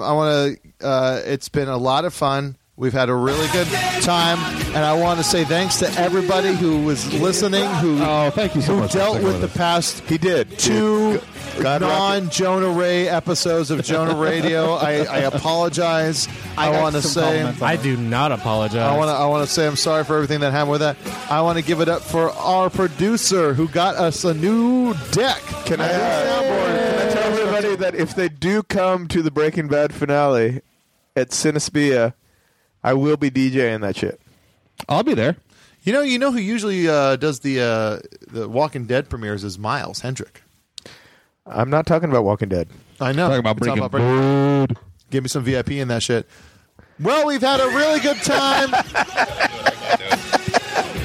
I want to. Uh, it's been a lot of fun. We've had a really good time, and I want to say thanks to everybody who was listening, who Oh, thank you so who much. for dealt sticking with the us. past He did. two God rock non Jonah Ray episodes of Jonah Radio. I, I apologize. I, got want to some say. compliments on I do not apologize. I want to. I want to say I'm sorry for everything that happened with that. I want to give it up for our producer who got us a new deck. Can I, A new soundboard. can I tell everybody that if they do come to the Breaking Bad finale at Cinespia, I will be DJing that shit. I'll be there. You know, you know who usually uh, does the uh, the Walking Dead premieres is Miles Hendrick. I'm not talking about Walking Dead. I know. Talking about It's all breaking breaking- Give me some VIP and that shit. Well, we've had a really good time.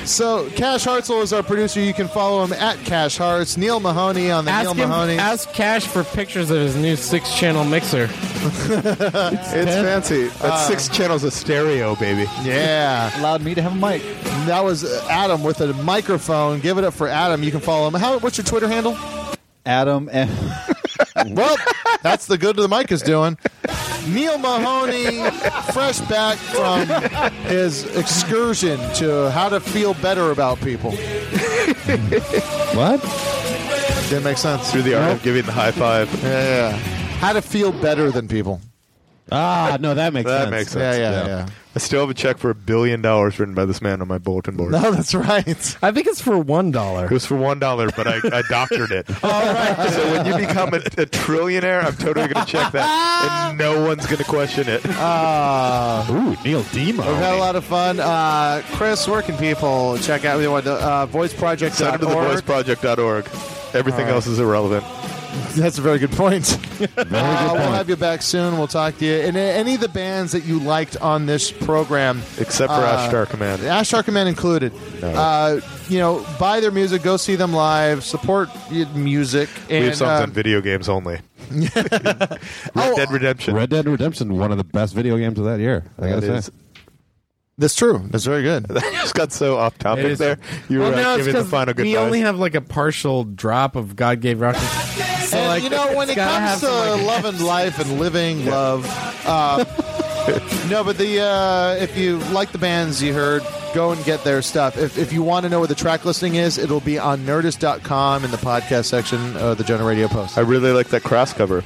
so, Cash Hartzell is our producer. You can follow him at Cash Hartz. Neil Mahoney on the Neil ask, him, Mahoney. ask Cash for pictures of his new six channel mixer. It's fancy. That's six channels of stereo, baby. yeah, Allowed me to have a mic. that was uh, Adam with a microphone. Give it up for Adam. You can follow him. How, what's your Twitter handle? Adam and Well, that's the good the mic is doing. Neil Mahoney, fresh back from his excursion to how to feel better about people. What? Didn't make sense. Through the art of giving the high five. Yeah, yeah. How to feel better than people. Ah, no, that makes That sense. makes sense. Yeah, yeah, yeah. Yeah. I still have a check for a billion dollars written by this man on my bulletin board. No, Oh, that's right. I think it's for one dollar. It was for one dollar, but I, I doctored it. All right. So when you become a, a trillionaire, I'm totally going to check that, and no one's going to question it. Ooh, Neil We've had a Demo. lot of fun. Uh, Chris, where can people check out the uh, voice project? Send them to thevoiceproject.org. Everything else is irrelevant. That's a very good point. Uh, we'll have you back soon. We'll talk to you. And uh, any of the bands that you liked on this program, Except for Uh, Ash Ashtar Command. Ash Command included. Uh, you know, buy their music, go see them live, support y- music. And, we have something uh, um, video games only. Oh, Red Oh, Dead Redemption. Red Dead Redemption, one of the best video games of that year. I That gotta is- say. that's true. That's very good. just got so off It topic is- there. You were well, no, uh, it's giving the 'cause final goodbye. we only have like a partial drop of God gave Rocket. So And, like, you know, when it's it gotta comes have to some, like, love and life and living love, uh, no, but the uh, if you like the bands you heard, go and get their stuff. If, if you want to know where the track listing is, it'll be on Nerdist.com in the podcast section of the Jonah Radio Post. I really like that cross cover.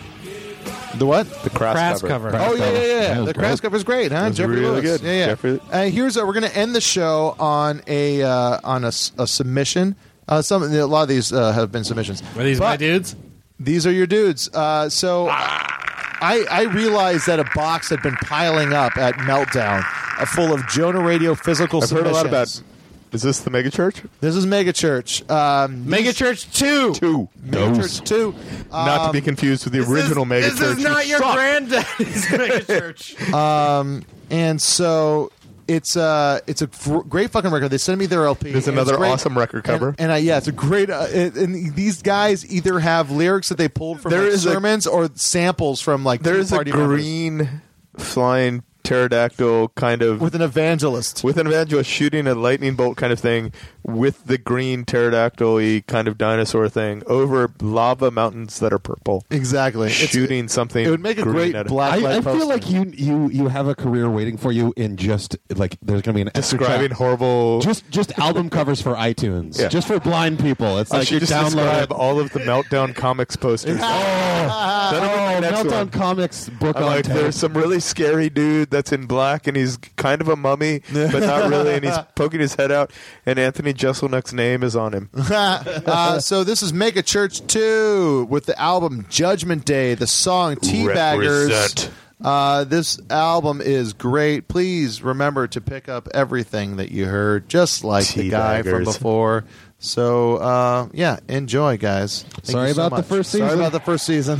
The what? The cross, crass cover. cover. Oh yeah, yeah, yeah. was the great. crash cover's great, huh? was Jeffrey really Lewis. good. Yeah, yeah. Jeffrey- Uh, here's a, we're going to end the show on a uh, on a, s- a submission. Uh, some a lot of these uh, have been submissions. Are these my But- dudes? These are your dudes. Uh, so Ah. I, I realized that a box had been piling up at Meltdown, uh, full of Jonah Radio physical. I've heard a lot about. submissions. Is this the mega church? This is Megachurch. Um, Megachurch two. Two. Megachurch two. Not to be confused with the original mega This church. is not You your suck. granddaddy's megachurch. And so it's uh it's a fr- great fucking record. They sent me their LP. There's and it's another great. awesome record cover. And, and I, yeah, it's a great. Uh, it, and these guys either have lyrics that they pulled from There like, is a- sermons or samples from like There Tea is a party members. green flying pterodactyl kind of with an evangelist. with an evangelist shooting a lightning bolt kind of thing with the green pterodactyl kind of dinosaur thing over lava mountains that are purple. exactly It's- shooting something. It would make a green great at it. black. I, I light feel poster. like you you you have a career waiting for you in just like there's gonna be an extra describing track. horrible. just just album covers for iTunes, Yeah. just for blind people. It's I like you should just download. describe all of the meltdown comics posters. Oh, Ah, That'll be my next Meltdown oh, one. Comics book I'm on like, tape. there's some really scary dudes dude that's in black and he's kind of a mummy, but not really, and he's poking his head out, and Anthony Jeselnik's name is on him. uh, so this is Mega Church 2 with the album Judgment Day, the song Teabaggers. Represent. Uh, this album is great. Please remember to pick up everything that you heard, just like the guy from Teabaggers. before. So uh, yeah, enjoy, guys. Thank you Sorry so about the much. first Sorry season. about the first season.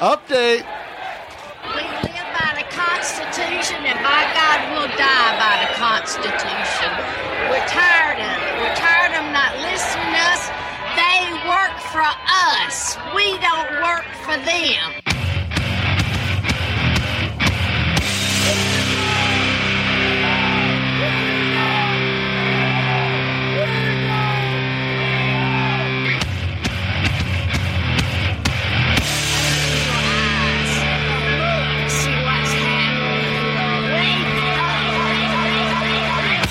Update. We live by the Constitution, and by God, we'll die by the Constitution. We're tired of it. We're tired of them not listening to us. They work for us. We don't work for them. See what's happening. Wake up.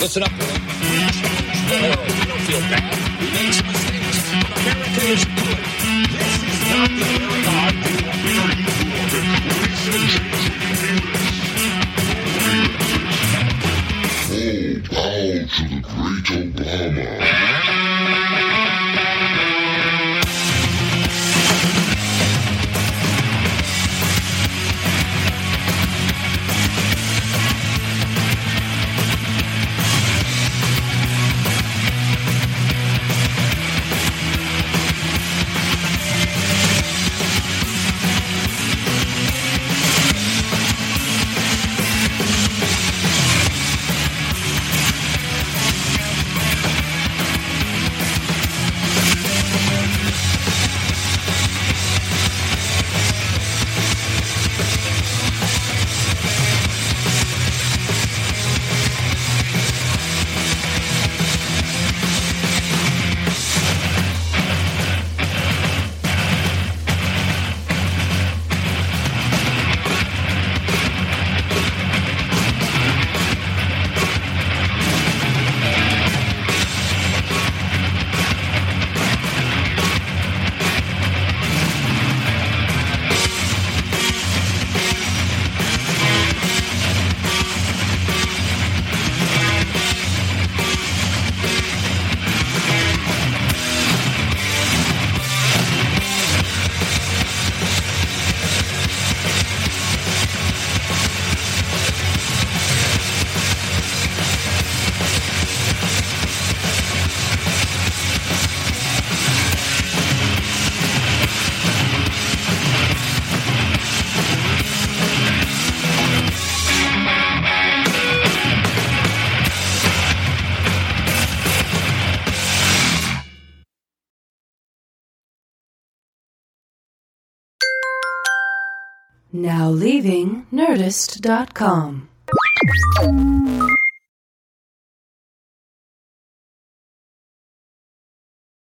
Listen up, boy. I don't feel bad. We made some mistakes. But America is good. This is not the America I grew up in or you grew up in. We should change the Full power to the great Obama. Now leaving Nerdist.com.